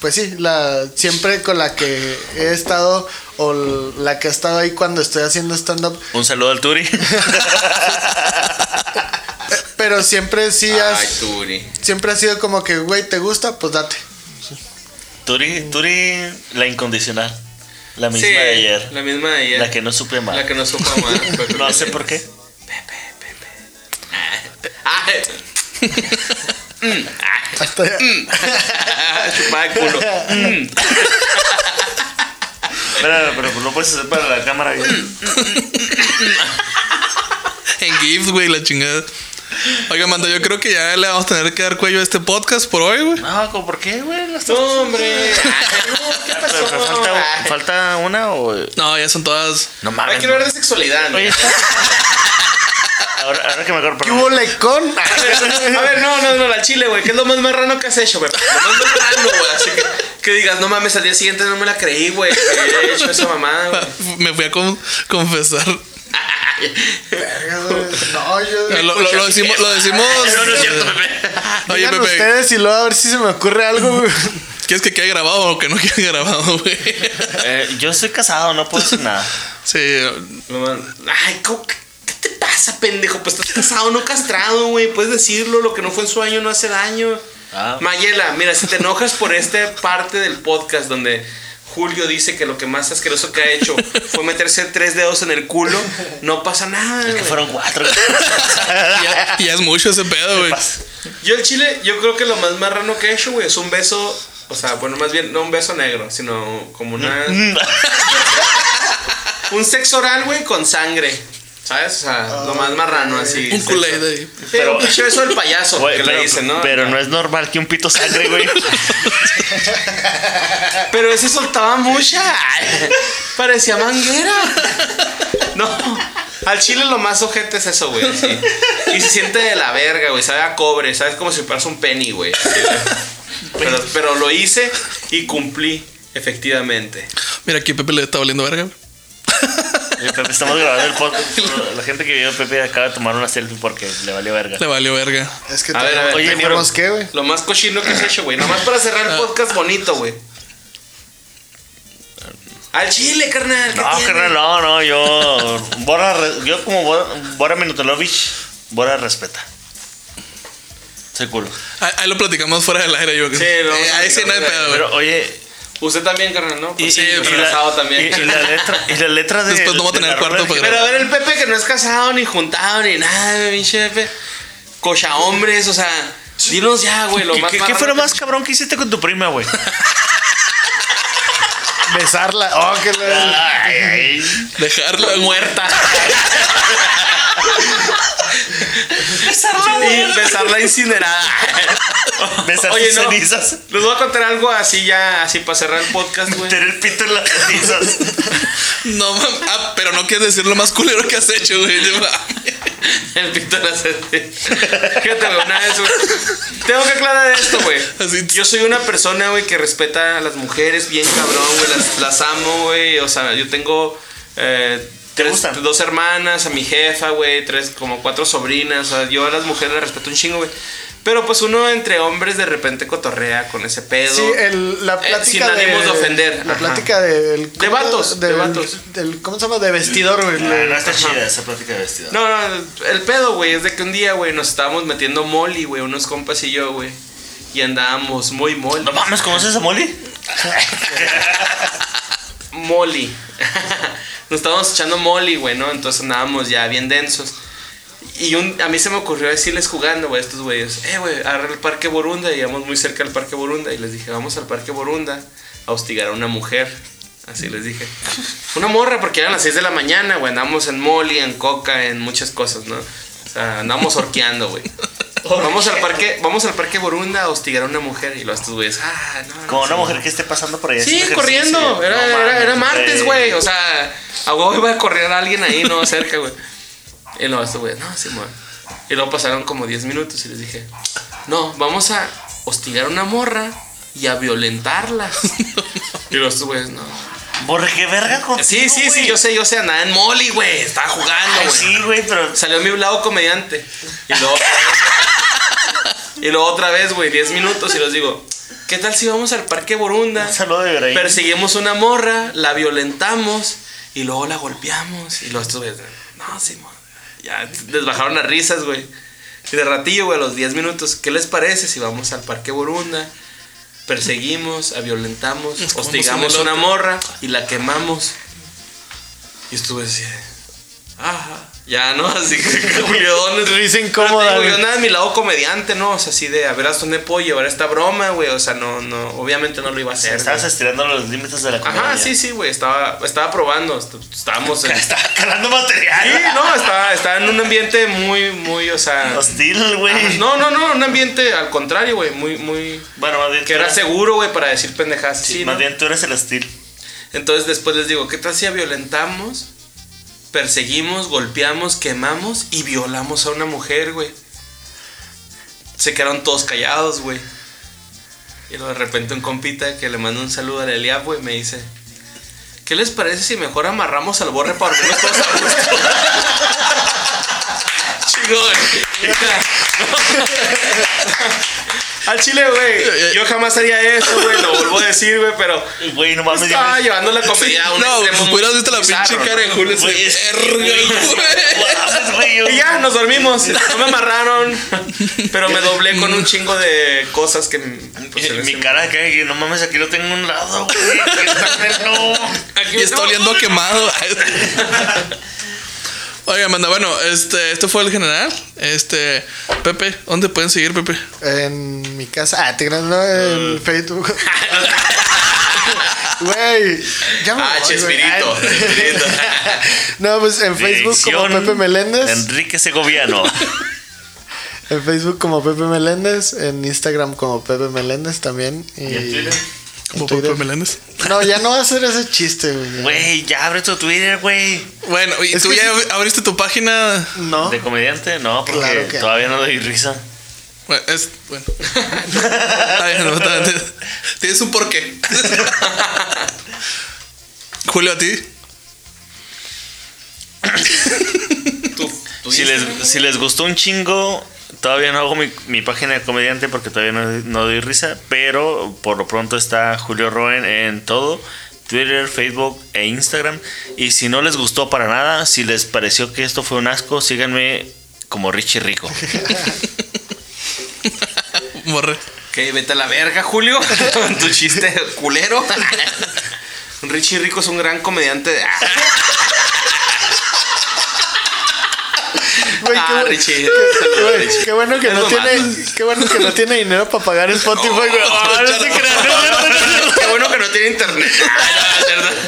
Speaker 5: Pues sí, la, siempre con la que he estado o la que ha estado ahí cuando estoy haciendo stand-up,
Speaker 3: Un saludo al Turi.
Speaker 5: pero siempre sí has-
Speaker 6: Ay, Turi.
Speaker 5: siempre ha sido como que, güey, ¿te gusta? Pues date.
Speaker 3: Turi, Turi, la incondicional. La misma
Speaker 6: Sí,
Speaker 3: de ayer.
Speaker 6: La misma de ayer.
Speaker 3: La que no supe mal.
Speaker 6: La que no supo amar. Fue
Speaker 3: No
Speaker 6: Pepe.
Speaker 3: sé por qué.
Speaker 6: Ay. Mm, ay. Mm. Chupada de culo. Mm.
Speaker 3: Pero, pero no puedes hacer para la cámara. güey.
Speaker 4: En GIF, güey, la chingada. Oiga, mando, yo creo que ya le vamos a tener que dar cuello a este podcast por hoy, güey.
Speaker 3: No, ¿cómo ¿por qué, güey? Las-
Speaker 6: No, hombre. Ay, no, ¿Qué
Speaker 3: pero- pero
Speaker 6: pasó?
Speaker 3: falta,
Speaker 6: Ay.
Speaker 3: falta una o.
Speaker 4: No, ya son todas.
Speaker 3: No
Speaker 6: Hay
Speaker 3: mames.
Speaker 6: que hablar de sexualidad.
Speaker 3: Oye,
Speaker 6: ¿no?
Speaker 3: ahora, ahora que me acuerdo.
Speaker 5: ¿Qué
Speaker 3: perdón.
Speaker 5: hubo lecón?
Speaker 6: A ver, no, no, no, la chile, güey. ¿Qué es lo más marrano que has hecho, güey? Lo más marrano, güey. Así que, que digas, no mames, al día siguiente no me la creí, güey. que he hecho esa mamada, güey.
Speaker 4: Me fui a con- confesar.
Speaker 5: No,
Speaker 4: Lo,
Speaker 5: yo.
Speaker 4: lo- lo decimos. Lo decimos
Speaker 3: No, no es cierto, Pepe.
Speaker 4: Oye,
Speaker 5: Digan
Speaker 4: Pepe,
Speaker 5: ustedes y luego a ver si se me ocurre algo, güey.
Speaker 4: ¿quieres que quede grabado o que no quede grabado, güey?
Speaker 3: Eh, yo estoy casado, no puedo decir nada.
Speaker 4: Sí,
Speaker 6: No mames. Ay, ¿cómo que- ¿qué te pasa, pendejo? Pues estás casado, no castrado, güey. Puedes decirlo, lo que no fue en sueño no hace daño.
Speaker 3: Ah.
Speaker 6: Mayela, mira, si te enojas por esta parte del podcast donde Julio dice que lo que más asqueroso que ha hecho fue meterse tres dedos en el culo, no pasa nada,
Speaker 3: Que
Speaker 6: güey.
Speaker 3: fueron cuatro.
Speaker 4: ya, ya es mucho ese pedo, güey.
Speaker 6: Yo el chile, yo creo que lo más marrano que he hecho, güey, es un beso, o sea, bueno, más bien no un beso negro, sino como una... un sexo oral, güey, con sangre. ¿Sabes? O sea, lo más marrano así.
Speaker 4: Un
Speaker 6: sexo.
Speaker 4: culé de ahí.
Speaker 6: Sí,
Speaker 3: Pero-
Speaker 6: un pinche beso del payaso
Speaker 3: Güey,
Speaker 6: que
Speaker 3: pero,
Speaker 6: le dicen, ¿no?
Speaker 3: pero no es normal que un pito sangre, güey.
Speaker 6: Pero ese soltaba mucha. Parecía manguera. No. Al chile lo más ojete es eso, güey. así. Y se siente de la verga, güey. Sabe a cobre, ¿sabes? Como si fueras un penny, güey. así, güey. Pero, pero lo hice y cumplí, efectivamente.
Speaker 4: Mira, aquí Pepe le está valiendo verga, güey.
Speaker 3: Eh, Pepe, estamos grabando el podcast. La gente que vio a Pepe acaba de tomar una selfie porque le valió verga.
Speaker 4: Le valió verga.
Speaker 5: Es que
Speaker 6: A ver, a ver.
Speaker 3: Oye,
Speaker 5: teníamos que, güey.
Speaker 6: Lo más cochino que has hecho, güey. Nomás para cerrar el podcast bonito, güey. Al chile, carnal. ¿qué
Speaker 3: No,
Speaker 6: tiene?
Speaker 3: carnal, no, no, yo. Bora, re- yo como Bora, Bora Minutolovich, Bora respeta. Soy culo.
Speaker 4: Ahí, Ah, ahí lo platicamos fuera del aire, yo creo.
Speaker 6: Sí, lo vamos
Speaker 4: Eh,
Speaker 6: a
Speaker 4: ahí sí no
Speaker 6: platicar
Speaker 4: hay
Speaker 6: fuera del
Speaker 4: pedo, güey.
Speaker 3: Pero oye,
Speaker 6: Usted también, carnal, ¿no?
Speaker 3: y,
Speaker 6: Pues sí,
Speaker 3: y- y
Speaker 6: pero
Speaker 3: la,
Speaker 6: casado también.
Speaker 3: y- y la letra, y la letra de.
Speaker 4: Después no voy a
Speaker 3: de
Speaker 4: tener
Speaker 3: la
Speaker 4: cuarto
Speaker 3: rola
Speaker 4: para
Speaker 3: que-
Speaker 6: Pero a ver, el Pepe que no es casado, ni juntado, ni nada, pinche Pepe. Cocha hombres, o sea, dinos ya, güey, lo
Speaker 3: ¿Qué-
Speaker 6: más.
Speaker 3: ¿Qué, qué
Speaker 6: marrano
Speaker 3: fue lo
Speaker 6: que-
Speaker 3: más cabrón que hiciste con tu prima, güey?
Speaker 5: Besarla. Oh, que la-
Speaker 3: Ay, ay.
Speaker 4: Dejarlo muerta.
Speaker 6: Y besarla incinerada.
Speaker 3: Besar
Speaker 6: Oye,
Speaker 3: sus
Speaker 6: no.
Speaker 3: cenizas.
Speaker 6: Les voy a contar algo así ya, así para cerrar el podcast, güey.
Speaker 3: Meter el pito en las cenizas.
Speaker 4: No mames. Ah, pero no quieres decir lo más culero que has hecho, güey. No mames.
Speaker 6: El pintor hace Fíjate, güey, una vez, güey. Tengo que aclarar esto, güey.
Speaker 4: Así.
Speaker 6: Yo soy una persona, güey, que respeta a las mujeres bien cabrón, güey. Las, las amo, güey. O sea, yo tengo. eh, tres-
Speaker 3: gustan?
Speaker 6: dos hermanas, a mi jefa, güey. Tres, como cuatro sobrinas. O sea, yo a las mujeres las respeto un chingo, güey. Pero pues uno entre hombres de repente cotorrea con ese pedo.
Speaker 5: Sí, el- la
Speaker 6: Eh,
Speaker 5: plática
Speaker 6: sin ánimos de ofender.
Speaker 5: La
Speaker 6: Ajá.
Speaker 5: plática del...
Speaker 6: De vatos, de
Speaker 5: del-
Speaker 6: vatos.
Speaker 5: del- ¿Cómo se llama? De vestidor, güey.
Speaker 3: Ah, no está chida esa plática de vestido.
Speaker 6: No, no, el pedo, güey, es de que un día, güey, nos estábamos metiendo molly, güey, unos compas y yo, güey. Y andábamos muy molly.
Speaker 3: No mames, ¿conoces a Molly?
Speaker 6: Molly. Nos estábamos echando Molly, güey, ¿no? Entonces andábamos ya bien densos. Y un- a mí se me ocurrió decirles jugando, güey, a estos güeyes, eh, güey, agarra el Parque Borunda, llegamos muy cerca del Parque Borunda. Y les dije, vamos al Parque Borunda a hostigar a una mujer. Así les dije. Una morra, porque eran las 6 de la mañana, güey, andábamos en Molly, en Coca, en muchas cosas, ¿no? O sea, andábamos horqueando, güey. Vamos al parque, vamos al parque Borunda a hostigar a una mujer y los estos güeyes, ah, no. no,
Speaker 3: Como una
Speaker 6: sí,
Speaker 3: mujer que esté pasando por ahí.
Speaker 6: Sí,
Speaker 3: haciendo
Speaker 6: corriendo.
Speaker 3: ejercicio.
Speaker 6: Era,
Speaker 3: No
Speaker 6: era-
Speaker 3: mames,
Speaker 6: era martes, güey. O sea, a huevo iba a correr a alguien ahí, no, cerca, güey. Y luego esto, güey, no, sí, güey. Y luego pasaron como 10 minutos y les dije, no, vamos a hostigar a una morra y a violentarla. y los güeyes, no.
Speaker 3: Borre, qué verga contigo,
Speaker 6: Sí, sí, sí,
Speaker 3: güey.
Speaker 6: yo sé, yo sé, andaba en Molly, güey. Estaba jugando,
Speaker 3: Ay,
Speaker 6: güey.
Speaker 3: Sí, güey, pero.
Speaker 6: Salió mi lado comediante. Y luego. y luego otra vez, güey, 10 minutos y los digo, ¿qué tal si vamos al Parque Borunda?
Speaker 3: Un saludo de Ibrahim.
Speaker 6: Perseguimos una morra, la violentamos y luego la golpeamos. Y luego estos güeyes, no, Simón. Ya les bajaron las risas, güey. Y de ratillo, güey, a los 10 minutos, ¿qué les parece si vamos al Parque Borunda? Perseguimos, a violentamos,
Speaker 4: comemos
Speaker 6: hostigamos
Speaker 4: un
Speaker 6: una
Speaker 4: elote.
Speaker 6: morra y la quemamos. Y estuve así, de, ajá. Ya, ¿no? Así que Juliones,
Speaker 5: Risa
Speaker 6: Pero
Speaker 5: incómoda,
Speaker 6: te digo,
Speaker 5: güey.
Speaker 6: Yo nada de mi lado comediante, ¿no? O sea, así de a ver hasta dónde puedo llevar esta broma, güey. O sea, no, no, obviamente no lo iba a hacer.
Speaker 3: Estabas
Speaker 6: güey.
Speaker 3: estirando los límites de la comedia.
Speaker 6: Ajá, sí, sí, güey. Estaba, estaba probando. est- Estábamos en. Sí,
Speaker 3: Estaba calando material.
Speaker 6: no, estaba, estaba en un ambiente muy, muy, o sea.
Speaker 3: Hostil,
Speaker 6: ajá.
Speaker 3: güey.
Speaker 6: No, no, no, un ambiente al contrario, güey. Muy, muy.
Speaker 3: Bueno, más bien.
Speaker 6: Que
Speaker 3: tú
Speaker 6: era
Speaker 3: eras-
Speaker 6: seguro, güey, para decir pendejadas. Sí,
Speaker 3: Más
Speaker 6: ¿no?
Speaker 3: bien tú eres el hostil.
Speaker 6: Entonces después les digo, ¿qué tal si violentamos, perseguimos, golpeamos, quemamos y violamos a una mujer, güey? Se quedaron todos callados, güey. Y luego de repente un compita que le manda un saludo al Eliab, güey, me dice, ¿qué les parece si mejor amarramos al borre para dormirnos todos a gusto? Chingón. Al chile, güey. Yo jamás haría eso, güey. Lo vuelvo a decir, güey, pero...
Speaker 3: Güey, no mames.
Speaker 6: Estaba
Speaker 3: dime-
Speaker 6: llevando la comedia a un
Speaker 4: No, pues,
Speaker 6: extremo muy
Speaker 4: hubieras visto la
Speaker 6: bizarro,
Speaker 4: pinche cara de
Speaker 6: ¿no?
Speaker 4: Julio.
Speaker 3: Güey,
Speaker 4: ese
Speaker 3: es-
Speaker 4: verga, güey.
Speaker 3: No mames, güey, yo-
Speaker 6: Y ya, nos dormimos. No me amarraron. Pero me doblé con un chingo de cosas que. pues, se
Speaker 3: Eh,
Speaker 6: les-
Speaker 3: Mi cara acá, que no mames, aquí lo tengo a un lado, güey. que esta- No.
Speaker 6: Aquí
Speaker 4: Y está
Speaker 6: no.
Speaker 4: oliendo a quemado. Oiga, Amanda, bueno, este, este fue el general. Este, Pepe, ¿dónde pueden seguir, Pepe?
Speaker 5: En mi casa. Ah, te creas, no,
Speaker 6: Mm.
Speaker 5: en Facebook. Güey. ya me
Speaker 6: Ah,
Speaker 5: voy, güey.
Speaker 6: Chespirito.
Speaker 5: Ay.
Speaker 6: Chespirito.
Speaker 5: No, pues en Facebook
Speaker 3: Dirección
Speaker 5: como Pepe Meléndez.
Speaker 3: Enrique Segoviano.
Speaker 5: En Facebook como Pepe Meléndez. En Instagram como Pepe Meléndez también. Y,
Speaker 3: en Twitter?
Speaker 4: Como
Speaker 5: en
Speaker 4: Pepe
Speaker 5: Twitter.
Speaker 4: Meléndez.
Speaker 5: No, ya no va a hacer ese chiste, güey.
Speaker 3: Güey, ya abre tu Twitter, güey.
Speaker 4: Bueno, ¿y
Speaker 5: Es
Speaker 4: tú
Speaker 5: que
Speaker 4: ya
Speaker 5: sí-
Speaker 4: abriste tu página?
Speaker 5: No.
Speaker 3: ¿De comediante? No, porque
Speaker 5: Claro que-
Speaker 3: todavía no doy risa.
Speaker 4: Bueno, es, bueno. Está bien, no, está bien. Tienes un porqué. Julio, a ti.
Speaker 6: Tú- tú
Speaker 3: Si
Speaker 6: dices,
Speaker 3: les, si les gustó un chingo, todavía no hago mi, mi página de comediante porque todavía no, no doy risa, pero por lo pronto está Julio Roen en todo. Twitter, Facebook e Instagram. Y si no les gustó para nada, si les pareció que esto fue un asco, síganme como Richie Rico.
Speaker 4: Morre.
Speaker 6: Ok, vete a la verga, Julio. Con tu chiste culero. Richie Rico es un gran comediante de.
Speaker 5: Güey, qué
Speaker 6: Ah,
Speaker 5: bueno-
Speaker 6: Richie.
Speaker 5: Güey, qué bueno que
Speaker 6: Es
Speaker 5: no
Speaker 6: lo
Speaker 5: tiene,
Speaker 6: malo.
Speaker 5: qué bueno que no tiene dinero para pagar Spotify, güey. Ah, no se crean, no, no, no, no.
Speaker 6: Qué bueno Solo que no tiene internet.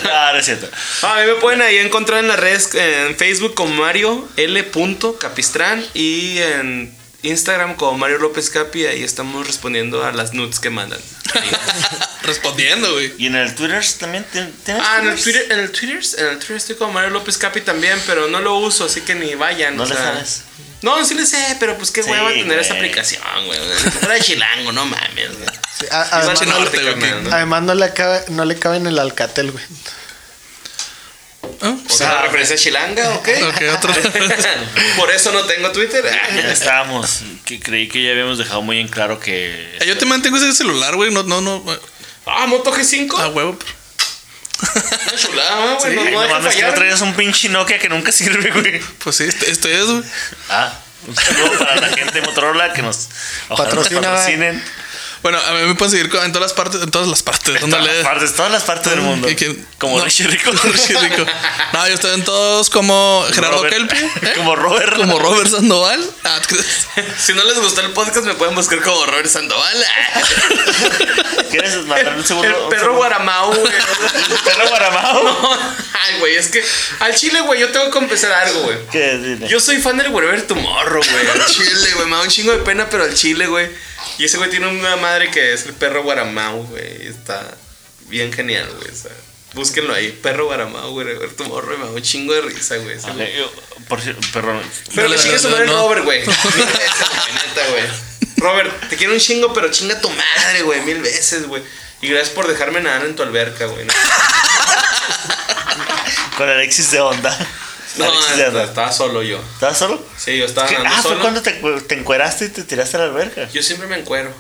Speaker 3: Ah, no es cierto.
Speaker 6: A mí me pueden ahí encontrar en las redes, en Facebook con Mario L. punto Capistrán y en Instagram con Mario López Capi. Ahí estamos respondiendo a las nudes que mandan.
Speaker 4: Respondiendo, güey.
Speaker 3: ¿Y en el Twitter también? ¿Tien- ¿Tienes
Speaker 6: Ah, en el
Speaker 3: Twitters?
Speaker 6: Twitter, en el Twitter, en el Twitter estoy con Mario López Capi también, pero no lo uso, así que ni vayan.
Speaker 3: No
Speaker 6: o
Speaker 3: le
Speaker 6: sea.
Speaker 3: sabes.
Speaker 6: No, sí le sé, pero pues qué
Speaker 3: Sí,
Speaker 6: hueva tener esa
Speaker 3: güey.
Speaker 6: aplicación, güey. Era chilango, no mames, güey.
Speaker 5: A-
Speaker 6: Igual
Speaker 5: además,
Speaker 6: que
Speaker 4: norte,
Speaker 6: norte,
Speaker 4: güey,
Speaker 6: carnal,
Speaker 4: que-
Speaker 6: ¿no?
Speaker 5: además no, le cabe, no le cabe en el alcatel, güey.
Speaker 4: Ah,
Speaker 6: O sea, referencia chilanga, ¿ok?
Speaker 4: ok, otro.
Speaker 6: Por eso no tengo Twitter.
Speaker 3: Ya estábamos. Que creí que ya habíamos dejado muy en claro que.
Speaker 4: Yo te mantengo ese celular, güey. No, no, no.
Speaker 6: Ah, Moto
Speaker 4: A
Speaker 6: G5.
Speaker 4: huevo.
Speaker 6: Una chulada, güey. Ah, no,
Speaker 3: Ay,
Speaker 6: Pues no
Speaker 3: no
Speaker 6: deja
Speaker 3: mames, que no
Speaker 6: fallar.
Speaker 3: traías un pinche Nokia que nunca sirve, güey.
Speaker 4: Pues sí, este, este es, güey.
Speaker 3: Ah, un saludo para la gente de Motorola que nos ojalá nos
Speaker 5: Patrocina.
Speaker 3: patrocinen.
Speaker 4: Bueno, a mí me pueden seguir con- en todas las partes. En todas las partes.
Speaker 3: Todas
Speaker 4: Ándale.
Speaker 3: las partes, todas las partes del mundo.
Speaker 4: ¿Y quién?
Speaker 3: Como
Speaker 4: No.
Speaker 3: Richie Rico.
Speaker 4: Sí, rico. No, yo estoy en todos como Gerardo
Speaker 3: Robert.
Speaker 4: Kelpie. ¿eh?
Speaker 3: Como Robert.
Speaker 4: Como Robert Sandoval. Ah, ¿te crees?
Speaker 6: Si no les gustó el podcast, me pueden buscar como Robert Sandoval.
Speaker 3: ¿Quieres mandar un segundo?
Speaker 6: El
Speaker 3: un
Speaker 6: perro
Speaker 3: segundo?
Speaker 6: Guaramau, güey.
Speaker 3: ¿El perro guaramao?
Speaker 6: Ay, güey, es que al chile, güey, yo tengo que confesar algo, güey.
Speaker 3: ¿Qué? Dile.
Speaker 6: Yo soy fan del Wherever Tomorrow, güey. Al chile, güey. Me da un chingo de pena, pero al chile, güey. Y ese güey tiene una madre que es el perro Guaramau, güey. Está bien genial, güey. O sea, búsquenlo ahí. Perro Guaramau, Wherever Tomorrow. Me da un chingo de risa, güey. ese
Speaker 3: Ok,
Speaker 6: güey.
Speaker 3: yo- Por cierto, perdón.
Speaker 6: Pero
Speaker 4: No,
Speaker 6: le
Speaker 4: no,
Speaker 6: chingue
Speaker 4: no,
Speaker 6: su
Speaker 4: no,
Speaker 6: madre
Speaker 4: no.
Speaker 6: Robert, güey. Ese güey, neta, güey. Robert, te quiero un chingo, pero chinga tu madre, güey. Mil veces, güey. Y gracias por dejarme nadar en tu alberca, güey.
Speaker 3: Con Alexis de Onda.
Speaker 6: No,
Speaker 3: Alexis de Onda.
Speaker 6: estaba solo yo.
Speaker 3: ¿Estabas solo?
Speaker 6: Sí, yo estaba
Speaker 3: ¿Qué?
Speaker 6: nadando
Speaker 3: Ah, fue
Speaker 6: solo.
Speaker 3: cuando te, te encueraste y te tiraste a la alberca.
Speaker 6: Yo siempre me encuero.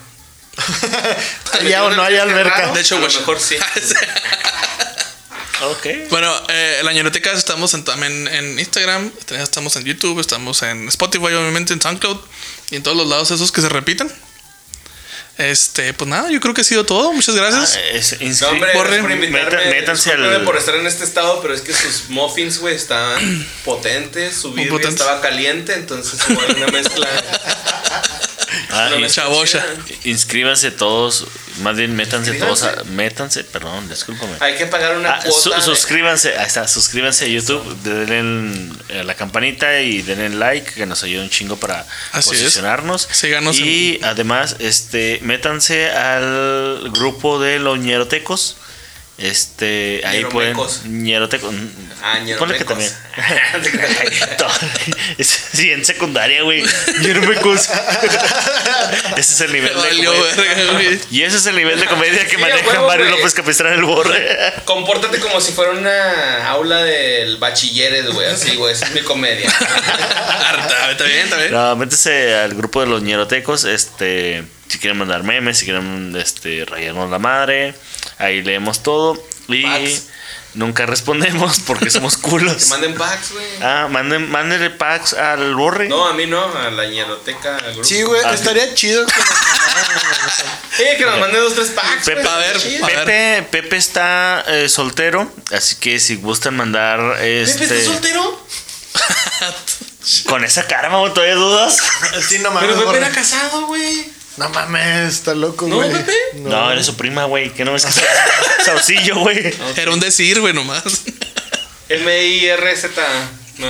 Speaker 5: Allá o no hay alberca.
Speaker 6: De hecho, a lo
Speaker 4: güey.
Speaker 6: mejor sí.
Speaker 3: Ok.
Speaker 4: Bueno, eh, la ñeroteca estamos en, también en Instagram, estamos en YouTube, estamos en Spotify, obviamente en SoundCloud y en todos los lados esos que se repiten. Este, pues nada, yo creo que ha sido todo. Muchas gracias.
Speaker 3: Ah, Es, inscri-
Speaker 6: No, hombre,
Speaker 4: Corre,
Speaker 6: gracias por invitarme.
Speaker 3: meta- métanse
Speaker 6: Discúlpeme
Speaker 3: al-
Speaker 6: por estar en este estado, pero es que sus muffins, güey, estaban potentes. Su
Speaker 4: Muy
Speaker 6: birria
Speaker 4: potentes.
Speaker 6: estaba caliente, entonces fue una mezcla.
Speaker 3: Ah,
Speaker 6: una
Speaker 3: y-
Speaker 6: mezcla
Speaker 4: chaboya.
Speaker 6: chida.
Speaker 3: inscríbanse todos. Más bien, métanse todos. A,
Speaker 6: Inscríbanse.
Speaker 3: métanse, perdón, discúlpame.
Speaker 6: Hay que pagar una
Speaker 3: Ah, su-
Speaker 6: cuota. de-
Speaker 3: suscríbanse, ahí está, suscríbanse a YouTube, denle eh, la campanita y denle like, que nos ayuda un chingo para
Speaker 4: Así es.
Speaker 3: posicionarnos.
Speaker 4: Síganos
Speaker 3: y además, este, métanse al grupo de los ñerotecos. Este, ahí pueden.
Speaker 6: Ñeromecos.
Speaker 3: Ñerotecos. mm,
Speaker 6: Ah,
Speaker 3: Ponle que
Speaker 6: ñeromecos.
Speaker 3: también. Todo. Es- sí, en secundaria, güey. Ñeromecos. Ese es el nivel de
Speaker 4: Valió
Speaker 3: comedia.
Speaker 4: verga, güey.
Speaker 3: Y ese es el nivel de comedia que
Speaker 6: Sí, a
Speaker 3: maneja
Speaker 6: huevo,
Speaker 3: Mario
Speaker 6: güey.
Speaker 3: López Capistrán el Borre.
Speaker 6: Compórtate como si fuera una aula del bachilleres, güey. Así, güey. Esa es mi comedia.
Speaker 4: Harta, está bien, está
Speaker 6: ¿Eh?
Speaker 4: bien.
Speaker 3: No, métese al grupo de los ñerotecos, este, si quieren mandar memes, si quieren este rayarnos la madre, ahí leemos todo y
Speaker 6: Packs.
Speaker 3: nunca respondemos porque somos
Speaker 6: Que
Speaker 3: culos.
Speaker 6: manden packs, güey.
Speaker 3: Ah, manden, mándenle packs al borre.
Speaker 6: No, a mí no, a la ñeroteca. al grupo.
Speaker 5: Sí, güey,
Speaker 3: Ah, sí.
Speaker 5: estaría chido que nos mandaran, güey, o sea,
Speaker 6: Sí, Eh, que nos manden dos, tres packs.
Speaker 3: Pepe,
Speaker 6: güey,
Speaker 4: a ver,
Speaker 6: chido.
Speaker 4: a ver.
Speaker 3: Pepe, Pepe está eh, soltero, así que si gustan mandar
Speaker 6: Pepe,
Speaker 3: este
Speaker 6: ¿estás soltero?
Speaker 3: con esa cara, mamá, todavía dudas.
Speaker 5: Sí, no mames.
Speaker 6: Pero Pepe
Speaker 5: borra.
Speaker 6: era casado, güey.
Speaker 5: No mames, está loco,
Speaker 6: ¿No,
Speaker 5: güey.
Speaker 6: Pepe?
Speaker 3: No, eres su prima, güey, que no es saucillo, güey.
Speaker 4: Era un decir, güey, nomás.
Speaker 6: M-I-R-Z. ¿no?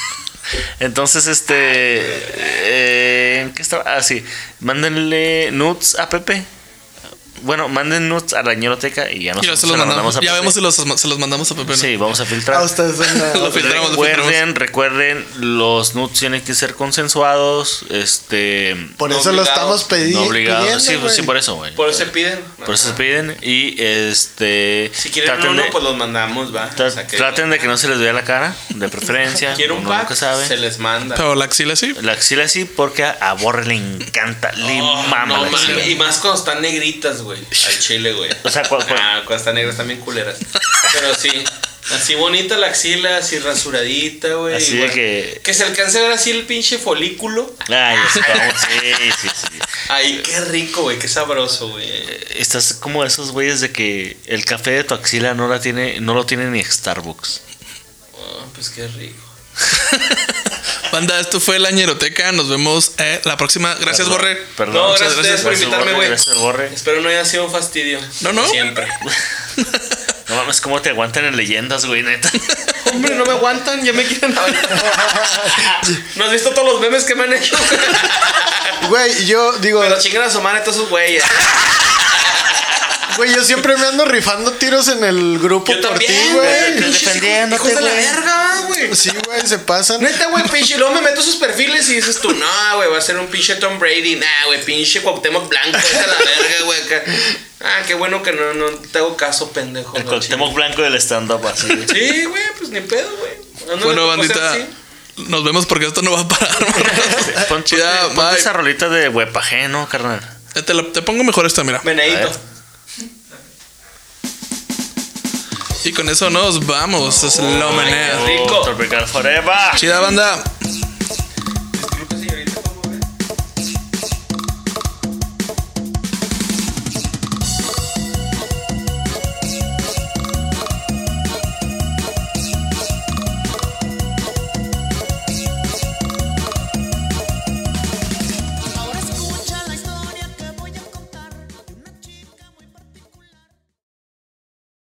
Speaker 3: Entonces, este. eh, ¿en ¿Qué estaba? Ah, sí. Mándenle nudes a Pepe. Bueno, manden nudes a la ñeroteca y ya nos
Speaker 4: Y ya se
Speaker 3: se
Speaker 4: los
Speaker 3: la
Speaker 4: mandamos.
Speaker 3: a
Speaker 4: Ya
Speaker 3: Pepe.
Speaker 4: vemos si los, se los mandamos a Pepe. ¿no?
Speaker 3: Sí, vamos a
Speaker 5: A
Speaker 3: filtrar.
Speaker 5: Ah, ustedes en la-
Speaker 4: Lo filtramos, lo filtramos.
Speaker 3: Recuerden, recuerden, los nudes tienen que ser consensuados. Este.
Speaker 5: Por
Speaker 6: No
Speaker 5: eso lo
Speaker 6: obligados,
Speaker 5: estamos pedi-
Speaker 3: no obligados. Sí, pues,
Speaker 5: pidiendo,
Speaker 3: sí,
Speaker 5: güey.
Speaker 3: por eso, güey.
Speaker 6: Por eso se piden.
Speaker 3: Por eso se piden. Y este.
Speaker 6: Si quieren
Speaker 3: traten
Speaker 6: uno,
Speaker 3: de-
Speaker 6: pues los mandamos, va.
Speaker 3: tra-
Speaker 6: O sea que-
Speaker 3: Traten de que no se les vea la cara, de preferencia.
Speaker 6: Quiero un
Speaker 3: uno
Speaker 6: pack,
Speaker 3: nunca sabe.
Speaker 6: se les manda.
Speaker 4: Pero la axila sí.
Speaker 3: La axila sí, porque a- a Borre le encanta, le
Speaker 6: Oh,
Speaker 3: mama
Speaker 6: no
Speaker 3: la axila.
Speaker 6: mames, y más cuando están negritas, güey. Al chile, güey.
Speaker 3: O sea, cu- cu-
Speaker 6: Ah, cuando están negras también culeras. Pero sí, así bonita la axila, así rasuradita, güey.
Speaker 3: Así
Speaker 6: y
Speaker 3: de
Speaker 6: bueno,
Speaker 3: que-
Speaker 6: Que se alcance a ver así el pinche folículo.
Speaker 3: Ay, es como- sí, sí, sí.
Speaker 6: Ay, qué rico, güey, qué sabroso, güey.
Speaker 3: Estás como esos güeyes de que el café de tu axila no la tiene, no lo tiene ni Starbucks.
Speaker 6: Oh, pues qué rico.
Speaker 4: Banda, esto fue la ñeroteca. Nos vemos eh, la próxima. Gracias,
Speaker 3: Perdón,
Speaker 4: Borre.
Speaker 3: Perdón.
Speaker 6: No,
Speaker 3: Muchas
Speaker 6: gracias a ustedes por
Speaker 3: Gracias,
Speaker 6: invitarme,
Speaker 3: Borre,
Speaker 6: güey.
Speaker 3: Gracias, Borre.
Speaker 6: Espero no haya sido un fastidio.
Speaker 4: No, no.
Speaker 6: Siempre.
Speaker 3: No mames, ¿cómo te aguantan en leyendas, güey, neta?
Speaker 6: Hombre, no me aguantan, ya me quieren aventar. ¿No has visto todos los memes que me han hecho?
Speaker 5: Güey, yo digo,
Speaker 6: Pero chingan a su madre todos esos güeyes.
Speaker 5: güey, yo siempre me ando rifando tiros en el grupo
Speaker 6: Yo
Speaker 5: por ti,
Speaker 6: también,
Speaker 5: güey.
Speaker 6: güey. Hijos de la verga, güey.
Speaker 5: Sí, güey, se pasan.
Speaker 6: Neta, güey, pinche. Luego me meto a sus perfiles y dices tú, no, güey, va a ser un pinche Tom Brady. Nah, güey, pinche Cuauhtémoc Blanco. Esa la verga, güey, acá. Ah, qué bueno que no, no te hago caso, pendejo.
Speaker 3: El
Speaker 6: no,
Speaker 3: Cuauhtémoc Blanco del stand-up, así.
Speaker 6: chingue. Sí, güey, pues ni pedo, güey. No, no pues,
Speaker 4: Bueno,
Speaker 6: me tocó
Speaker 4: bandita.
Speaker 6: ser así.
Speaker 4: Nos vemos porque esto no va a parar.
Speaker 3: Pon, ponte-
Speaker 4: Ya,
Speaker 3: ponte
Speaker 4: bye.
Speaker 3: esa rolita de huepaje, ¿no, carnal?
Speaker 4: Eh, te, la- te pongo mejor esta, mira.
Speaker 6: Venadito.
Speaker 4: Y con eso nos vamos. Es lo meneo.
Speaker 6: Rico.
Speaker 3: Tropical Forever.
Speaker 4: Chida, banda.